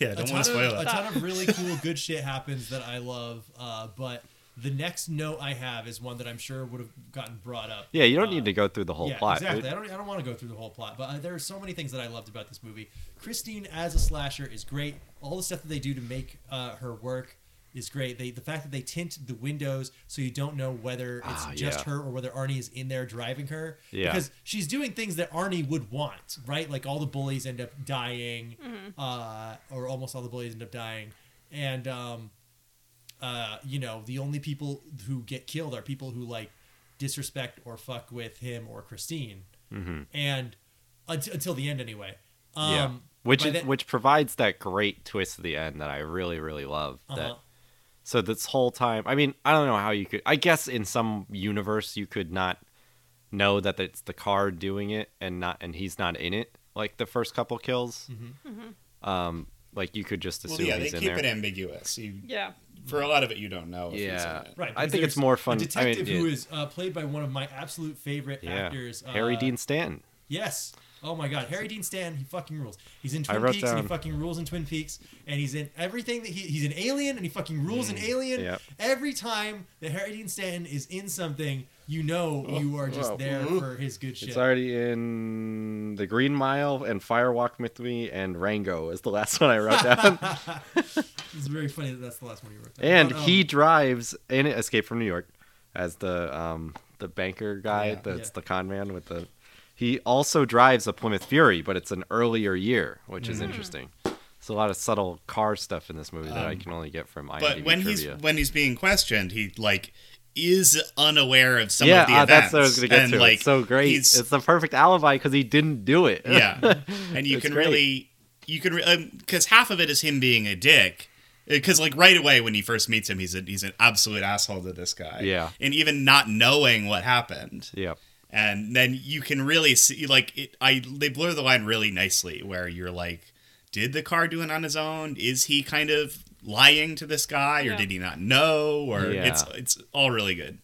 Speaker 4: yeah,
Speaker 3: a
Speaker 4: don't
Speaker 3: ton,
Speaker 4: want to
Speaker 3: of,
Speaker 4: spoil
Speaker 3: a
Speaker 4: it.
Speaker 3: ton of
Speaker 4: (laughs)
Speaker 3: really cool good shit happens that I love. Uh, but the next note I have is one that I'm sure would have gotten brought up.
Speaker 1: Yeah, you don't need to go through the whole
Speaker 3: uh, yeah,
Speaker 1: plot.
Speaker 3: Exactly.
Speaker 1: It-
Speaker 3: I don't. I don't want to go through the whole plot, but uh, there are so many things that I loved about this movie. Christine as a slasher is great. All the stuff that they do to make uh, her work is great. They the fact that they tint the windows so you don't know whether it's
Speaker 1: Ah,
Speaker 3: just
Speaker 1: yeah.
Speaker 3: her or whether Arnie is in there driving her.
Speaker 1: Yeah.
Speaker 3: Because she's doing things that Arnie would want, right? Like all the bullies end up dying, uh, or almost all the bullies end up dying, and um, uh, you know, the only people who get killed are people who like disrespect or fuck with him or Christine, and unt- until the end anyway. Um,
Speaker 1: Mm-hmm. yeah. Which
Speaker 3: by
Speaker 1: is,
Speaker 3: that-
Speaker 1: which provides that great twist at the end that I really really love. That
Speaker 3: Uh-huh.
Speaker 1: so this whole time, I mean, I don't know how you could. I guess in some universe you could not know that it's the car doing it and not and he's not in it. Like the first couple kills,
Speaker 3: Mm-hmm.
Speaker 1: um, like you could just assume
Speaker 4: Well, yeah, they
Speaker 1: he's in
Speaker 4: keep
Speaker 1: there.
Speaker 4: it ambiguous. You,
Speaker 2: Yeah.
Speaker 4: For a lot of it, you don't know. If he's
Speaker 1: yeah,
Speaker 4: in it.
Speaker 3: right?
Speaker 1: I
Speaker 3: because
Speaker 1: think it's
Speaker 3: there's
Speaker 1: more fun- I
Speaker 3: A
Speaker 1: mean,
Speaker 3: detective who
Speaker 1: yeah.
Speaker 3: is uh, played by one of my absolute favorite
Speaker 1: yeah.
Speaker 3: actors,
Speaker 1: Harry
Speaker 3: uh,
Speaker 1: Dean Stanton.
Speaker 3: Yes, Oh my God, Harry Dean Stanton, he fucking rules. He's in Twin
Speaker 1: wrote
Speaker 3: Peaks and
Speaker 1: down-
Speaker 3: he fucking rules in Twin Peaks, and he's in everything that he, he's an alien and he fucking rules an alien.
Speaker 1: Mm, yep.
Speaker 3: Every time that Harry Dean Stanton is in something, you know you are just
Speaker 1: Whoa.
Speaker 3: there for his good
Speaker 1: Oh,
Speaker 3: shit.
Speaker 1: It's already in The Green Mile and Firewalk with Me and Rango is the last (laughs) one I wrote down.
Speaker 3: It's very funny that that's the last one you wrote. down.
Speaker 1: and
Speaker 4: Oh,
Speaker 3: But, um,
Speaker 1: he drives in Escape from New York as the um the banker guy
Speaker 4: Yeah.
Speaker 1: that's
Speaker 3: Yeah.
Speaker 1: the con man with the he also drives a Plymouth Fury, but it's an earlier year, which
Speaker 4: Mm.
Speaker 1: is interesting. There's a lot of subtle car stuff in this movie that I can only get from IMDb
Speaker 4: Um, But when
Speaker 1: trivia.
Speaker 4: he's when he's being questioned, he like is unaware of some
Speaker 1: yeah,
Speaker 4: of the
Speaker 1: ah,
Speaker 4: events.
Speaker 1: that's what I was gonna get
Speaker 4: and,
Speaker 1: to.
Speaker 4: Like,
Speaker 1: it's so great.
Speaker 4: he's-
Speaker 1: It's (laughs) the perfect alibi because he didn't do it. (laughs)
Speaker 4: yeah, and you
Speaker 1: It's
Speaker 4: can
Speaker 1: great.
Speaker 4: really you can because half of it is him being a dick. Because like right away when he first meets him, he's a, he's an absolute asshole to this guy.
Speaker 1: Yeah.
Speaker 4: and even not knowing what happened.
Speaker 1: Yep.
Speaker 4: and then you can really see like it i they blur the line really nicely where you're like did the car do it on his own is he kind of lying to this guy or
Speaker 2: Yeah.
Speaker 4: did he not know or
Speaker 1: Yeah.
Speaker 4: it's it's all really good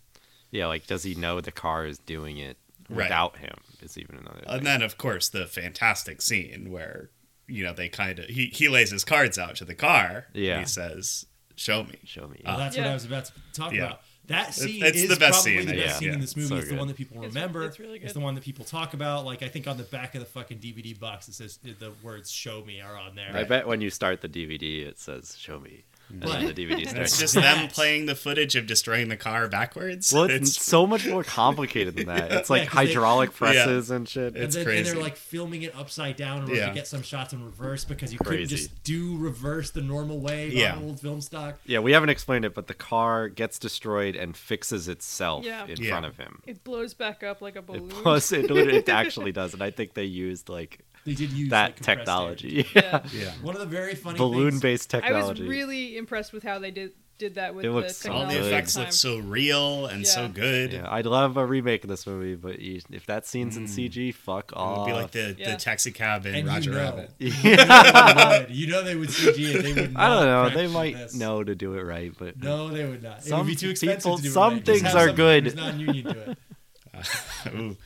Speaker 1: Yeah, like does he know the car is doing it
Speaker 4: Right. Uh,
Speaker 1: without him? Is even another.
Speaker 4: and
Speaker 1: thing.
Speaker 4: then of course the fantastic scene where you know they kind of he, he lays his cards out to the car and
Speaker 1: Yeah.
Speaker 4: he says show me
Speaker 1: Show me.
Speaker 3: Well, that's what
Speaker 2: Yeah.
Speaker 3: I was about to talk
Speaker 4: Yeah.
Speaker 3: about. That scene
Speaker 4: it's
Speaker 3: is
Speaker 4: the best
Speaker 3: probably
Speaker 4: scene,
Speaker 3: the best
Speaker 1: yeah.
Speaker 3: scene in
Speaker 4: Yeah.
Speaker 3: this movie.
Speaker 1: So
Speaker 3: it's the
Speaker 1: good.
Speaker 3: one that people
Speaker 2: It's-
Speaker 3: remember.
Speaker 2: it's really good.
Speaker 3: the one that people talk about. Like I think on the back of the fucking DVD box, it says the words "Show Me" are on there.
Speaker 1: I bet when you start the DVD, it says "Show me," and then the
Speaker 3: But-
Speaker 1: DVD
Speaker 4: and it's
Speaker 1: starts.
Speaker 4: just them playing the footage of destroying the car backwards (laughs)
Speaker 1: Well, it's, so much more complicated than that. It's like
Speaker 3: Yeah, 'cause they-
Speaker 1: hydraulic presses and shit.
Speaker 3: And,
Speaker 4: It's
Speaker 3: then, and
Speaker 4: crazy.
Speaker 3: they're like filming it upside down in order
Speaker 4: Yeah.
Speaker 3: to get some shots in reverse because you couldn't
Speaker 1: Crazy.
Speaker 3: just do reverse the normal way
Speaker 4: Yeah.
Speaker 3: on old film stock.
Speaker 1: yeah, we haven't explained it, but the car gets destroyed and fixes itself
Speaker 2: Yeah.
Speaker 1: in
Speaker 4: Yeah.
Speaker 1: front of him.
Speaker 2: It blows back up like a
Speaker 1: It
Speaker 2: balloon.
Speaker 1: plus, it, literally- it actually does, and I think they used like
Speaker 3: They did use
Speaker 1: that
Speaker 3: like, compressed
Speaker 1: (laughs)
Speaker 3: air.
Speaker 1: technology,
Speaker 2: Yeah.
Speaker 4: yeah
Speaker 3: One of the very funny things,
Speaker 1: balloon-based
Speaker 2: I was
Speaker 1: technology.
Speaker 2: really impressed with how they did did that with
Speaker 1: It
Speaker 2: the
Speaker 1: looks so
Speaker 4: all
Speaker 2: technology.
Speaker 4: the
Speaker 1: Good.
Speaker 4: effects
Speaker 2: time.
Speaker 4: look so real and so
Speaker 2: Yeah.
Speaker 4: good
Speaker 1: yeah, I'd love a remake of this movie, but you, if that scene's in CG, fuck
Speaker 4: It
Speaker 1: off.
Speaker 4: would be like the,
Speaker 2: Yeah.
Speaker 4: the taxi cab in
Speaker 3: and (laughs)
Speaker 4: Roger
Speaker 3: you know,
Speaker 4: Rabbit. (laughs)
Speaker 3: You, know, you know they would CG it. They would
Speaker 1: (laughs) I don't know.
Speaker 3: not
Speaker 1: They
Speaker 3: practice
Speaker 1: might
Speaker 3: this.
Speaker 1: know to do it right, but
Speaker 3: No, they would not. it
Speaker 1: Some
Speaker 3: would be too expensive
Speaker 1: people-
Speaker 3: to do it
Speaker 1: some
Speaker 3: right. Just
Speaker 1: things
Speaker 3: have
Speaker 1: are
Speaker 3: somebody
Speaker 1: good.
Speaker 3: who's non-union do it.
Speaker 4: Ooh.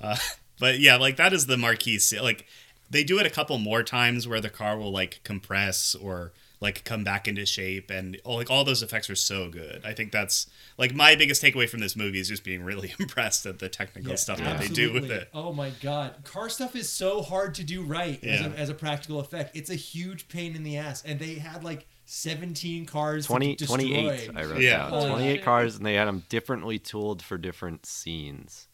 Speaker 4: Uh, but yeah, like that is the marquee. se- Like they do it a couple more times where the car will like compress or like come back into shape, and all, like all those effects are so good. I think that's like my biggest takeaway from this movie is just being really (laughs) impressed at the technical
Speaker 3: Yeah,
Speaker 4: stuff that they do with
Speaker 3: absolutely.
Speaker 4: it.
Speaker 3: Oh my god, car stuff is so hard to do right
Speaker 4: Yeah.
Speaker 3: as, a, as a practical effect. It's a huge pain in the ass, and they had like seventeen cars. to
Speaker 1: 20,
Speaker 3: destroy.
Speaker 1: 28, I wrote
Speaker 4: Yeah.
Speaker 1: down.
Speaker 3: Oh,
Speaker 1: 28
Speaker 2: shit.
Speaker 1: cars, and they had them differently tooled for different scenes.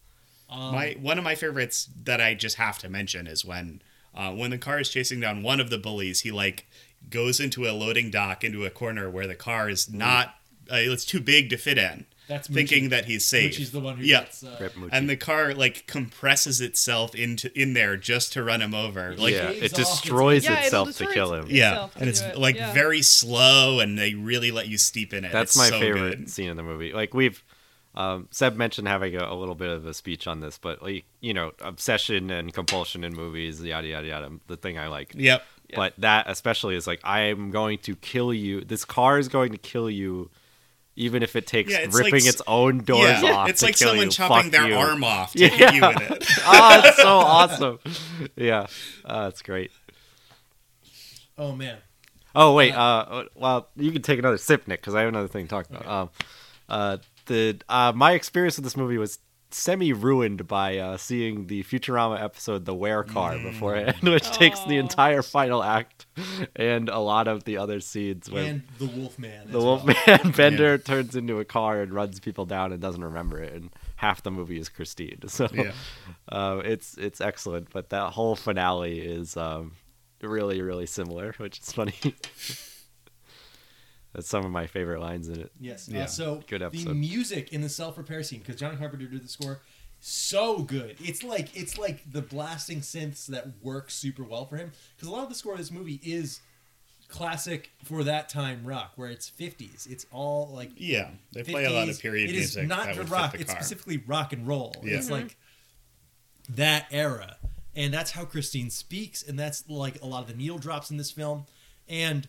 Speaker 3: Um,
Speaker 4: My one of my favorites that I just have to mention is when uh, when the car is chasing down one of the bullies, he like goes into a loading dock into a corner where the car is not uh, it's too big to fit in.
Speaker 3: That's
Speaker 4: thinking
Speaker 3: Mucci.
Speaker 4: that he's safe.
Speaker 3: which is the one who
Speaker 4: yeah.
Speaker 3: gets. Uh,
Speaker 1: Rip Mucci.
Speaker 4: and the car like compresses itself into in there just to run him over. Like
Speaker 1: yeah,
Speaker 4: yeah,
Speaker 1: it
Speaker 3: shaves off its-
Speaker 1: destroys
Speaker 2: Yeah, it'll
Speaker 1: itself to
Speaker 2: destroy
Speaker 1: kill him.
Speaker 2: its- itself
Speaker 4: and
Speaker 2: to
Speaker 4: it's
Speaker 2: do it.
Speaker 4: like
Speaker 2: Yeah.
Speaker 4: very slow, and they really let you steep in it.
Speaker 1: That's
Speaker 4: It's
Speaker 1: my
Speaker 4: so
Speaker 1: favorite
Speaker 4: good.
Speaker 1: scene in the movie. Like we've um, Seb mentioned having a, a little bit of a speech on this, but like you know, obsession and compulsion in movies, yada yada yada. The thing I like.
Speaker 4: Yep.
Speaker 1: But that especially is like I am going to kill you. This car is going to kill you, even if it takes
Speaker 4: Yeah, it's like
Speaker 1: ripping
Speaker 4: s-
Speaker 1: its own doors
Speaker 4: Yeah,
Speaker 1: off.
Speaker 4: it's
Speaker 1: to
Speaker 4: like
Speaker 1: kill
Speaker 4: someone
Speaker 1: you.
Speaker 4: chopping
Speaker 1: Fuck
Speaker 4: their
Speaker 1: you.
Speaker 4: arm off to hit you with it.
Speaker 1: (laughs) oh, it's so awesome. Yeah, uh, it's great.
Speaker 3: oh man,
Speaker 1: Oh wait, uh, well, you can take another sip, Nick, because I have another thing to talk about. Um, uh, the uh, my experience with this movie was semi ruined by uh, seeing the Futurama episode "The Where Car" before it, (laughs) which takes the
Speaker 2: Aw.
Speaker 1: entire final act and a lot of the other scenes when
Speaker 3: and the Wolfman.
Speaker 1: the Wolfman (laughs) Bender turns into a car and runs people down and doesn't remember it, and half the movie is Christine. (laughs) So
Speaker 4: Yeah.
Speaker 1: uh, it's it's excellent, but that whole finale is um, really really similar, (laughs) which is funny. That's some of my favorite lines in it.
Speaker 3: Yes.
Speaker 4: Yeah.
Speaker 3: Uh, so
Speaker 1: Good
Speaker 3: the
Speaker 1: episode.
Speaker 3: music in the self-repair scene because John Carpenter did the score so good. It's like it's like the blasting synths that work super well for him because a lot of the score of this movie is classic for that time rock where it's 50s. It's all like
Speaker 4: Yeah, they play a lot of
Speaker 3: 50s.
Speaker 4: period
Speaker 3: It is
Speaker 4: music.
Speaker 3: not
Speaker 4: that
Speaker 3: the
Speaker 4: would fit
Speaker 3: rock.
Speaker 4: the
Speaker 3: it's
Speaker 4: car.
Speaker 3: specifically rock and roll.
Speaker 4: Yeah.
Speaker 3: It's like that era, and that's how Christine speaks, and that's like a lot of the needle drops in this film, and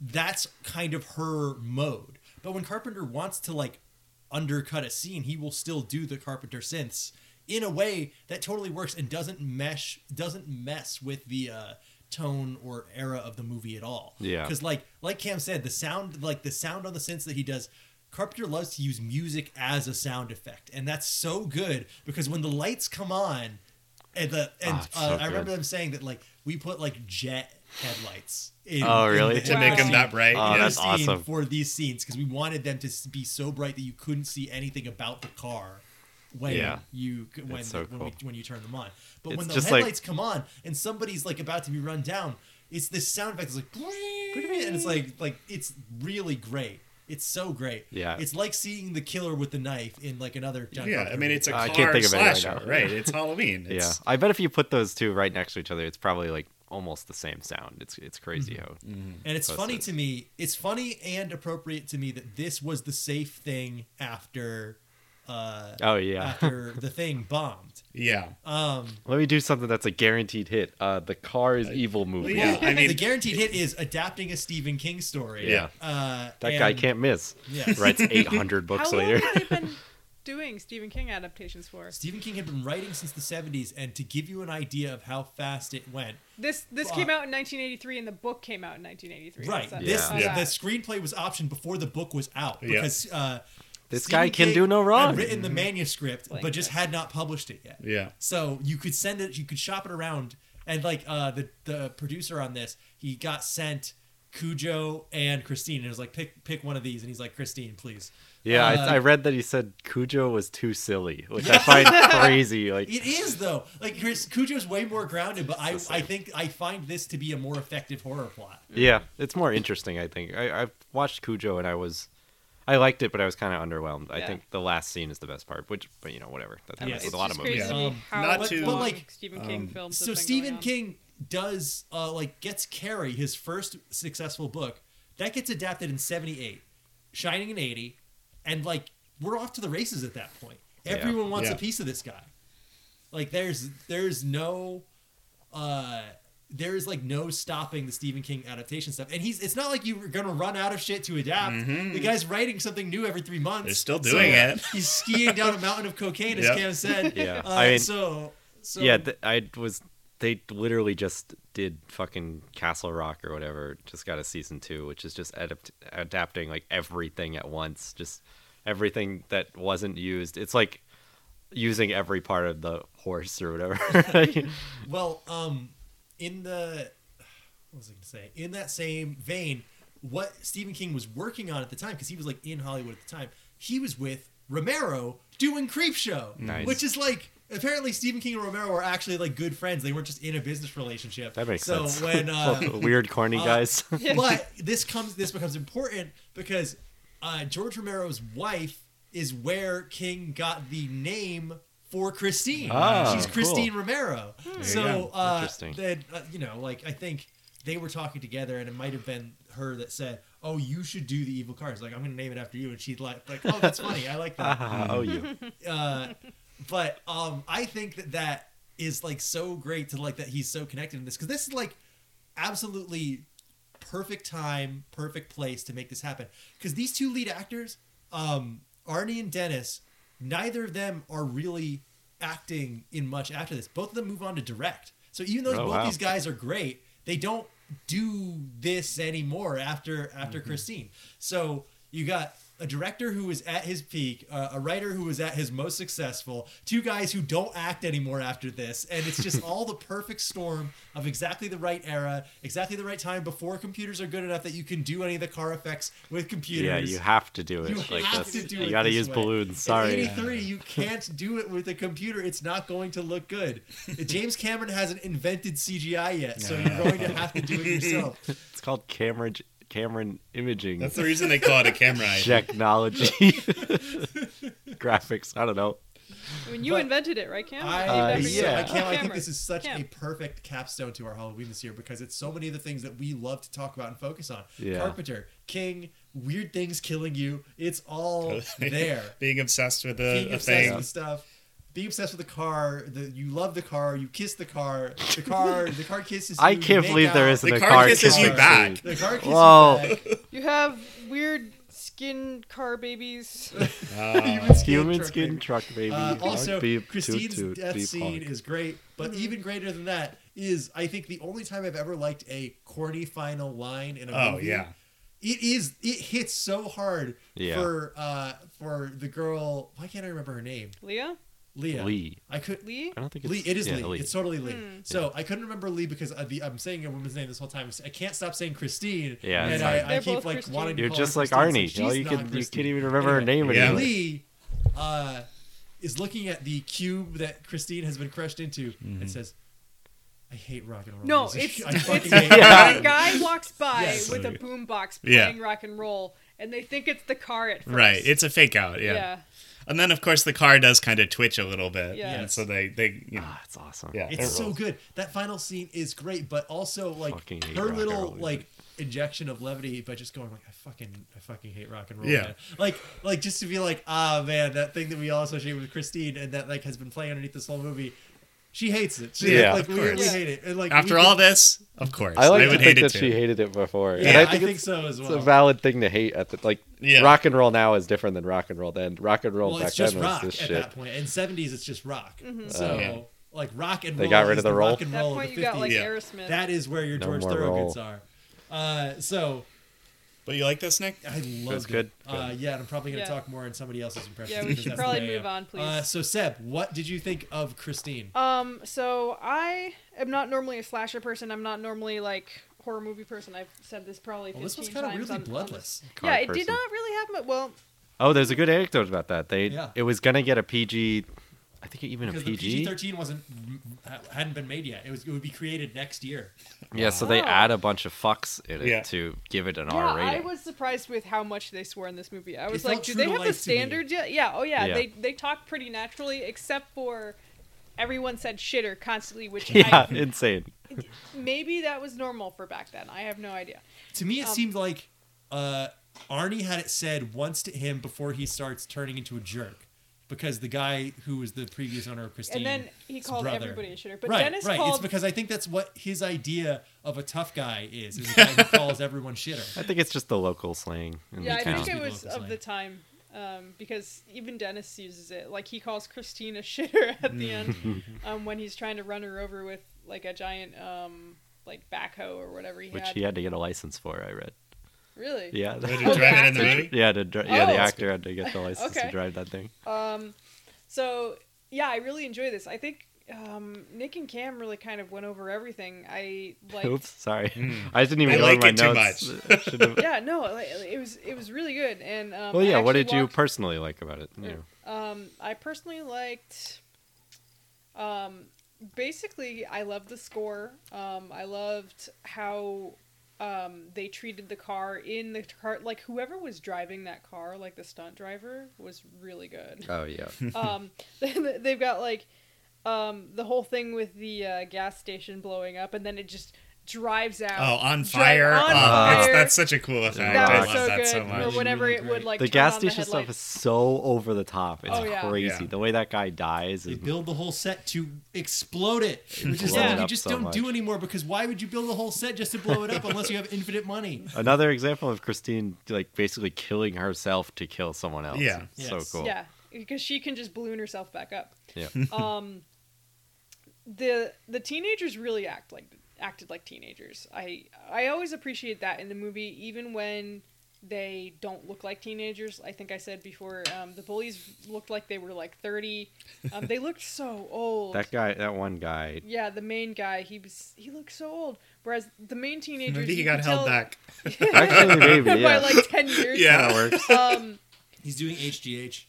Speaker 3: that's kind of her mode. But when Carpenter wants to like undercut a scene, he will still do the Carpenter synths in a way that totally works and doesn't mesh doesn't mess with the uh, tone or era of the movie at all.
Speaker 1: Yeah.
Speaker 3: Because like like Cam said, the sound like the sound on the sense that he does. Carpenter loves to use music as a sound effect, and that's so good because when the lights come on, and the and
Speaker 1: Ah, it's so
Speaker 3: uh, I remember
Speaker 1: good.
Speaker 3: them saying that like we put like jet headlights. In,
Speaker 1: Oh,
Speaker 3: in
Speaker 1: really?
Speaker 3: the-
Speaker 4: to make them that bright.
Speaker 1: Oh,
Speaker 4: yeah.
Speaker 1: that's
Speaker 3: scene
Speaker 1: awesome.
Speaker 3: for these scenes because we wanted them to s- be so bright that you couldn't see anything about the car when
Speaker 1: Yeah.
Speaker 3: you when
Speaker 1: It's so
Speaker 3: when,
Speaker 1: cool.
Speaker 3: we, when you turn them on. But
Speaker 1: It's
Speaker 3: when the
Speaker 1: just like-
Speaker 3: headlights come on and somebody's like about to be run down, it's this sound effect that's like and it's like like it's really great. It's so great.
Speaker 1: Yeah.
Speaker 3: It's like seeing the killer with the knife in like another. John
Speaker 4: Yeah, I
Speaker 3: Carpenter
Speaker 4: mean it's a
Speaker 1: I
Speaker 4: car
Speaker 1: can't think of it right
Speaker 4: slasher, right,
Speaker 1: now.
Speaker 4: It's Halloween. It's,
Speaker 1: yeah, I bet if you put those two right next to each other, it's probably like almost the same sound. It's it's crazy
Speaker 4: Mm-hmm.
Speaker 1: how.
Speaker 3: And it's
Speaker 1: That's
Speaker 3: funny
Speaker 1: it.
Speaker 3: to me. It's funny and appropriate to me that this was the safe thing after, uh,
Speaker 1: Oh yeah,
Speaker 3: after the thing bombed.
Speaker 4: yeah,
Speaker 3: Um,
Speaker 1: (laughs) let me do something that's a guaranteed hit. Uh, the car is evil movie.
Speaker 4: yeah.
Speaker 3: (laughs)
Speaker 4: I
Speaker 3: the
Speaker 4: mean,
Speaker 3: guaranteed hit is adapting a Stephen King story.
Speaker 1: Yeah.
Speaker 3: uh,
Speaker 1: That guy
Speaker 3: and-
Speaker 1: can't miss.
Speaker 3: Yes.
Speaker 4: (laughs)
Speaker 1: Writes 800 books
Speaker 2: How long
Speaker 1: later.
Speaker 2: have they been doing Stephen King adaptations for?
Speaker 3: Stephen King had been writing since the '70s, and to give you an idea of how fast it went,
Speaker 2: This this came out in 1983, and the book came out in 1983.
Speaker 3: right?
Speaker 2: That's-
Speaker 3: This
Speaker 2: that's
Speaker 4: Yeah.
Speaker 3: the
Speaker 2: that.
Speaker 3: screenplay was optioned before the book was out
Speaker 4: Yeah.
Speaker 3: because uh,
Speaker 1: This
Speaker 3: Stephen
Speaker 1: guy can
Speaker 3: King
Speaker 1: do no wrong.
Speaker 3: Had written the manuscript,
Speaker 2: Mm-hmm. Like
Speaker 3: but just
Speaker 2: that.
Speaker 3: had not published it yet.
Speaker 4: Yeah.
Speaker 3: So you could send it. You could shop it around, and like uh, the the producer on this, he got sent Cujo and Christine, and it was like pick pick one of these, and he's like Christine, please.
Speaker 1: Yeah,
Speaker 3: Uh,
Speaker 1: I, I read that he said Cujo was too silly, which I find crazy. Like,
Speaker 3: It is though. Like Chris, Cujo's way more grounded, but I I think I find this to be a more effective horror plot.
Speaker 1: yeah, it's more interesting. I think I, I watched Cujo and I was, I liked it, but I was kind of underwhelmed. I
Speaker 2: Yeah.
Speaker 1: think the last scene is the best part, which, but you know, whatever. That happens
Speaker 3: Yes.
Speaker 1: with
Speaker 2: It's
Speaker 1: a lot of
Speaker 2: just
Speaker 1: movies.
Speaker 2: crazy to me
Speaker 3: Um,
Speaker 2: how
Speaker 4: not
Speaker 2: long
Speaker 4: to-
Speaker 3: But, like, um,
Speaker 2: Stephen King films. have
Speaker 3: so
Speaker 2: been going
Speaker 3: Stephen
Speaker 2: on.
Speaker 3: King does uh, like gets Carrie his first successful book that gets adapted in '78, Shining in '80, and like we're off to the races at that point. Everyone wants
Speaker 4: Yeah.
Speaker 3: a piece of this guy. Like there's there's no uh there is like no stopping the Stephen King adaptation stuff, and he's it's not like you're gonna run out of shit to adapt. The guy's writing something new every three months.
Speaker 4: Mm-hmm. They're still doing it.
Speaker 3: He's skiing down a mountain of cocaine,
Speaker 4: (laughs)
Speaker 3: as
Speaker 4: Yeah.
Speaker 3: Cam said.
Speaker 1: Yeah.
Speaker 3: Uh,
Speaker 1: I mean-
Speaker 3: so, so
Speaker 1: yeah, th- I was. They literally just did fucking Castle Rock or whatever. Just got a season two, which is just adapt- adapting like everything at once. Just everything that wasn't used. It's like using every part of the horse or
Speaker 2: (laughs)
Speaker 1: whatever. (laughs)
Speaker 3: Well, um, in the what was I going to say? In that same vein, what Stephen King was working on at the time, because he was like in Hollywood at the time, he was with Romero doing Creepshow,
Speaker 1: Nice.
Speaker 3: which is like apparently Stephen King and Romero were actually like good friends. They weren't just in a business relationship.
Speaker 1: that makes
Speaker 3: so
Speaker 1: sense. (laughs)
Speaker 3: when uh,
Speaker 1: Weird, corny
Speaker 3: uh, (laughs)
Speaker 1: guys. (laughs)
Speaker 3: but this comes this becomes important because uh, George Romero's wife is where King got the name for Christine.
Speaker 1: Oh,
Speaker 3: She's
Speaker 1: cool.
Speaker 3: Christine Romero.
Speaker 4: go.
Speaker 3: So uh,
Speaker 1: Interesting.
Speaker 3: then uh, you know, like I think they were talking together, and it might have been her that said, "Oh, you should do the evil cars. Like I'm going to name it after you." And she'd like, like, "Oh, that's funny. I
Speaker 1: (laughs)
Speaker 3: like that."
Speaker 1: Ah, oh,
Speaker 3: (laughs)
Speaker 1: you.
Speaker 3: uh, but um, I think that that is like so great to like that he's so connected in this because this is like absolutely perfect time, perfect place to make this happen. Because these two lead actors, um, Arnie and Dennis, neither of them are really acting in much after this. Both of them move on to direct. So even though
Speaker 1: Oh,
Speaker 3: both
Speaker 1: wow.
Speaker 3: these guys are great, they don't do this anymore after after
Speaker 1: Mm-hmm.
Speaker 3: Christine. So you got a director who was at his peak, uh, a writer who was at his most successful, two guys who don't act anymore after this, and
Speaker 1: (laughs)
Speaker 3: it's just all the perfect storm of exactly the right era, exactly the right time before computers are good enough that you can do any of the car effects with computers.
Speaker 1: Yeah, you have to do it.
Speaker 3: You
Speaker 1: like
Speaker 3: have
Speaker 1: that's,
Speaker 3: to do
Speaker 1: You
Speaker 3: it
Speaker 1: gotta
Speaker 3: this
Speaker 1: use
Speaker 3: way.
Speaker 1: balloons.
Speaker 3: In
Speaker 1: Sorry.
Speaker 3: 83, you can't do it with a computer. It's not going to
Speaker 1: (laughs)
Speaker 3: look good. James Cameron hasn't invented CGI yet, so you're going to have to do
Speaker 1: (laughs)
Speaker 3: it yourself.
Speaker 1: It's called Cameron Cameron Imaging.
Speaker 3: (laughs)
Speaker 4: That's the reason they call it a camera. I think.
Speaker 1: technology (laughs) graphics i don't know
Speaker 2: I mean, you
Speaker 3: But
Speaker 2: invented it, right, Cam?
Speaker 3: I,
Speaker 1: Uh,
Speaker 3: think so.
Speaker 1: yeah.
Speaker 3: I, can't, I think this is such
Speaker 2: Cam.
Speaker 3: a perfect capstone to our Halloween this year because it's so many of the things that we love to talk about and focus on.
Speaker 1: Yeah.
Speaker 3: Carpenter, King, weird things killing you. It's
Speaker 1: (laughs)
Speaker 3: all there.
Speaker 4: Being obsessed with
Speaker 1: Uh,
Speaker 4: a,
Speaker 3: being
Speaker 4: a
Speaker 3: obsessed
Speaker 4: thing.
Speaker 3: with stuff. Being obsessed with the car. The, you love the car. You kiss the car. The car. The car kisses.
Speaker 1: i
Speaker 3: you, you
Speaker 1: can't
Speaker 3: make
Speaker 1: believe there
Speaker 3: out.
Speaker 1: isn't
Speaker 4: The
Speaker 1: a
Speaker 4: car
Speaker 1: car
Speaker 3: (laughs)
Speaker 4: kisses
Speaker 3: you
Speaker 1: kissing
Speaker 4: back.
Speaker 1: scene.
Speaker 3: The car kisses.
Speaker 1: Whoa.
Speaker 3: you back.
Speaker 2: You have weird skin car
Speaker 3: (laughs)
Speaker 2: babies.
Speaker 1: Human skin truck baby.
Speaker 3: Uh,
Speaker 1: honk
Speaker 3: also,
Speaker 1: beep, toot
Speaker 3: Christine's
Speaker 1: toot,
Speaker 3: death
Speaker 1: beep,
Speaker 3: scene
Speaker 1: honk.
Speaker 3: is great, but even greater than that is, I think, the only time I've ever liked a corny final line in a
Speaker 4: Oh,
Speaker 3: movie.
Speaker 4: yeah.
Speaker 3: It is. It hits so hard
Speaker 1: Yeah.
Speaker 3: for uh for the girl. Why can't I remember her name?
Speaker 2: Leah?
Speaker 3: Leah.
Speaker 1: Lee.
Speaker 3: I could.
Speaker 2: Lee?
Speaker 1: I don't think it's,
Speaker 3: Lee. It is
Speaker 1: yeah,
Speaker 3: Lee. It's totally Lee.
Speaker 2: Hmm.
Speaker 3: So I couldn't remember Lee because of the, I'm saying a woman's name this whole time. I can't stop saying Christine.
Speaker 1: Yeah, it's hard.
Speaker 3: And I, I
Speaker 2: They're
Speaker 3: keep
Speaker 2: both
Speaker 3: like
Speaker 2: Christine.
Speaker 3: wanting to
Speaker 1: You're
Speaker 3: call
Speaker 1: just
Speaker 3: her
Speaker 1: like
Speaker 3: Christine,
Speaker 1: Arnie.
Speaker 3: so
Speaker 1: Oh,
Speaker 3: she's
Speaker 1: you
Speaker 3: not
Speaker 1: can- you
Speaker 3: Christine.
Speaker 1: can't even remember her name
Speaker 3: anyway,
Speaker 4: anymore.
Speaker 3: Lee uh, is looking at the cube that Christine has been crushed into
Speaker 1: Mm-hmm.
Speaker 3: and says, "I hate rock and roll."
Speaker 2: No,
Speaker 3: music.
Speaker 2: it's
Speaker 3: (laughs) I
Speaker 2: it's (laughs)
Speaker 3: fucking hate
Speaker 2: a
Speaker 3: rock and roll."
Speaker 2: guy walks by
Speaker 3: Yes.
Speaker 2: with a boombox
Speaker 4: Yeah.
Speaker 2: playing rock and roll, and they think it's the car at first.
Speaker 4: Right, it's a fake out, yeah.
Speaker 2: yeah.
Speaker 4: And then of course the car does kind of twitch a little bit,
Speaker 2: Yeah.
Speaker 4: and so they they you know
Speaker 1: Ah, it's awesome.
Speaker 4: yeah. it
Speaker 3: It's so
Speaker 4: rolls.
Speaker 3: good. That final scene is great, but also like
Speaker 1: Fucking hate rock
Speaker 3: her
Speaker 1: and
Speaker 3: little
Speaker 1: roll music.
Speaker 3: like injection of levity by just going like I fucking I fucking hate rock and roll.
Speaker 4: Yeah.
Speaker 3: man." Like like just to be like ah man that thing that we all associate with Christine and that like has been playing underneath this whole movie. She hates it. She
Speaker 4: Yeah,
Speaker 3: like
Speaker 4: of
Speaker 3: weirdly
Speaker 4: course.
Speaker 3: hate it. And, like
Speaker 4: After
Speaker 3: we
Speaker 4: all
Speaker 3: can-
Speaker 4: this, of course,
Speaker 1: I like
Speaker 4: I
Speaker 1: to
Speaker 4: would
Speaker 1: think
Speaker 4: hate it
Speaker 1: that
Speaker 4: too.
Speaker 1: she hated it before.
Speaker 3: yeah,
Speaker 1: and
Speaker 3: I think,
Speaker 1: it's,
Speaker 3: so as
Speaker 1: it's
Speaker 3: well.
Speaker 1: a valid thing to hate at the like
Speaker 4: Yeah.
Speaker 1: rock and roll now is different than rock and roll then. Rock and roll
Speaker 3: well,
Speaker 1: back
Speaker 3: it's just
Speaker 1: then was
Speaker 3: rock
Speaker 1: this
Speaker 3: at
Speaker 1: shit.
Speaker 3: that point. In seventies, it's just rock. So
Speaker 4: Yeah.
Speaker 3: like rock and
Speaker 1: They
Speaker 3: roll
Speaker 1: got rid
Speaker 3: is
Speaker 1: of the roll?
Speaker 3: Rock and
Speaker 2: Mm-hmm. At that
Speaker 3: roll
Speaker 2: point,
Speaker 3: of
Speaker 2: you
Speaker 3: the
Speaker 2: got like
Speaker 3: 50s.
Speaker 4: Yeah.
Speaker 2: Aerosmith.
Speaker 3: that is where your
Speaker 1: No
Speaker 3: George
Speaker 1: more
Speaker 3: Thorogood's
Speaker 1: roll.
Speaker 3: are. Uh, so
Speaker 4: But you like this, Nick?
Speaker 3: I loved
Speaker 1: was
Speaker 3: it.
Speaker 1: good.
Speaker 3: Uh, yeah, and I'm probably going
Speaker 2: Yeah.
Speaker 3: to talk more on somebody else's impression.
Speaker 2: Yeah, we should probably move on, please.
Speaker 3: Uh, so, Seb, what did you think of Christine?
Speaker 2: Um, so I am not normally a slasher person. I'm not normally like horror movie person. I've said this probably. 15
Speaker 3: well, this one's
Speaker 2: kind of
Speaker 3: really bloodless.
Speaker 1: Car
Speaker 2: Yeah, it did
Speaker 1: person.
Speaker 2: not really have much. Well,
Speaker 1: Oh, there's a good anecdote about that. They
Speaker 3: Yeah.
Speaker 1: it was gonna get a PG. I think even
Speaker 3: Because
Speaker 1: a
Speaker 3: the
Speaker 1: PG.
Speaker 3: PG-13 wasn't hadn't been made yet. It was it would be created next year.
Speaker 1: Yeah, so they
Speaker 2: Wow.
Speaker 1: add a bunch of fucks in it
Speaker 4: Yeah.
Speaker 1: to give it an
Speaker 2: yeah,
Speaker 1: R
Speaker 2: I
Speaker 1: rating.
Speaker 2: was surprised with how much they swore in this movie. I was
Speaker 3: felt
Speaker 2: like, do
Speaker 3: true
Speaker 2: they
Speaker 3: to
Speaker 2: have
Speaker 3: life
Speaker 2: the
Speaker 3: to me.
Speaker 2: standard yet? Yeah. Oh yeah.
Speaker 1: Yeah.
Speaker 2: They they talk pretty naturally, except for everyone said shitter constantly,
Speaker 4: (laughs)
Speaker 1: (laughs)
Speaker 2: which
Speaker 1: Yeah,
Speaker 2: I,
Speaker 1: insane.
Speaker 2: maybe that was normal for back then. I have no idea.
Speaker 3: To me, it
Speaker 2: Um,
Speaker 3: seemed like uh, Arnie had it said once to him before he starts turning into a jerk, because the guy who was the previous owner of Christine
Speaker 2: And then he
Speaker 3: his
Speaker 2: called
Speaker 3: brother-
Speaker 2: everybody a shitter, but
Speaker 3: right,
Speaker 2: Dennis
Speaker 3: right.
Speaker 2: called.
Speaker 3: It's because I think that's what his idea of a tough guy is. Is a guy who calls
Speaker 2: (laughs)
Speaker 3: everyone shitter.
Speaker 1: I think it's just the local slang in
Speaker 2: yeah,
Speaker 1: the
Speaker 2: I
Speaker 1: town.
Speaker 2: think it
Speaker 3: People
Speaker 2: was
Speaker 3: look the
Speaker 2: of the time. Um, because even Dennis uses it. Like he calls Christine a (laughs) shitter at
Speaker 1: (laughs)
Speaker 2: the end um, when he's trying to run her over with like a giant um, like backhoe or whatever he
Speaker 1: which
Speaker 2: had.
Speaker 1: he had to get a license for. I read.
Speaker 2: Really?
Speaker 1: Yeah, (laughs)
Speaker 4: Did
Speaker 1: the-
Speaker 4: you drive it in the
Speaker 2: Okay.
Speaker 4: movie?
Speaker 1: yeah, to dri- yeah.
Speaker 2: Oh.
Speaker 1: The actor had to get the license
Speaker 2: Okay.
Speaker 1: to drive that thing.
Speaker 2: So yeah, I really enjoy this. I think um, Nick and Cam really kind of went over everything.
Speaker 1: (laughs)
Speaker 2: I like.
Speaker 1: Oops, sorry.
Speaker 3: Mm.
Speaker 1: I didn't even
Speaker 4: I
Speaker 1: go
Speaker 4: like
Speaker 1: in my
Speaker 4: it too
Speaker 1: notes. (laughs) Should've-
Speaker 2: (laughs) Yeah, no, like, it was it was really good. And um,
Speaker 1: well,
Speaker 2: I
Speaker 1: yeah. What
Speaker 2: actually
Speaker 1: did you
Speaker 2: walked-
Speaker 1: personally like about it? You know.
Speaker 2: Um, I personally liked. Um, basically, I loved the score. Um, I loved how um, they treated the car in the car. Like whoever was driving that car, like the stunt driver, was really good.
Speaker 1: Oh yeah.
Speaker 2: (laughs) um, they've got like um, the whole thing with the uh, gas station blowing up, and then it just drives out.
Speaker 4: Oh, on
Speaker 2: Dri-
Speaker 4: fire!
Speaker 2: on
Speaker 4: oh, it's-
Speaker 2: fire.
Speaker 4: That's such a cool effect.
Speaker 2: that
Speaker 4: I
Speaker 2: was
Speaker 4: love
Speaker 2: so
Speaker 4: that
Speaker 2: good.
Speaker 4: so much.
Speaker 2: Or whenever
Speaker 3: Really
Speaker 2: it would
Speaker 3: great.
Speaker 2: like
Speaker 1: the
Speaker 2: turn
Speaker 1: gas
Speaker 2: on
Speaker 1: station stuff is
Speaker 2: headlights.
Speaker 1: so over the top. It's
Speaker 2: Oh, yeah.
Speaker 1: crazy.
Speaker 4: Yeah.
Speaker 1: The way that guy dies
Speaker 3: They
Speaker 1: is
Speaker 3: build the whole set to explode it, which
Speaker 1: Mm-hmm. blow it
Speaker 3: is something you
Speaker 1: up
Speaker 3: just
Speaker 1: so
Speaker 3: don't do
Speaker 1: much.
Speaker 3: anymore. Because why would you build a whole set just to blow it up unless you have infinite money?
Speaker 1: another example of Christine like basically killing herself to kill someone else.
Speaker 4: Yeah.
Speaker 1: It's so
Speaker 3: Yes.
Speaker 1: cool.
Speaker 2: Yeah, because she can just balloon herself back up.
Speaker 1: Yeah.
Speaker 2: (laughs)
Speaker 1: (laughs)
Speaker 2: Um, the the teenagers really act like acted like teenagers. I I always appreciate that in the movie, even when they don't look like teenagers. I think I said before, um, the bullies looked like they were like thirty. Um,
Speaker 1: (laughs)
Speaker 2: they looked so old.
Speaker 1: That guy, that one guy.
Speaker 2: yeah, the main guy, he was he looked so old. Whereas the main teenagers,
Speaker 4: Maybe he
Speaker 2: you
Speaker 4: got
Speaker 2: could
Speaker 4: held
Speaker 2: tell-
Speaker 4: back.
Speaker 1: Actually, maybe yeah.
Speaker 2: (laughs) by like ten years.
Speaker 4: (laughs)
Speaker 1: (laughs)
Speaker 4: Yeah.
Speaker 1: that works.
Speaker 2: Um,
Speaker 3: He's doing HGH.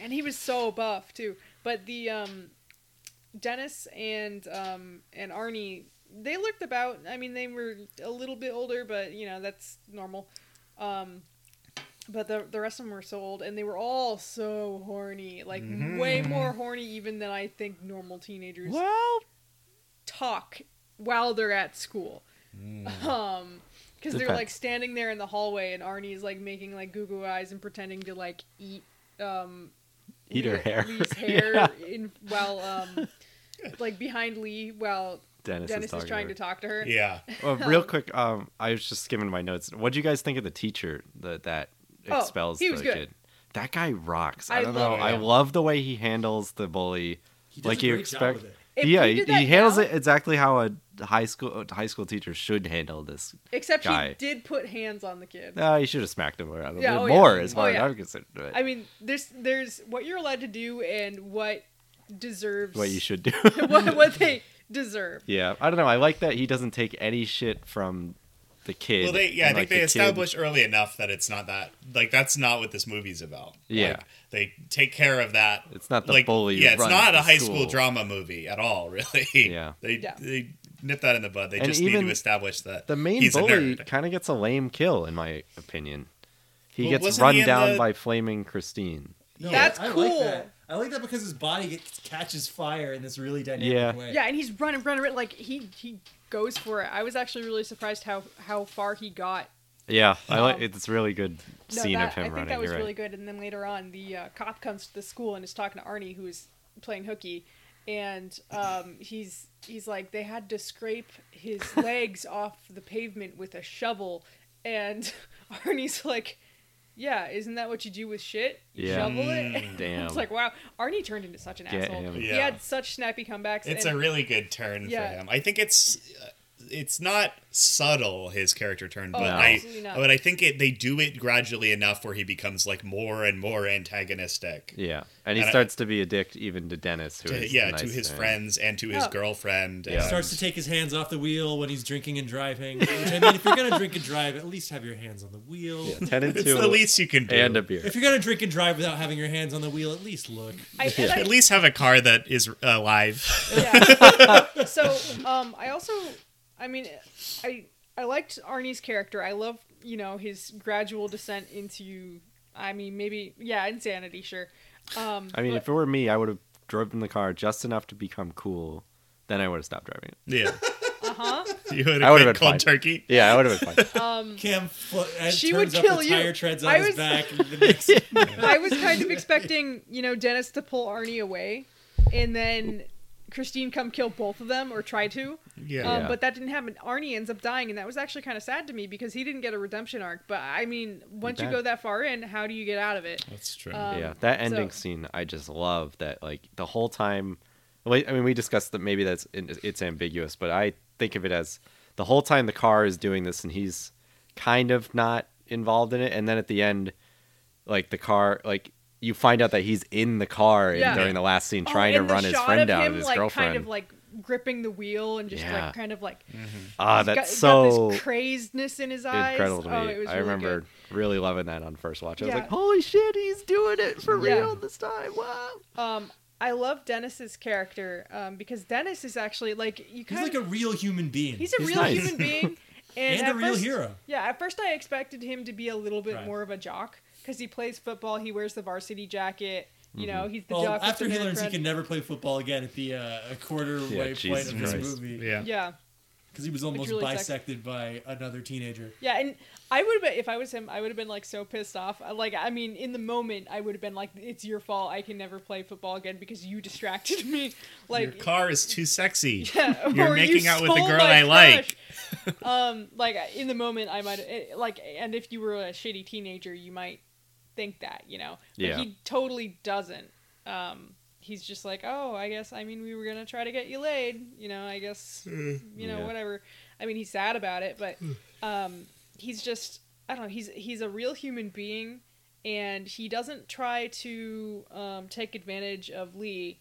Speaker 2: and he was so buff too. But the um, Dennis and um, and Arnie, they looked about. I mean, they were a little bit older, but you know that's normal. Um, but the the rest of them were so old, and they were all so horny, like
Speaker 1: Mm-hmm.
Speaker 2: way more horny even than I think normal teenagers
Speaker 1: Well, talk.
Speaker 2: talk while they're at school. (laughs) Um, because they're like
Speaker 1: Mm. Depends.
Speaker 2: standing there in the hallway, and Arnie's like making like goo goo eyes and pretending to like eat um
Speaker 1: Eat her
Speaker 2: (laughs) Lee-
Speaker 1: (laughs) hair.
Speaker 2: Lee's hair in while um like behind Lee while
Speaker 1: Dennis,
Speaker 2: Dennis
Speaker 1: is, talking
Speaker 2: is trying to
Speaker 1: to
Speaker 2: talk to her.
Speaker 4: Yeah.
Speaker 2: (laughs)
Speaker 1: her. Well, real quick, um, I was just skimming my notes. What do you guys think of the teacher that that
Speaker 2: Oh,
Speaker 1: expels
Speaker 2: he was
Speaker 1: the
Speaker 2: good.
Speaker 1: kid? That guy rocks. I,
Speaker 2: I
Speaker 1: don't know.
Speaker 2: love
Speaker 1: I
Speaker 2: him.
Speaker 1: love the way he handles the bully.
Speaker 3: He does
Speaker 1: like
Speaker 3: a
Speaker 1: you
Speaker 3: great job
Speaker 1: expect.
Speaker 3: with it.
Speaker 2: If
Speaker 1: yeah,
Speaker 2: he
Speaker 1: he,
Speaker 2: did that
Speaker 1: he handles
Speaker 2: now-
Speaker 1: it exactly how a high school high school teacher should handle this.
Speaker 2: Except
Speaker 1: Guy.
Speaker 2: she did put hands on the kid.
Speaker 1: No, he should have smacked him around a
Speaker 2: Yeah,
Speaker 1: little
Speaker 2: oh, yeah.
Speaker 1: more, as
Speaker 2: Oh,
Speaker 1: far as
Speaker 2: yeah.
Speaker 1: I'm concerned. But
Speaker 2: I mean, there's there's what you're allowed to do and what deserves (laughs)
Speaker 1: what you should do. (laughs)
Speaker 2: what, what they deserve.
Speaker 1: yeah, I don't know. I like that he doesn't take any shit from the kid.
Speaker 4: Well, they yeah, I
Speaker 1: and,
Speaker 4: think
Speaker 1: like,
Speaker 4: they
Speaker 1: the kid-
Speaker 4: establish early enough that it's not that like that's not what this movie's about.
Speaker 1: Yeah.
Speaker 4: Like, they take care of that.
Speaker 1: It's not the
Speaker 4: like,
Speaker 1: bully
Speaker 4: Yeah, it's
Speaker 1: runs
Speaker 4: not
Speaker 1: the
Speaker 4: a high school.
Speaker 1: school.
Speaker 4: drama movie at all, (laughs) really.
Speaker 1: Yeah.
Speaker 4: they
Speaker 2: Yeah.
Speaker 4: they nip that in the bud. They
Speaker 1: And
Speaker 4: just need to
Speaker 1: even
Speaker 4: establish that
Speaker 1: The main
Speaker 4: he's a
Speaker 1: bully
Speaker 2: (laughs)
Speaker 4: nerd.
Speaker 1: kind of gets a lame kill, in my opinion. He
Speaker 4: Well,
Speaker 1: gets
Speaker 4: wasn't
Speaker 1: run
Speaker 4: he in
Speaker 1: down
Speaker 4: the-
Speaker 1: by flaming Christine.
Speaker 3: No,
Speaker 2: That's
Speaker 3: I Like
Speaker 2: cool.
Speaker 3: that. I like that because his body gets, catches fire in this really dynamic
Speaker 1: Yeah.
Speaker 3: way.
Speaker 2: Yeah, and he's running, running, running. Like he he goes for it. I was actually really surprised how how far he got.
Speaker 1: Yeah,
Speaker 4: Oh.
Speaker 1: I like
Speaker 2: Um,
Speaker 1: it's really good
Speaker 2: No,
Speaker 1: scene
Speaker 2: that,
Speaker 1: of him
Speaker 2: I think
Speaker 1: running.
Speaker 2: that was
Speaker 1: you're
Speaker 2: really
Speaker 1: right.
Speaker 2: good. And then later on, the uh, cop comes to the school and is talking to Arnie, who's playing hooky, and um, he's he's like they had to scrape his
Speaker 1: (laughs)
Speaker 2: legs off the pavement with a shovel, and (laughs) Arnie's like. Yeah, isn't that what you do with shit? You
Speaker 1: Yeah.
Speaker 2: Shovel it. (laughs)
Speaker 1: damn.
Speaker 2: it's like wow, Arnie turned into such an
Speaker 1: Get
Speaker 2: asshole.
Speaker 1: him.
Speaker 2: He
Speaker 4: Yeah.
Speaker 2: had such snappy comebacks.
Speaker 4: it's
Speaker 2: and
Speaker 4: a really good turn
Speaker 2: Yeah.
Speaker 4: for him. I think it's uh, it's not subtle his character turn,
Speaker 1: Oh,
Speaker 4: but
Speaker 2: no,
Speaker 4: I
Speaker 2: absolutely not.
Speaker 4: but I think it they do it gradually enough where he becomes like more and more antagonistic.
Speaker 1: Yeah, and he
Speaker 4: And I-
Speaker 1: starts to be a dick even to Dennis, who
Speaker 4: To,
Speaker 1: is
Speaker 4: yeah,
Speaker 1: nice
Speaker 4: to his
Speaker 1: him.
Speaker 4: friends and to his
Speaker 2: Yeah.
Speaker 4: girlfriend.
Speaker 1: Yeah.
Speaker 4: and-
Speaker 3: Starts to take his hands off the wheel when he's drinking and driving. Which I mean, if you're gonna drink and drive, at least have your hands on the wheel.
Speaker 1: (laughs) Yeah,
Speaker 4: (laughs)
Speaker 1: ten and
Speaker 4: It's
Speaker 1: two,
Speaker 4: the least you can do.
Speaker 1: and a beer.
Speaker 3: If you're gonna drink and drive without having your hands on the wheel, at least look.
Speaker 2: I, and I- (laughs)
Speaker 4: At least have a car that is uh, alive.
Speaker 2: yeah. (laughs) so um, I also, I mean, I I liked Arnie's character. I love you know his gradual descent into, I mean, maybe yeah, insanity. Sure. Um,
Speaker 1: I mean,
Speaker 2: but-
Speaker 1: if it were me, I would have driven the car just enough to become cool. Then I would have stopped driving it.
Speaker 4: (laughs) Yeah.
Speaker 2: uh-huh.
Speaker 4: (laughs) You would
Speaker 1: I
Speaker 4: have
Speaker 1: would've
Speaker 4: been
Speaker 1: been
Speaker 4: cold
Speaker 1: fine.
Speaker 4: turkey.
Speaker 1: Yeah, I would have (laughs) been fine.
Speaker 3: Cam fl- and
Speaker 2: She
Speaker 3: turns
Speaker 2: would
Speaker 3: up
Speaker 2: kill
Speaker 3: the
Speaker 2: you.
Speaker 3: tire treads on
Speaker 2: I
Speaker 3: his
Speaker 2: was- (laughs)
Speaker 3: back. And the next,
Speaker 2: I was kind of expecting you know Dennis to pull Arnie away, and then Christine come kill both of them or try to.
Speaker 4: Yeah.
Speaker 2: Um,
Speaker 1: Yeah.
Speaker 2: But that didn't happen. Arnie ends up dying, and that was actually kind of sad to me because he didn't get a redemption arc. But I mean, once you
Speaker 1: bet.
Speaker 2: go that far in, how do you get out of it?
Speaker 4: That's true.
Speaker 2: Um,
Speaker 1: yeah, that
Speaker 2: so-
Speaker 1: ending scene, I just love that. Like the whole time, like, I mean, we discussed that maybe that's it's ambiguous, but I think of it as the whole time the car is doing this and he's kind of not involved in it, and then at the end, like the car, like you find out that he's in the car in-
Speaker 2: Yeah.
Speaker 1: during the last scene
Speaker 2: Oh,
Speaker 1: trying
Speaker 2: and
Speaker 1: to
Speaker 2: the
Speaker 1: run his
Speaker 2: shot
Speaker 1: friend
Speaker 2: of
Speaker 1: down
Speaker 2: him,
Speaker 1: and his
Speaker 2: like,
Speaker 1: girlfriend.
Speaker 2: Kind of like gripping the wheel and just
Speaker 1: Yeah.
Speaker 2: like kind of like
Speaker 3: Mm-hmm.
Speaker 1: ah,
Speaker 2: he's
Speaker 1: that's
Speaker 2: got,
Speaker 1: so
Speaker 2: got this craziness in his eyes.
Speaker 1: incredible to me.
Speaker 2: Oh, it was
Speaker 1: I
Speaker 2: really
Speaker 1: remember
Speaker 2: good.
Speaker 1: really loving that on first watch. I was
Speaker 2: Yeah.
Speaker 1: like, holy shit, he's doing it for
Speaker 2: Yeah.
Speaker 1: real this time. Wow.
Speaker 2: Um, I love Dennis's character um, because Dennis is actually like you
Speaker 3: he's
Speaker 2: kind
Speaker 3: like
Speaker 2: of
Speaker 3: a real human being.
Speaker 2: he's a
Speaker 1: he's
Speaker 2: real
Speaker 1: nice. (laughs)
Speaker 2: human being and,
Speaker 3: and,
Speaker 2: at
Speaker 3: a real
Speaker 2: first-
Speaker 3: hero.
Speaker 2: Yeah, at first I expected him to be a little bit
Speaker 3: Right.
Speaker 2: more of a jock because he plays football. He wears the varsity jacket. You
Speaker 1: Mm-hmm.
Speaker 2: know, he's the
Speaker 3: Well,
Speaker 2: jock. with
Speaker 3: after
Speaker 2: the
Speaker 3: he
Speaker 2: nerd
Speaker 3: learns he
Speaker 2: friend.
Speaker 3: can never play football again at the uh, quarter way point
Speaker 1: Jesus
Speaker 3: of this
Speaker 1: Christ.
Speaker 3: movie
Speaker 4: yeah.
Speaker 2: Yeah.
Speaker 3: because he was almost
Speaker 2: really sucks.
Speaker 3: bisected by another teenager.
Speaker 2: Yeah, and I would have been if I was him, I would have been like so pissed off. I- Like, I mean, in the moment, I would have been like, "It's your fault. I can never play football again because you distracted (laughs) me."
Speaker 4: Your
Speaker 2: Like,
Speaker 4: car is too sexy.
Speaker 2: yeah,
Speaker 4: (laughs)
Speaker 2: (laughs)
Speaker 4: you're
Speaker 2: or you
Speaker 4: making out with the
Speaker 2: stole
Speaker 4: girl
Speaker 2: my
Speaker 4: I like.
Speaker 2: crush. um, like in the moment, I might it- like, and if you were a shitty teenager, you might think that, you know. But
Speaker 1: Yeah.
Speaker 2: He totally doesn't. Um, he's just like, "Oh, I guess. I mean, we were gonna try to get you laid. You know, I guess.
Speaker 4: Hmm.
Speaker 2: You know,
Speaker 1: Yeah.
Speaker 2: whatever." I mean, he's sad about it, but um, he's just I don't know. He's he's a real human being, and he doesn't try to um, take advantage of Lee.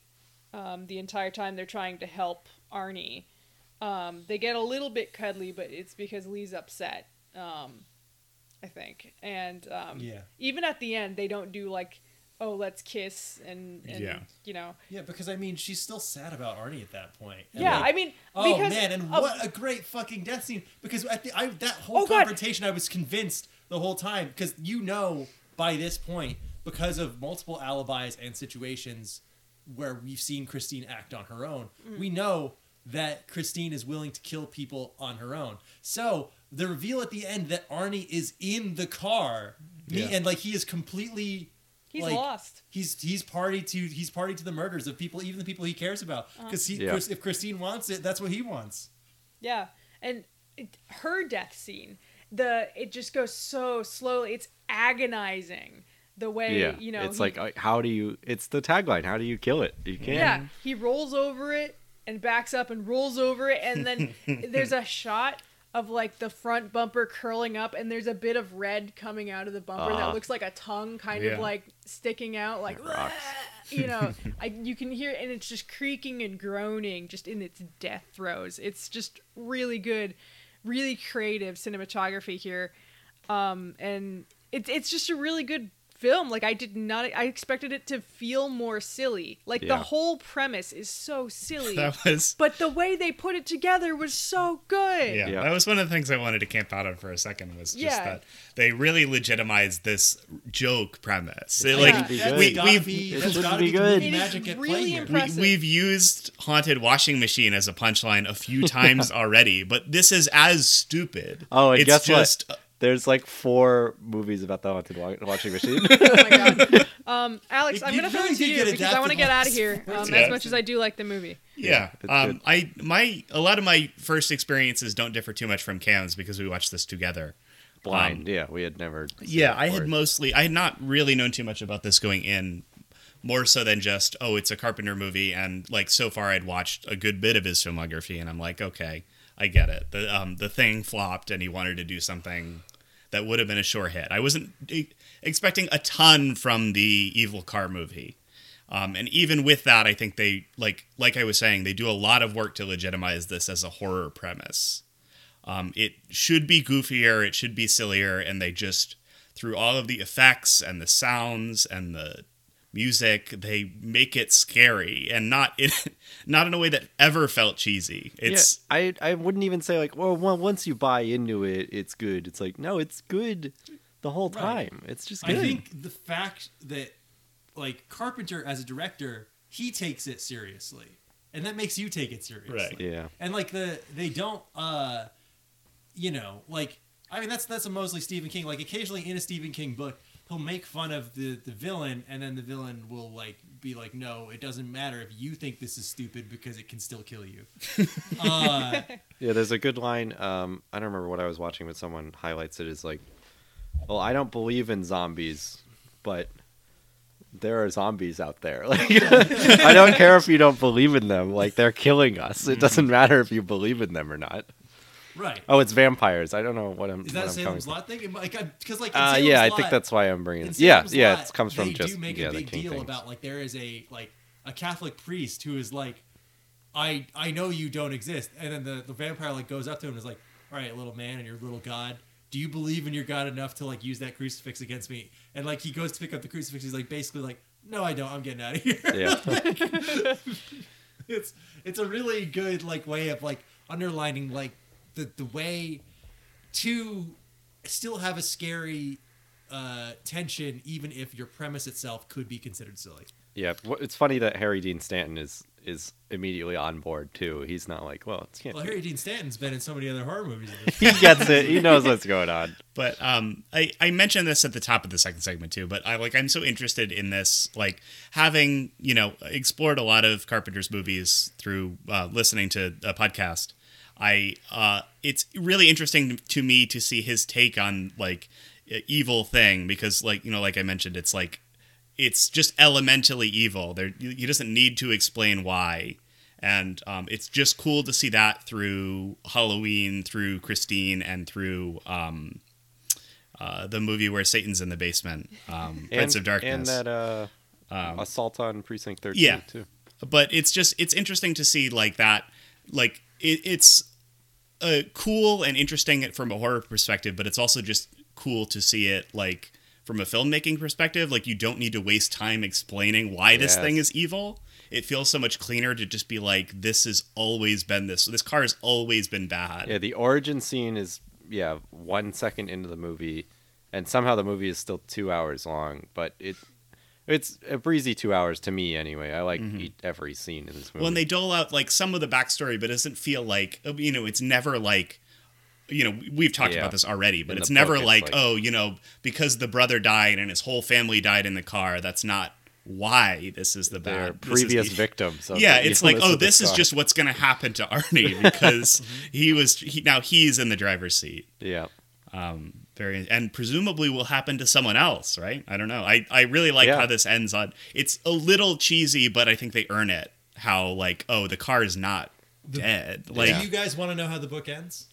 Speaker 2: Um, the entire time they're trying to help Arnie, um, they get a little bit cuddly, but it's because Lee's upset. Um, I think, and um,
Speaker 3: Yeah.
Speaker 2: even at the end, they don't do like, oh, let's kiss and, and
Speaker 4: Yeah.
Speaker 2: you know,
Speaker 3: Yeah, because I mean, she's still sad about Arnie at that point. And,
Speaker 2: yeah.
Speaker 3: like,
Speaker 2: I mean,
Speaker 3: Oh
Speaker 2: because
Speaker 3: man, and
Speaker 2: of-
Speaker 3: what a great fucking death scene! Because at the I, that whole
Speaker 2: Oh, God.
Speaker 3: confrontation, I was convinced the whole time because you know by this point because of multiple alibis and situations where we've seen Christine act on her own,
Speaker 2: Mm.
Speaker 3: we know that Christine is willing to kill people on her own. So the reveal at the end that Arnie is in the car, me,
Speaker 4: Yeah.
Speaker 3: and like he is completely
Speaker 2: He's
Speaker 3: like,
Speaker 2: lost.
Speaker 3: He's he's party to he's party to the murders of people, even the people he cares about.
Speaker 2: Uh-huh.
Speaker 3: Because
Speaker 1: Yeah.
Speaker 3: Chris, if Christine wants it, that's what he wants.
Speaker 2: Yeah, and it, her death scene, the it just goes so slowly. It's agonizing the way
Speaker 1: yeah,
Speaker 2: you know.
Speaker 1: it's
Speaker 2: he-
Speaker 1: like uh, how do you? It's the tagline. How do you kill it? You can't.
Speaker 2: yeah, he rolls over it and backs up and rolls over it,
Speaker 1: (laughs)
Speaker 2: and then there's a shot of like the front bumper curling up, and there's a bit of red coming out of the bumper
Speaker 1: Uh-huh.
Speaker 2: that looks like a tongue, kind
Speaker 4: Yeah.
Speaker 2: of like sticking out, like.
Speaker 1: Rocks.
Speaker 2: (laughs) You know, I, you can hear, and it's just creaking and groaning, just in its death throes. It's just really good, really creative cinematography here, um, and it's it's just a really good film. Like I did not, I expected it to feel more silly. Like the
Speaker 1: Yeah.
Speaker 2: whole premise is so silly,
Speaker 4: That
Speaker 2: (laughs)
Speaker 4: was
Speaker 2: but the way they put it together was so good.
Speaker 4: yeah,
Speaker 1: Yeah.
Speaker 4: that was one of the things I wanted to camp out on for a second was just
Speaker 2: Yeah.
Speaker 4: that they really legitimized this joke premise. It,
Speaker 2: shouldn't
Speaker 4: like
Speaker 1: be
Speaker 3: That's
Speaker 1: good.
Speaker 4: we
Speaker 3: gotta
Speaker 4: we've
Speaker 3: be-
Speaker 1: It
Speaker 3: that's
Speaker 1: shouldn't
Speaker 3: gotta
Speaker 1: be
Speaker 3: the
Speaker 1: good.
Speaker 3: movie
Speaker 2: It is
Speaker 3: magic at play
Speaker 2: really
Speaker 3: here.
Speaker 2: impressive.
Speaker 4: we, we've used haunted washing machine as a punchline a few times already, but this is as stupid.
Speaker 1: Oh, and
Speaker 4: it's
Speaker 1: guess
Speaker 4: just uh,
Speaker 1: what? There's like four movies about the haunted wa- washing
Speaker 2: (laughs)
Speaker 1: machine.
Speaker 2: Oh my god, um, Alex,
Speaker 3: You-
Speaker 2: I'm
Speaker 3: you
Speaker 2: gonna throw
Speaker 3: really
Speaker 2: it to
Speaker 3: did
Speaker 2: you
Speaker 3: get
Speaker 2: because I want to
Speaker 3: adapted
Speaker 2: get
Speaker 3: on
Speaker 2: out of
Speaker 3: this
Speaker 2: here. Um,
Speaker 4: Yeah.
Speaker 2: As much as I do like the movie,
Speaker 4: yeah.
Speaker 1: it's
Speaker 4: um,
Speaker 1: good.
Speaker 4: I my a lot of my first experiences don't differ too much from Cam's because we watched this together.
Speaker 1: Blind. yeah, we had never. seen
Speaker 4: Um, Yeah,
Speaker 1: it
Speaker 4: I had
Speaker 1: before.
Speaker 4: mostly I had not really known too much about this going in, more so than just oh, it's a Carpenter movie, and like so far I'd watched a good bit of his filmography, and I'm like, okay, I get it. The um the thing flopped, and he wanted to do something that would have been a sure hit. I wasn't e- expecting a ton from the Evil Car movie. Um, and even with that, I think they like like I was saying, they do a lot of work to legitimize this as a horror premise. Um, it should be goofier, it should be sillier, and they just through all of the effects and the sounds and the music, they make it scary and not in (laughs) not in a way that ever felt cheesy. It's
Speaker 1: yeah, I I wouldn't even say like well, well once you buy into it it's good. It's like no, it's good the whole
Speaker 3: Right.
Speaker 1: time. It's just
Speaker 3: I
Speaker 1: good.
Speaker 3: think the fact that like Carpenter as a director, he takes it seriously, and that makes you take it seriously.
Speaker 4: Right.
Speaker 1: yeah.
Speaker 3: And like the they don't uh you know, like I mean that's that's a mostly Stephen King. Like occasionally in a Stephen King book, he'll make fun of the the villain and then the villain will like be like, "No, it doesn't matter if you think this is stupid because it can still kill you." uh,
Speaker 1: Yeah, there's a good line. Um, I don't remember what I was watching, but someone highlights it as like, "Well, I don't believe in zombies, but there are zombies out there. (laughs) Like, I don't care if you don't believe in them. Like, they're killing us. It doesn't matter if you believe in them or not.
Speaker 3: right.
Speaker 1: Oh, it's vampires. I don't know what I'm.
Speaker 3: Is that
Speaker 1: what
Speaker 3: a
Speaker 1: I'm coming
Speaker 3: Salem's
Speaker 1: from.
Speaker 3: Lot thing? Am I- Like, because like in
Speaker 1: Uh,
Speaker 3: Salem's
Speaker 1: yeah, I
Speaker 3: Lot-
Speaker 1: think that's why I'm bringing.
Speaker 3: in
Speaker 1: It. Yeah,
Speaker 3: Salem's
Speaker 1: yeah,
Speaker 3: Lot,
Speaker 1: it comes
Speaker 3: they
Speaker 1: from just
Speaker 3: do make
Speaker 1: yeah,
Speaker 3: a
Speaker 1: the
Speaker 3: big
Speaker 1: King
Speaker 3: deal
Speaker 1: things. (laughs)
Speaker 3: about like there is a like a Catholic priest who is like, I I know you don't exist, and then the, the vampire like goes up to him and is like, all right, little man, and your little god. Do you believe in your God enough to like use that crucifix against me? And like he goes to pick up the crucifix, he's like basically like, no, I don't. I'm getting out of here.
Speaker 1: yeah,
Speaker 3: (laughs) it's it's a really good like way of like underlining like the the way to still have a scary uh tension even if your premise itself could be considered silly
Speaker 1: yeah. Wh- It's funny that Harry Dean Stanton is is immediately on board too. He's not like, well, it's can't.
Speaker 3: well
Speaker 1: be-
Speaker 3: harry dean stanton's been in so many other
Speaker 1: (laughs)
Speaker 3: horror movies than
Speaker 1: He gets it. He knows what's going on.
Speaker 4: But um, I, I mentioned this at the top of the second segment too. But I like I'm so interested in this, like having you know explored a lot of Carpenter's movies through uh, listening to a podcast. I uh, it's really interesting to me to see his take on like e- evil thing because like you know like I mentioned it's like it's just elementally evil. There he doesn't need to explain why and um, it's just cool to see that through Halloween, through Christine, and through um, uh, the movie where Satan's in the basement, um, (laughs) Prince of Darkness. Um,
Speaker 1: and that uh, assault on precinct 13
Speaker 4: yeah.
Speaker 1: too.
Speaker 4: but it's just it's interesting to see like that, like it, it's uh, cool and interesting from a horror perspective, but it's also just cool to see it like from a filmmaking perspective. Like you don't need to waste time explaining why this
Speaker 1: Yes.
Speaker 4: thing is evil. It feels so much cleaner to just be like, this has always been this. This car has always been bad.
Speaker 1: Yeah, the origin scene is yeah one second into the movie, and somehow the movie is still two hours long. But it it's a breezy two hours to me anyway. I like
Speaker 4: Mm-hmm.
Speaker 1: eat every scene in this movie.
Speaker 4: uh, Well, and they dole out like some of the backstory, but it doesn't feel like you know it's never like you know we've talked
Speaker 1: Yeah.
Speaker 4: about this already but
Speaker 1: In
Speaker 4: it's
Speaker 1: the
Speaker 4: never
Speaker 1: book, it's
Speaker 4: like,
Speaker 1: like-
Speaker 4: oh you know because the brother died and his whole family died in the car that's not why this is the
Speaker 1: Their
Speaker 4: bad this is
Speaker 1: previous
Speaker 4: the-
Speaker 1: victims. of
Speaker 4: (laughs) yeah
Speaker 1: the
Speaker 4: it's
Speaker 1: (laughs)
Speaker 4: like
Speaker 1: illness
Speaker 4: oh
Speaker 1: of the Mm-hmm.
Speaker 4: this is
Speaker 1: car.
Speaker 4: just what's going to happen to
Speaker 1: (laughs)
Speaker 4: arnie because he was he, now he's in the driver's seat
Speaker 1: yeah.
Speaker 4: um very and presumably will happen to someone else right i don't know i i really like
Speaker 1: Yeah.
Speaker 4: how this ends on it's a little cheesy but i think they earn it how like oh the car is not dead like yeah,
Speaker 3: Do you guys want to know how the book ends?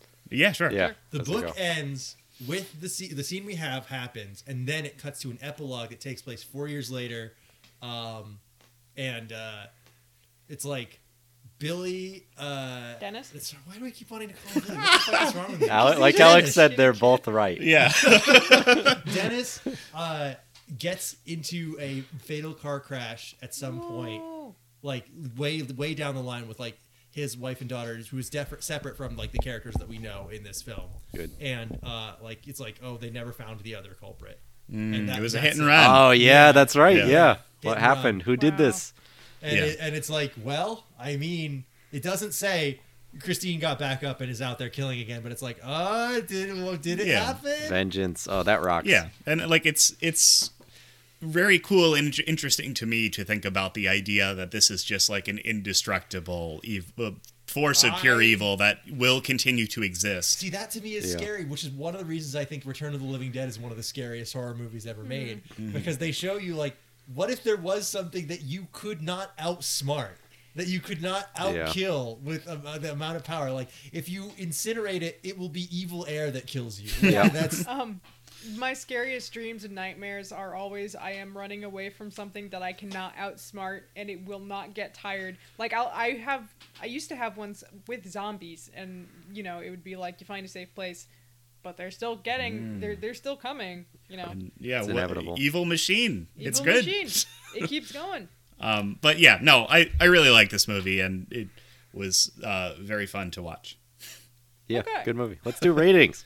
Speaker 4: sure
Speaker 1: Yeah.
Speaker 3: The
Speaker 1: Let's
Speaker 3: book
Speaker 1: go.
Speaker 3: ends with the scene. The scene we have happens, and then it cuts to an epilogue that takes place four years later, um, and uh, it's like Billy. Uh,
Speaker 2: Dennis?
Speaker 3: it's- why do I keep wanting to call him? Billy? What the fuck is wrong with me?
Speaker 1: Ale- like Alex said, they're both right.
Speaker 4: yeah (laughs)
Speaker 3: Dennis uh, gets into a fatal car crash at some point,
Speaker 2: Oh,
Speaker 3: like way way down the line with like his wife and daughters, who is def- separate from like the characters that we know in this film.
Speaker 1: Good.
Speaker 3: And uh, like it's like oh they never found the other culprit. and
Speaker 4: Mm, it was a
Speaker 3: that's
Speaker 4: hit and
Speaker 3: it.
Speaker 4: run
Speaker 1: Oh yeah, that's right.
Speaker 4: Yeah.
Speaker 1: Yeah. What
Speaker 3: Didn't, uh,
Speaker 1: happened? Who did
Speaker 2: Wow.
Speaker 1: this?
Speaker 3: And,
Speaker 4: Yeah.
Speaker 3: it, and it's like well I mean it doesn't say. Christine got back up and is out there killing again, but it's like, oh, did, well, did it
Speaker 4: Yeah.
Speaker 3: happen?
Speaker 1: Vengeance. Oh, that rocks.
Speaker 4: Yeah, and like it's it's very cool and int- interesting to me to think about the idea that this is just like an indestructible ev- uh, force of pure
Speaker 3: I-
Speaker 4: evil that will continue to exist.
Speaker 3: See, that to me is
Speaker 1: Yeah.
Speaker 3: scary, which is one of the reasons I think Return of the Living Dead is one of the scariest horror movies ever made
Speaker 1: Mm-hmm.
Speaker 3: because they show you like what if there was something that you could not outsmart, that you could not
Speaker 1: Yeah.
Speaker 3: outkill with um, uh, the amount of power. Like if you incinerate it, it will be evil air that kills you.
Speaker 1: Yeah.
Speaker 3: that's
Speaker 2: Um, my scariest dreams and nightmares are always I am running away from something that I cannot outsmart, and it will not get tired. Like I'll, I have, I used to have ones with zombies, and you know it would be like you find a safe place, but they're still getting, they're
Speaker 4: Mm.
Speaker 2: they're still coming. You know,
Speaker 4: Yeah,
Speaker 1: It's
Speaker 4: what-
Speaker 1: inevitable.
Speaker 4: evil machine. it's
Speaker 2: Evil
Speaker 4: good.
Speaker 2: machine. it keeps
Speaker 3: (laughs)
Speaker 2: going.
Speaker 4: Um, but yeah, no, I I really like this movie and it was uh, very fun to watch.
Speaker 1: Yeah.
Speaker 2: Okay.
Speaker 1: Good movie. Let's do ratings.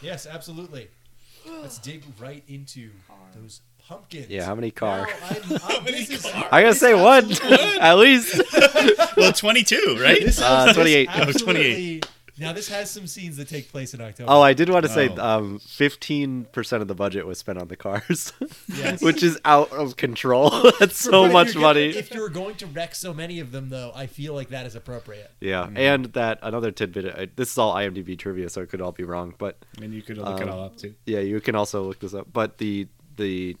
Speaker 3: yes, absolutely. Let's dig right into those pumpkins.
Speaker 1: Yeah. How many car?
Speaker 3: Now,
Speaker 1: (laughs)
Speaker 3: I'm- I'm- this is-
Speaker 1: I gotta say one (laughs) at least.
Speaker 3: (laughs)
Speaker 4: Well, twenty two, right?
Speaker 3: this
Speaker 1: Uh,
Speaker 3: is-
Speaker 1: 28. (laughs)
Speaker 3: this
Speaker 4: Oh, 28.
Speaker 3: absolutely- Now this has some scenes that take place in October.
Speaker 1: Oh, I did want to say
Speaker 4: Oh.
Speaker 1: um, 15% of the budget was spent on the cars, (laughs)
Speaker 3: Yes.
Speaker 1: which is out of control. (laughs) That's so
Speaker 3: But if
Speaker 1: much
Speaker 3: you're
Speaker 1: money.
Speaker 3: gonna- if you're going to wreck so many of them, though, I feel like that is appropriate.
Speaker 1: Yeah, and that another tidbit. I, this is all IMDb trivia, so it could all be wrong. But
Speaker 4: And you could look it
Speaker 1: Um,
Speaker 4: all up too.
Speaker 1: yeah, you can also look this up. But the the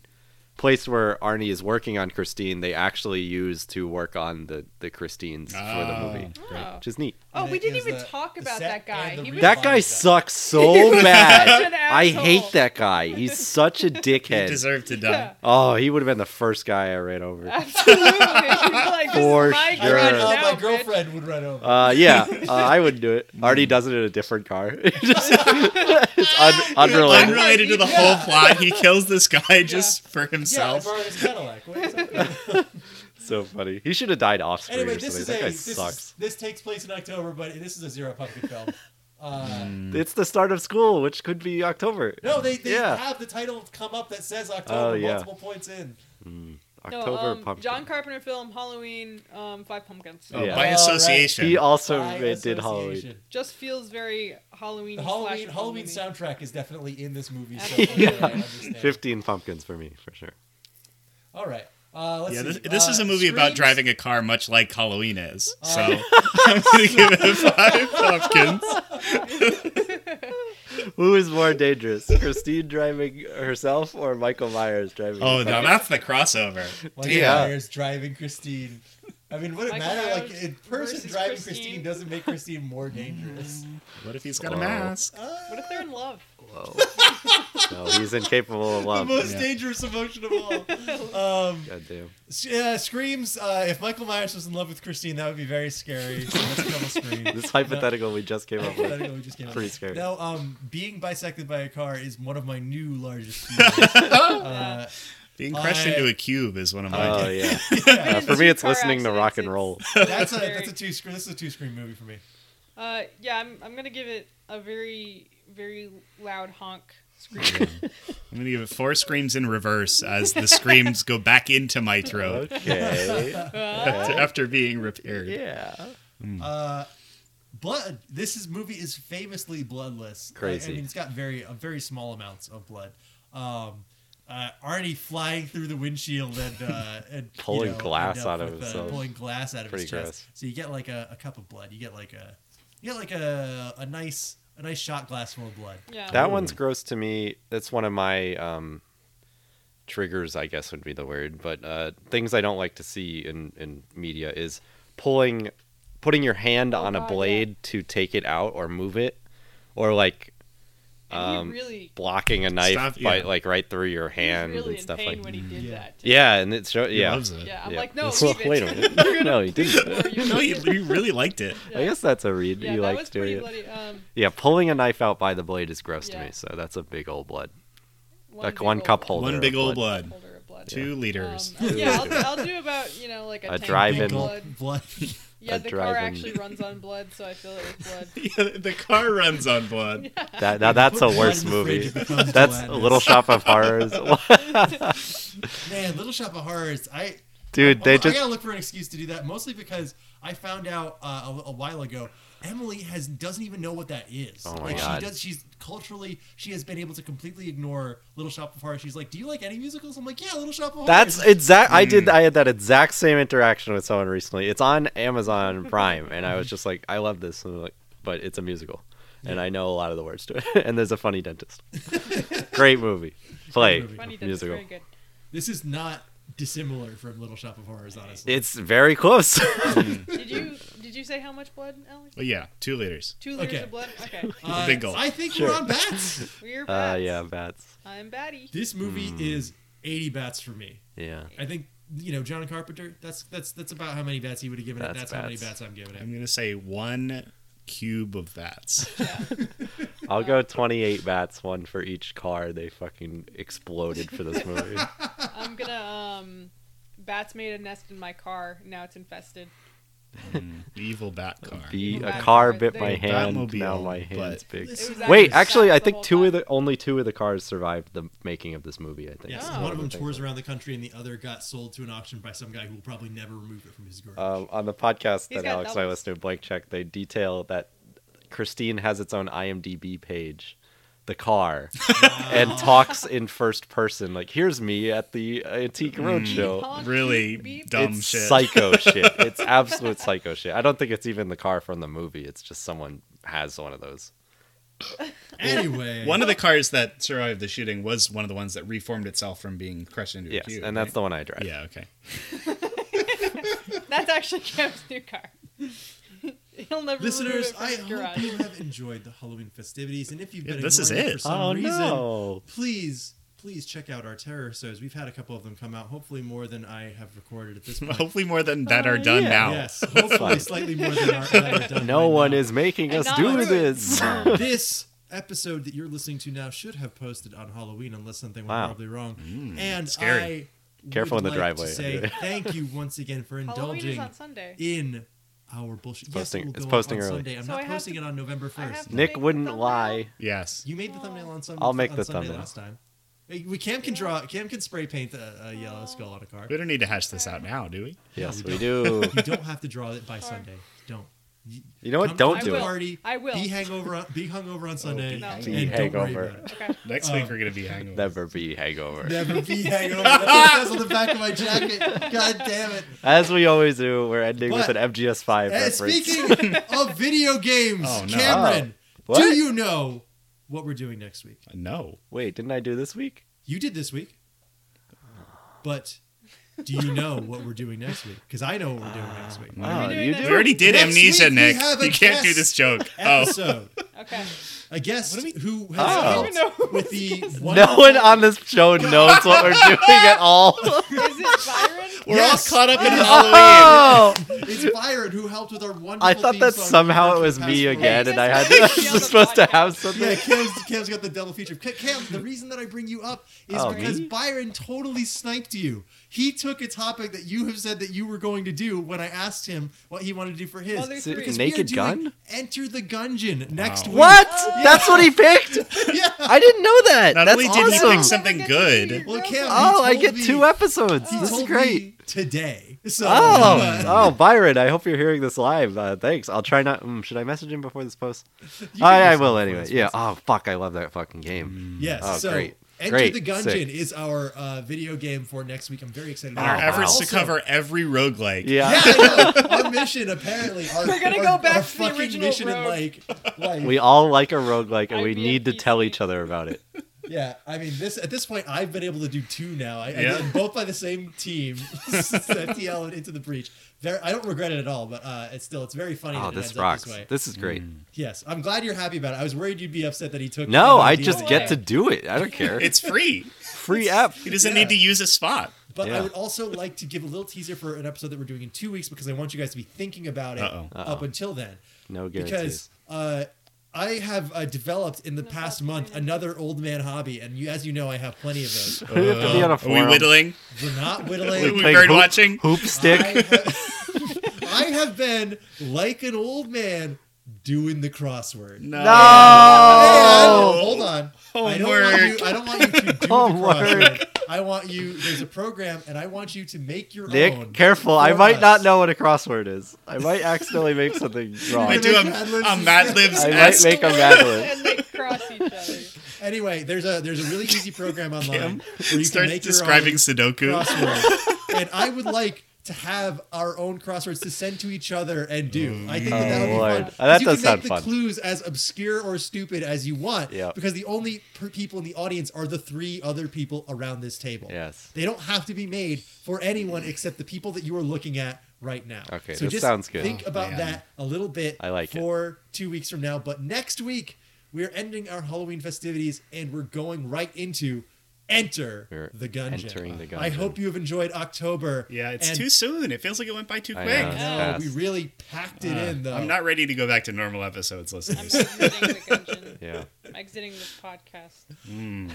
Speaker 1: place where Arnie is working on Christine, they actually use to work on the the Christines for the movie,
Speaker 3: Ah.
Speaker 2: Oh,
Speaker 1: which is neat.
Speaker 2: oh
Speaker 3: And
Speaker 2: we
Speaker 3: it
Speaker 2: didn't
Speaker 3: is
Speaker 2: even
Speaker 3: the-
Speaker 2: talk
Speaker 3: the
Speaker 2: about that
Speaker 3: set
Speaker 2: guy.
Speaker 3: and the
Speaker 2: He
Speaker 3: re-
Speaker 2: was
Speaker 1: That guy
Speaker 3: Fine.
Speaker 1: sucks
Speaker 3: (laughs)
Speaker 1: so bad.
Speaker 2: an
Speaker 1: I hate
Speaker 2: asshole.
Speaker 1: that guy. He's such
Speaker 3: (laughs)
Speaker 1: a
Speaker 4: You
Speaker 1: dickhead.
Speaker 4: deserve to die.
Speaker 2: Yeah.
Speaker 1: Oh, he would have been the first guy I ran over.
Speaker 2: absolutely (laughs) like, this
Speaker 1: For
Speaker 2: is my
Speaker 1: sure.
Speaker 2: garage
Speaker 1: Right
Speaker 3: Uh,
Speaker 2: now,
Speaker 3: my
Speaker 2: bitch.
Speaker 3: girlfriend would run over. (laughs)
Speaker 1: Uh, yeah, uh, I would do it.
Speaker 3: Mm.
Speaker 1: Arnie does it in a different car. (laughs) Just- it's un-
Speaker 3: (laughs)
Speaker 1: unrelated.
Speaker 4: Unrelated to the whole plot, he kills this guy just for
Speaker 3: yeah, I
Speaker 4: himself.
Speaker 3: borrowed his Cadillac. What is
Speaker 1: (laughs)
Speaker 3: that?
Speaker 1: So funny. He should have died off screen
Speaker 3: anyway,
Speaker 1: or
Speaker 3: this
Speaker 1: something.
Speaker 3: is
Speaker 1: That
Speaker 3: a
Speaker 1: guy
Speaker 3: this,
Speaker 1: sucks.
Speaker 3: is, (laughs) this takes place in October, but this is a zero
Speaker 1: (laughs)
Speaker 3: pumpkin film. Uh,
Speaker 1: It's the start of school, which could be October.
Speaker 3: no, they, they
Speaker 1: Yeah.
Speaker 3: have the title come up that says October
Speaker 1: Oh, yeah.
Speaker 3: multiple points in.
Speaker 2: No,
Speaker 1: October
Speaker 2: um,
Speaker 1: pumpkin.
Speaker 2: John Carpenter film Halloween, um, Five Pumpkins.
Speaker 4: Oh,
Speaker 1: Yeah.
Speaker 4: By
Speaker 3: All right.
Speaker 4: association.
Speaker 1: he also
Speaker 3: By
Speaker 1: made- did Halloween. (laughs)
Speaker 3: association.
Speaker 2: Just feels very Halloween.
Speaker 3: The Halloween Halloween
Speaker 2: sound.
Speaker 3: soundtrack is definitely in this
Speaker 1: (laughs)
Speaker 3: movie. So
Speaker 2: Absolutely.
Speaker 3: I understand.
Speaker 1: Fifteen pumpkins for me, for sure.
Speaker 3: All right. Uh, let's
Speaker 4: Yeah,
Speaker 3: see.
Speaker 4: this, this is
Speaker 3: Uh,
Speaker 4: a movie about
Speaker 3: screams-
Speaker 4: driving a car, much like Halloween is. So (laughs) I'm going to give it five pumpkins.
Speaker 1: Who is more
Speaker 3: (laughs)
Speaker 1: dangerous, Christine driving herself or Michael Myers driving?
Speaker 4: Oh,
Speaker 1: himself?
Speaker 4: now that's the crossover.
Speaker 3: Like
Speaker 1: Yeah.
Speaker 3: Myers driving Christine. I mean, would it
Speaker 2: Michael
Speaker 3: matter? Like
Speaker 2: Myers
Speaker 3: in person
Speaker 2: versus
Speaker 3: driving Christine.
Speaker 2: Christine. Mm.
Speaker 3: doesn't make Christine more dangerous.
Speaker 4: What if he's got a
Speaker 1: Wow.
Speaker 4: mask?
Speaker 2: What if they're in love?
Speaker 1: no, he's incapable of
Speaker 3: the
Speaker 1: love.
Speaker 3: most dangerous emotion of all. um,
Speaker 1: God damn.
Speaker 3: s- uh, screams. Uh, if Michael Myers was in love with Christine, that would be very (laughs) scary. So let's come with scream.
Speaker 1: This hypothetical we just came up with.
Speaker 4: (laughs)
Speaker 3: Hypothetical we just came up
Speaker 1: Pretty
Speaker 3: with.
Speaker 1: scary.
Speaker 3: No, um, being bisected by a car is one of my
Speaker 1: (laughs)
Speaker 3: new largest fears. (laughs) uh,
Speaker 4: Being crushed
Speaker 3: I-
Speaker 4: into a cube is one of my.
Speaker 1: Oh
Speaker 4: (laughs)
Speaker 1: yeah.
Speaker 3: yeah,
Speaker 1: Uh, for me, it's listening to rock and roll.
Speaker 3: that's a that's a two screen. This is a two screen movie for me.
Speaker 2: Uh, yeah, I'm, I'm gonna give it a very very loud honk scream.
Speaker 4: I'm going to give it four screams in reverse as the screams go back into my (laughs) throat
Speaker 1: Okay.
Speaker 4: after, after being repaired.
Speaker 1: Yeah.
Speaker 3: Uh, blood. This is, movie is famously bloodless. Uh,
Speaker 1: Crazy.
Speaker 3: I mean, it's got very uh, very small amounts of blood. Um, uh, Arnie flying through the windshield and,
Speaker 1: (laughs)
Speaker 3: uh, and you
Speaker 1: Pulling
Speaker 3: know,
Speaker 1: glass
Speaker 3: end up
Speaker 1: out of
Speaker 3: with, uh,
Speaker 1: himself.
Speaker 3: pulling glass out of
Speaker 1: Pretty
Speaker 3: his chest.
Speaker 1: gross.
Speaker 3: So you get like a, a cup of blood. You get like a you get like a a nice a nice shot glass full of blood.
Speaker 2: Yeah.
Speaker 1: That one's gross to me. That's one of my um, triggers, I guess would be the word, but uh, things I don't like to see in, in media is pulling, putting your hand on a
Speaker 2: Oh, God, yeah.
Speaker 1: blade to take it out or move it, or like
Speaker 2: And
Speaker 1: um,
Speaker 2: he really,
Speaker 1: blocking a knife
Speaker 4: Stuff-
Speaker 1: by
Speaker 4: yeah.
Speaker 1: like right through your
Speaker 2: he was
Speaker 1: hand
Speaker 2: really
Speaker 1: and
Speaker 2: in
Speaker 1: stuff
Speaker 2: pain
Speaker 1: like.
Speaker 2: when he did
Speaker 3: Yeah.
Speaker 2: that. too.
Speaker 1: Yeah, and it showed.
Speaker 4: He
Speaker 1: Yeah.
Speaker 4: loves it.
Speaker 2: Yeah, I'm
Speaker 1: Yeah.
Speaker 2: like, no,
Speaker 1: Well,
Speaker 2: leave it.
Speaker 1: wait a
Speaker 2: (laughs)
Speaker 1: minute. No, he didn't.
Speaker 4: No, you, you really liked it.
Speaker 1: I guess that's a read.
Speaker 2: yeah,
Speaker 1: you
Speaker 2: that
Speaker 1: like
Speaker 2: was
Speaker 1: doing
Speaker 2: pretty
Speaker 1: it.
Speaker 2: bloody. Um,
Speaker 1: Yeah, pulling a knife out by the blade is gross to
Speaker 2: Yeah.
Speaker 1: me. So that's a big old
Speaker 2: (laughs)
Speaker 1: blood.
Speaker 2: one
Speaker 1: like
Speaker 2: big
Speaker 1: one
Speaker 2: old
Speaker 1: cup holder.
Speaker 4: One
Speaker 1: of
Speaker 4: big old blood.
Speaker 2: holder of blood.
Speaker 4: Two
Speaker 2: Um,
Speaker 4: liters.
Speaker 2: yeah, I'll, I'll do about you know like a,
Speaker 1: A
Speaker 2: 10
Speaker 1: drive-in.
Speaker 2: of
Speaker 3: Big
Speaker 2: blood.
Speaker 3: gulp blood. (laughs)
Speaker 2: Yeah,
Speaker 1: a
Speaker 2: the car
Speaker 1: drive-in.
Speaker 2: actually runs on blood, so I fill it with
Speaker 1: (laughs)
Speaker 2: blood.
Speaker 4: (laughs) Yeah, the car runs on blood.
Speaker 1: That, now that's a
Speaker 3: Put blood
Speaker 1: worse
Speaker 3: in the fridge,
Speaker 1: movie.
Speaker 3: it
Speaker 1: (laughs)
Speaker 3: becomes
Speaker 1: That's a
Speaker 3: gelatinous.
Speaker 1: Little Shop of
Speaker 3: (laughs)
Speaker 1: Horrors.
Speaker 3: Man, Little Shop of Horrors. I
Speaker 1: Dude,
Speaker 3: I
Speaker 1: they just
Speaker 3: gotta look for an excuse to do that, mostly because I found out uh, a, a while ago Emily has doesn't even know what that is.
Speaker 1: Oh my
Speaker 3: like
Speaker 1: God.
Speaker 3: she does, she's culturally she has been able to completely ignore Little Shop of Horrors. She's like, "Do you like any musicals?" I'm like, "Yeah, Little Shop of Horrors."
Speaker 1: That's exact. I
Speaker 3: Hmm.
Speaker 1: did. I had that exact same interaction with someone recently. It's on Amazon Prime, and I was just like, "I love this," and they're like, but it's a musical, and I know a lot of the words to it. (laughs) and there's a funny dentist. Great movie. Play
Speaker 3: movie.
Speaker 2: Funny, that's
Speaker 1: musical.
Speaker 2: very good.
Speaker 3: this is not dissimilar from Little Shop of Horrors, honestly.
Speaker 1: It's very close. (laughs)
Speaker 2: Did you did you say how much blood, Alex?
Speaker 4: But yeah, two liters.
Speaker 2: Two liters
Speaker 3: Okay.
Speaker 2: of blood. Okay,
Speaker 3: Uh,
Speaker 4: Big gulp.
Speaker 3: I think we're
Speaker 1: (laughs)
Speaker 3: on bats.
Speaker 2: we're bats.
Speaker 1: uh, yeah, bats.
Speaker 2: I'm Batty.
Speaker 3: this movie
Speaker 1: Hmm.
Speaker 3: is 80 bats for me.
Speaker 1: Yeah,
Speaker 3: I think you know John Carpenter. That's that's that's about how many bats he would have given
Speaker 1: That's
Speaker 3: it. That's how many
Speaker 1: bats.
Speaker 3: bats I'm giving it.
Speaker 4: I'm gonna say one cube of bats.
Speaker 1: I'll go 28 bats, one for each car. They fucking exploded for this
Speaker 2: (laughs)
Speaker 1: movie.
Speaker 2: I'm gonna um. Bats made a nest in my car. Now it's infested.
Speaker 4: Evil bat car.
Speaker 1: Be
Speaker 2: Evil
Speaker 1: a
Speaker 2: bat
Speaker 1: car
Speaker 2: car.
Speaker 1: bit
Speaker 2: They-
Speaker 1: my hand.
Speaker 4: Batmobile,
Speaker 1: now my
Speaker 4: but-
Speaker 1: hand's big.
Speaker 2: It was
Speaker 1: Wait,
Speaker 2: shot
Speaker 1: actually, I
Speaker 2: the
Speaker 1: think
Speaker 2: whole
Speaker 1: two of
Speaker 2: time.
Speaker 1: the only two of the cars survived the making of this movie. I think.
Speaker 3: Yes,
Speaker 2: Oh.
Speaker 3: one of them tours around the country, and the other got sold to an auction by some guy who will probably never remove it from his
Speaker 1: (laughs)
Speaker 3: garage.
Speaker 1: Um, on the podcast
Speaker 2: He's
Speaker 1: that
Speaker 2: got
Speaker 1: Alex and I
Speaker 2: doubles.
Speaker 1: listened to, Blank Check, they detail that Christine has its own IMDb page, the
Speaker 2: (laughs)
Speaker 1: car, and talks in first person. Like, here's me at the Antique Roadshow.
Speaker 2: Honk,
Speaker 4: Really
Speaker 2: beep, beep.
Speaker 4: dumb
Speaker 1: it's
Speaker 4: shit.
Speaker 3: (laughs)
Speaker 1: psycho shit. It's absolute psycho shit. I don't think it's even the car from the movie. It's just someone has one of those.
Speaker 3: anyway,
Speaker 4: One of the cars that survived the shooting was one of the ones that reformed itself from being crushed into
Speaker 1: Yes,
Speaker 4: a cube.
Speaker 1: and that's the
Speaker 4: right?
Speaker 1: one I drive.
Speaker 4: (laughs)
Speaker 1: (laughs)
Speaker 4: Yeah. Okay.
Speaker 2: (laughs) That's actually Cam's new car. (laughs) He'll never
Speaker 3: listeners,
Speaker 2: remove it
Speaker 3: I
Speaker 2: from his
Speaker 3: hope
Speaker 2: garage.
Speaker 3: you have enjoyed the Halloween festivities, and if you've
Speaker 4: Yeah,
Speaker 3: been
Speaker 4: this is
Speaker 3: ignoring
Speaker 4: it.
Speaker 3: for some
Speaker 1: Oh
Speaker 3: reason,
Speaker 1: no!
Speaker 3: please, please check out our terror shows. We've had a couple of them come out. Hopefully, more than I have recorded at this point.
Speaker 4: Hopefully, more than that are done
Speaker 1: yeah.
Speaker 4: now.
Speaker 3: yes, hopefully, slightly more than our, that are done.
Speaker 1: No
Speaker 3: by
Speaker 1: one
Speaker 3: now.
Speaker 1: is making
Speaker 2: And
Speaker 1: us
Speaker 2: not
Speaker 1: do
Speaker 2: like-
Speaker 1: this.
Speaker 3: this episode that you're listening to now should have posted on Halloween, unless something went
Speaker 1: Wow. Mm,
Speaker 3: horribly wrong. and
Speaker 4: scary.
Speaker 3: I
Speaker 1: Careful
Speaker 3: would
Speaker 1: in the
Speaker 3: like to
Speaker 1: driveway. (laughs)
Speaker 3: say thank you once again for
Speaker 2: Halloween is
Speaker 3: indulging
Speaker 2: on Sunday.
Speaker 3: (laughs) in our bullshit.
Speaker 1: posting-
Speaker 3: yes, it will
Speaker 1: it's
Speaker 3: go
Speaker 1: posting
Speaker 3: up on
Speaker 1: early.
Speaker 3: Sunday. I'm
Speaker 2: So I
Speaker 3: not
Speaker 2: have
Speaker 3: posting
Speaker 2: to-
Speaker 3: it on November
Speaker 2: I have
Speaker 3: first.
Speaker 1: (laughs)
Speaker 2: to
Speaker 1: Nick
Speaker 2: make the
Speaker 1: wouldn't
Speaker 2: thumbnail.
Speaker 1: lie.
Speaker 4: Yes.
Speaker 3: You made the thumbnail on Sunday.
Speaker 1: I'll make
Speaker 3: on
Speaker 1: the
Speaker 3: Sunday
Speaker 1: thumbnail.
Speaker 3: last time. Hey, We Cam can draw. Cam can spray paint a, a yellow skull on a card.
Speaker 4: We don't need to hash this out now, do we?
Speaker 1: Yes, we do.
Speaker 3: (laughs) You don't have to draw it by Sunday. Don't.
Speaker 1: You know what?
Speaker 3: Come
Speaker 1: Don't
Speaker 3: to
Speaker 1: do
Speaker 3: the
Speaker 1: it. Oh,
Speaker 3: Party,
Speaker 2: I will.
Speaker 3: Be hangover. On, be hungover on Sunday.
Speaker 2: No.
Speaker 3: and
Speaker 2: be
Speaker 3: don't worry
Speaker 1: hangover.
Speaker 3: about it.
Speaker 2: Okay.
Speaker 4: Next week we're gonna be hanging.
Speaker 1: Never be hangover.
Speaker 3: Never be hangover. That's on the back of my jacket. God damn it.
Speaker 1: As we always do, we're ending with an
Speaker 3: But-
Speaker 1: MGS5
Speaker 3: And
Speaker 1: reference.
Speaker 3: speaking
Speaker 1: (laughs)
Speaker 3: of video games,
Speaker 4: Oh, no.
Speaker 3: Cameron,
Speaker 1: What?
Speaker 3: do you know what we're doing next week?
Speaker 4: No.
Speaker 1: Wait, didn't I do this week?
Speaker 3: You did this week, but do you know what we're doing next week? Because I know what we're doing next week.
Speaker 1: Oh,
Speaker 2: doing
Speaker 1: you
Speaker 2: that?
Speaker 4: We
Speaker 1: do.
Speaker 4: already did
Speaker 3: Next
Speaker 4: amnesia,
Speaker 3: week we
Speaker 4: Nick.
Speaker 3: have a
Speaker 4: You can't do
Speaker 3: guest
Speaker 4: this joke. Oh.
Speaker 3: (laughs) Episode.
Speaker 2: Okay.
Speaker 3: A guest who has
Speaker 1: I
Speaker 3: helped
Speaker 1: don't
Speaker 3: with the one.
Speaker 1: No one uh, on this show knows what we're doing at all.
Speaker 2: Is it Byron?
Speaker 4: We're
Speaker 3: Yes.
Speaker 4: all
Speaker 3: (laughs)
Speaker 4: caught up in Halloween.
Speaker 1: Oh, (laughs)
Speaker 3: It's Byron who helped with our wonderful.
Speaker 1: I thought
Speaker 3: theme
Speaker 1: that
Speaker 3: song
Speaker 1: somehow it
Speaker 3: for
Speaker 1: was
Speaker 3: the
Speaker 1: me
Speaker 3: past
Speaker 1: again,
Speaker 2: It
Speaker 1: and I had
Speaker 2: doesn't have
Speaker 1: (laughs)
Speaker 2: to be on the
Speaker 1: supposed to
Speaker 2: podcast.
Speaker 1: have something.
Speaker 2: (laughs)
Speaker 3: Yeah, Cam's, Cam's got the double feature. Ca- Cam, the reason that I bring you up is
Speaker 1: Oh,
Speaker 3: because
Speaker 1: me?
Speaker 3: Byron totally sniped you. He took a topic that you have said that you were going to do when I asked him what he wanted to do for his.
Speaker 2: Mother
Speaker 1: So-
Speaker 2: three.
Speaker 3: Because we are
Speaker 1: Naked
Speaker 3: doing
Speaker 1: Gun?
Speaker 3: Enter the Gungeon next week.
Speaker 1: What? That's what he picked?
Speaker 3: (laughs) Yeah.
Speaker 1: I didn't know that.
Speaker 4: Not
Speaker 1: That's
Speaker 4: only did he
Speaker 1: awesome.
Speaker 4: pick something
Speaker 2: Never get to see
Speaker 4: good,
Speaker 2: your
Speaker 3: Well,
Speaker 2: girlfriend.
Speaker 3: Cam,
Speaker 1: Oh, I
Speaker 3: he told
Speaker 1: get
Speaker 3: me-
Speaker 1: two episodes.
Speaker 3: he
Speaker 1: This is
Speaker 3: told
Speaker 1: great.
Speaker 3: me today. So uh,
Speaker 1: Oh, oh, Byron! I hope you're hearing this live. Uh, thanks. I'll try not. Mm, should I message him before this
Speaker 3: (laughs)
Speaker 1: post? I, I will anyway. Yeah. Oh, fuck! I love that fucking game.
Speaker 3: Yes.
Speaker 1: Oh,
Speaker 3: so
Speaker 1: great.
Speaker 3: Enter
Speaker 1: Great.
Speaker 3: the Gungeon
Speaker 1: Sick.
Speaker 3: is our uh, video game for next week. I'm very excited.
Speaker 4: Our
Speaker 1: Oh,
Speaker 4: efforts
Speaker 1: wow.
Speaker 4: to cover every roguelike.
Speaker 1: Yeah.
Speaker 3: Mm. Yeah, I know. our mission apparently. Our,
Speaker 2: We're gonna
Speaker 3: our-
Speaker 2: go back
Speaker 3: our
Speaker 2: to the
Speaker 3: fucking
Speaker 2: original
Speaker 3: mission in
Speaker 2: road.
Speaker 1: (laughs)
Speaker 3: like, like
Speaker 1: (laughs) We all like a roguelike, and we
Speaker 2: IBM
Speaker 1: need to tell
Speaker 2: PC.
Speaker 1: each other about
Speaker 2: (laughs)
Speaker 1: it. Oh,
Speaker 3: yeah. I mean, this at this point, I've been able to do two now. I, I
Speaker 4: Yeah.
Speaker 3: did both by the same team, (laughs) FTL and Into the Breach. Very, I don't regret it at all, but uh, it's still it's very funny.
Speaker 1: Oh,
Speaker 3: that it
Speaker 1: this
Speaker 3: ends
Speaker 1: rocks!
Speaker 3: Up this way. Mm.
Speaker 1: This is great.
Speaker 3: Yes, I'm glad you're happy about it. I was worried you'd be upset that he took.
Speaker 1: No,
Speaker 3: another
Speaker 1: I
Speaker 3: deal.
Speaker 1: just get to do it. I don't
Speaker 3: (laughs)
Speaker 1: care.
Speaker 4: It's free.
Speaker 1: free app.
Speaker 4: He doesn't
Speaker 3: Yeah.
Speaker 4: need to use a spot.
Speaker 3: But I
Speaker 1: Yeah.
Speaker 3: would also like to give a little teaser for an episode that we're doing in two weeks because I want you guys to be thinking about it
Speaker 4: Uh-oh.
Speaker 3: up until then.
Speaker 1: (laughs) No
Speaker 3: Because
Speaker 1: guarantees.
Speaker 3: uh, I have uh, developed in the past month another old man hobby, and you, as you know, I have plenty of
Speaker 4: (laughs)
Speaker 3: those.
Speaker 1: we have to be on a
Speaker 4: Oh. Are Uh, we
Speaker 1: forum.
Speaker 4: whittling?
Speaker 3: The not
Speaker 4: Are
Speaker 3: whittling.
Speaker 4: we
Speaker 1: Playing
Speaker 4: bird
Speaker 1: hoop-
Speaker 4: watching?
Speaker 1: Hoop
Speaker 3: I
Speaker 1: stick.
Speaker 3: (laughs) have, (laughs) I have been like an old man doing the crossword.
Speaker 4: No.
Speaker 1: (laughs)
Speaker 3: And- hold on. I don't want
Speaker 4: Homework.
Speaker 3: you. I don't want you to do
Speaker 1: Homework.
Speaker 3: the crossword. I want you. There's a program, and I want you to make your own.
Speaker 1: Nick, careful. I
Speaker 3: for
Speaker 1: might
Speaker 3: us.
Speaker 1: not know what a crossword is. I might accidentally make something wrong.
Speaker 4: I
Speaker 1: I,
Speaker 4: do a,
Speaker 3: Mad Libs
Speaker 4: a
Speaker 3: is-
Speaker 4: Mad Libs
Speaker 1: might
Speaker 4: esque.
Speaker 1: make a madlib.
Speaker 2: and they cross each other.
Speaker 3: Anyway, there's a there's a really
Speaker 1: (laughs)
Speaker 3: easy program online where you can
Speaker 4: Starts
Speaker 3: make
Speaker 4: describing
Speaker 3: your
Speaker 4: Sudoku.
Speaker 3: own crossword. (laughs) and I would like to have our own crosswords to send to each other and do. I think that that would be
Speaker 1: Oh, Lord. Uh,
Speaker 3: fun.
Speaker 1: That
Speaker 3: 'Cause you
Speaker 1: does
Speaker 3: can
Speaker 1: sound
Speaker 3: make the
Speaker 1: fun.
Speaker 3: clues as obscure or stupid as you want
Speaker 1: Yep.
Speaker 3: because the only per- people in the audience are the three other people around this table.
Speaker 1: Yes.
Speaker 3: They don't have to be made for anyone except the people that you are looking at right now.
Speaker 1: Okay,
Speaker 3: so
Speaker 1: this
Speaker 3: just
Speaker 1: sounds good.
Speaker 3: Think about that a little bit.
Speaker 1: I like it.
Speaker 3: for two weeks from now. But next week we are ending our Halloween festivities and we're going right into Enter
Speaker 1: We're
Speaker 3: the Gungeon.
Speaker 1: entering the
Speaker 3: I
Speaker 1: Gungeon.
Speaker 3: hope you have enjoyed October.
Speaker 4: Yeah, it's
Speaker 3: and
Speaker 4: too soon. It feels like it went by too
Speaker 1: I
Speaker 4: quick.
Speaker 1: know, it's
Speaker 3: no,
Speaker 1: fast.
Speaker 3: we really packed it in though.
Speaker 4: Uh, I'm not ready to go back to normal episodes,
Speaker 2: I'm
Speaker 4: listeners.
Speaker 2: exiting the
Speaker 4: (laughs)
Speaker 2: dungeon.
Speaker 1: Yeah.
Speaker 2: I'm exiting this podcast.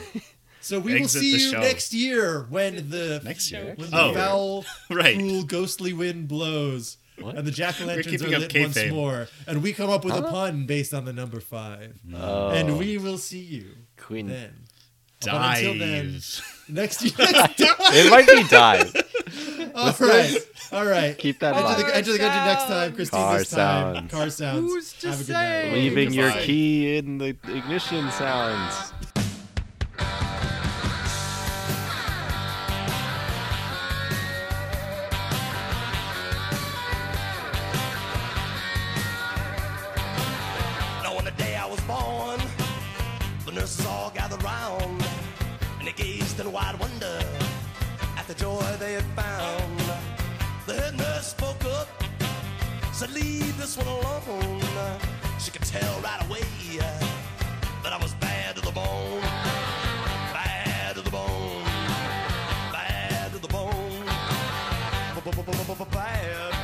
Speaker 3: so we will
Speaker 4: Exit
Speaker 3: see
Speaker 4: the
Speaker 3: you
Speaker 4: show.
Speaker 3: next year when the
Speaker 4: Next year.
Speaker 3: when the
Speaker 4: Oh.
Speaker 3: foul,
Speaker 4: Right.
Speaker 3: cool, ghostly wind blows. And the jack o' lanterns are
Speaker 4: keeping up
Speaker 3: lit once
Speaker 4: kayfabe.
Speaker 3: more, and we come up with a pun based on the number five.
Speaker 1: Oh.
Speaker 3: And we will see you
Speaker 1: Queen.
Speaker 3: (laughs) then. But until then,
Speaker 4: Dive.
Speaker 3: next year. (laughs)
Speaker 1: It might be dive.
Speaker 3: All right. All right.
Speaker 1: Keep that in
Speaker 3: Enter the,
Speaker 1: mind.
Speaker 3: enter the Gungeon next time. Christine
Speaker 1: Car
Speaker 3: this time.
Speaker 1: sounds.
Speaker 3: Car sounds.
Speaker 2: Who's to
Speaker 3: Have a good
Speaker 2: say?
Speaker 3: night.
Speaker 1: Leaving your
Speaker 4: Goodbye.
Speaker 1: key in the ignition sounds.
Speaker 8: Now on the day I was born, the nurses all gathered round and they gazed in wide wonder at the joy they had found. The head nurse spoke up, said, "Leave this one alone." She could tell right away that I was bad to the bone, bad to the bone, bad to the bone, b- b- b- b- b- bad.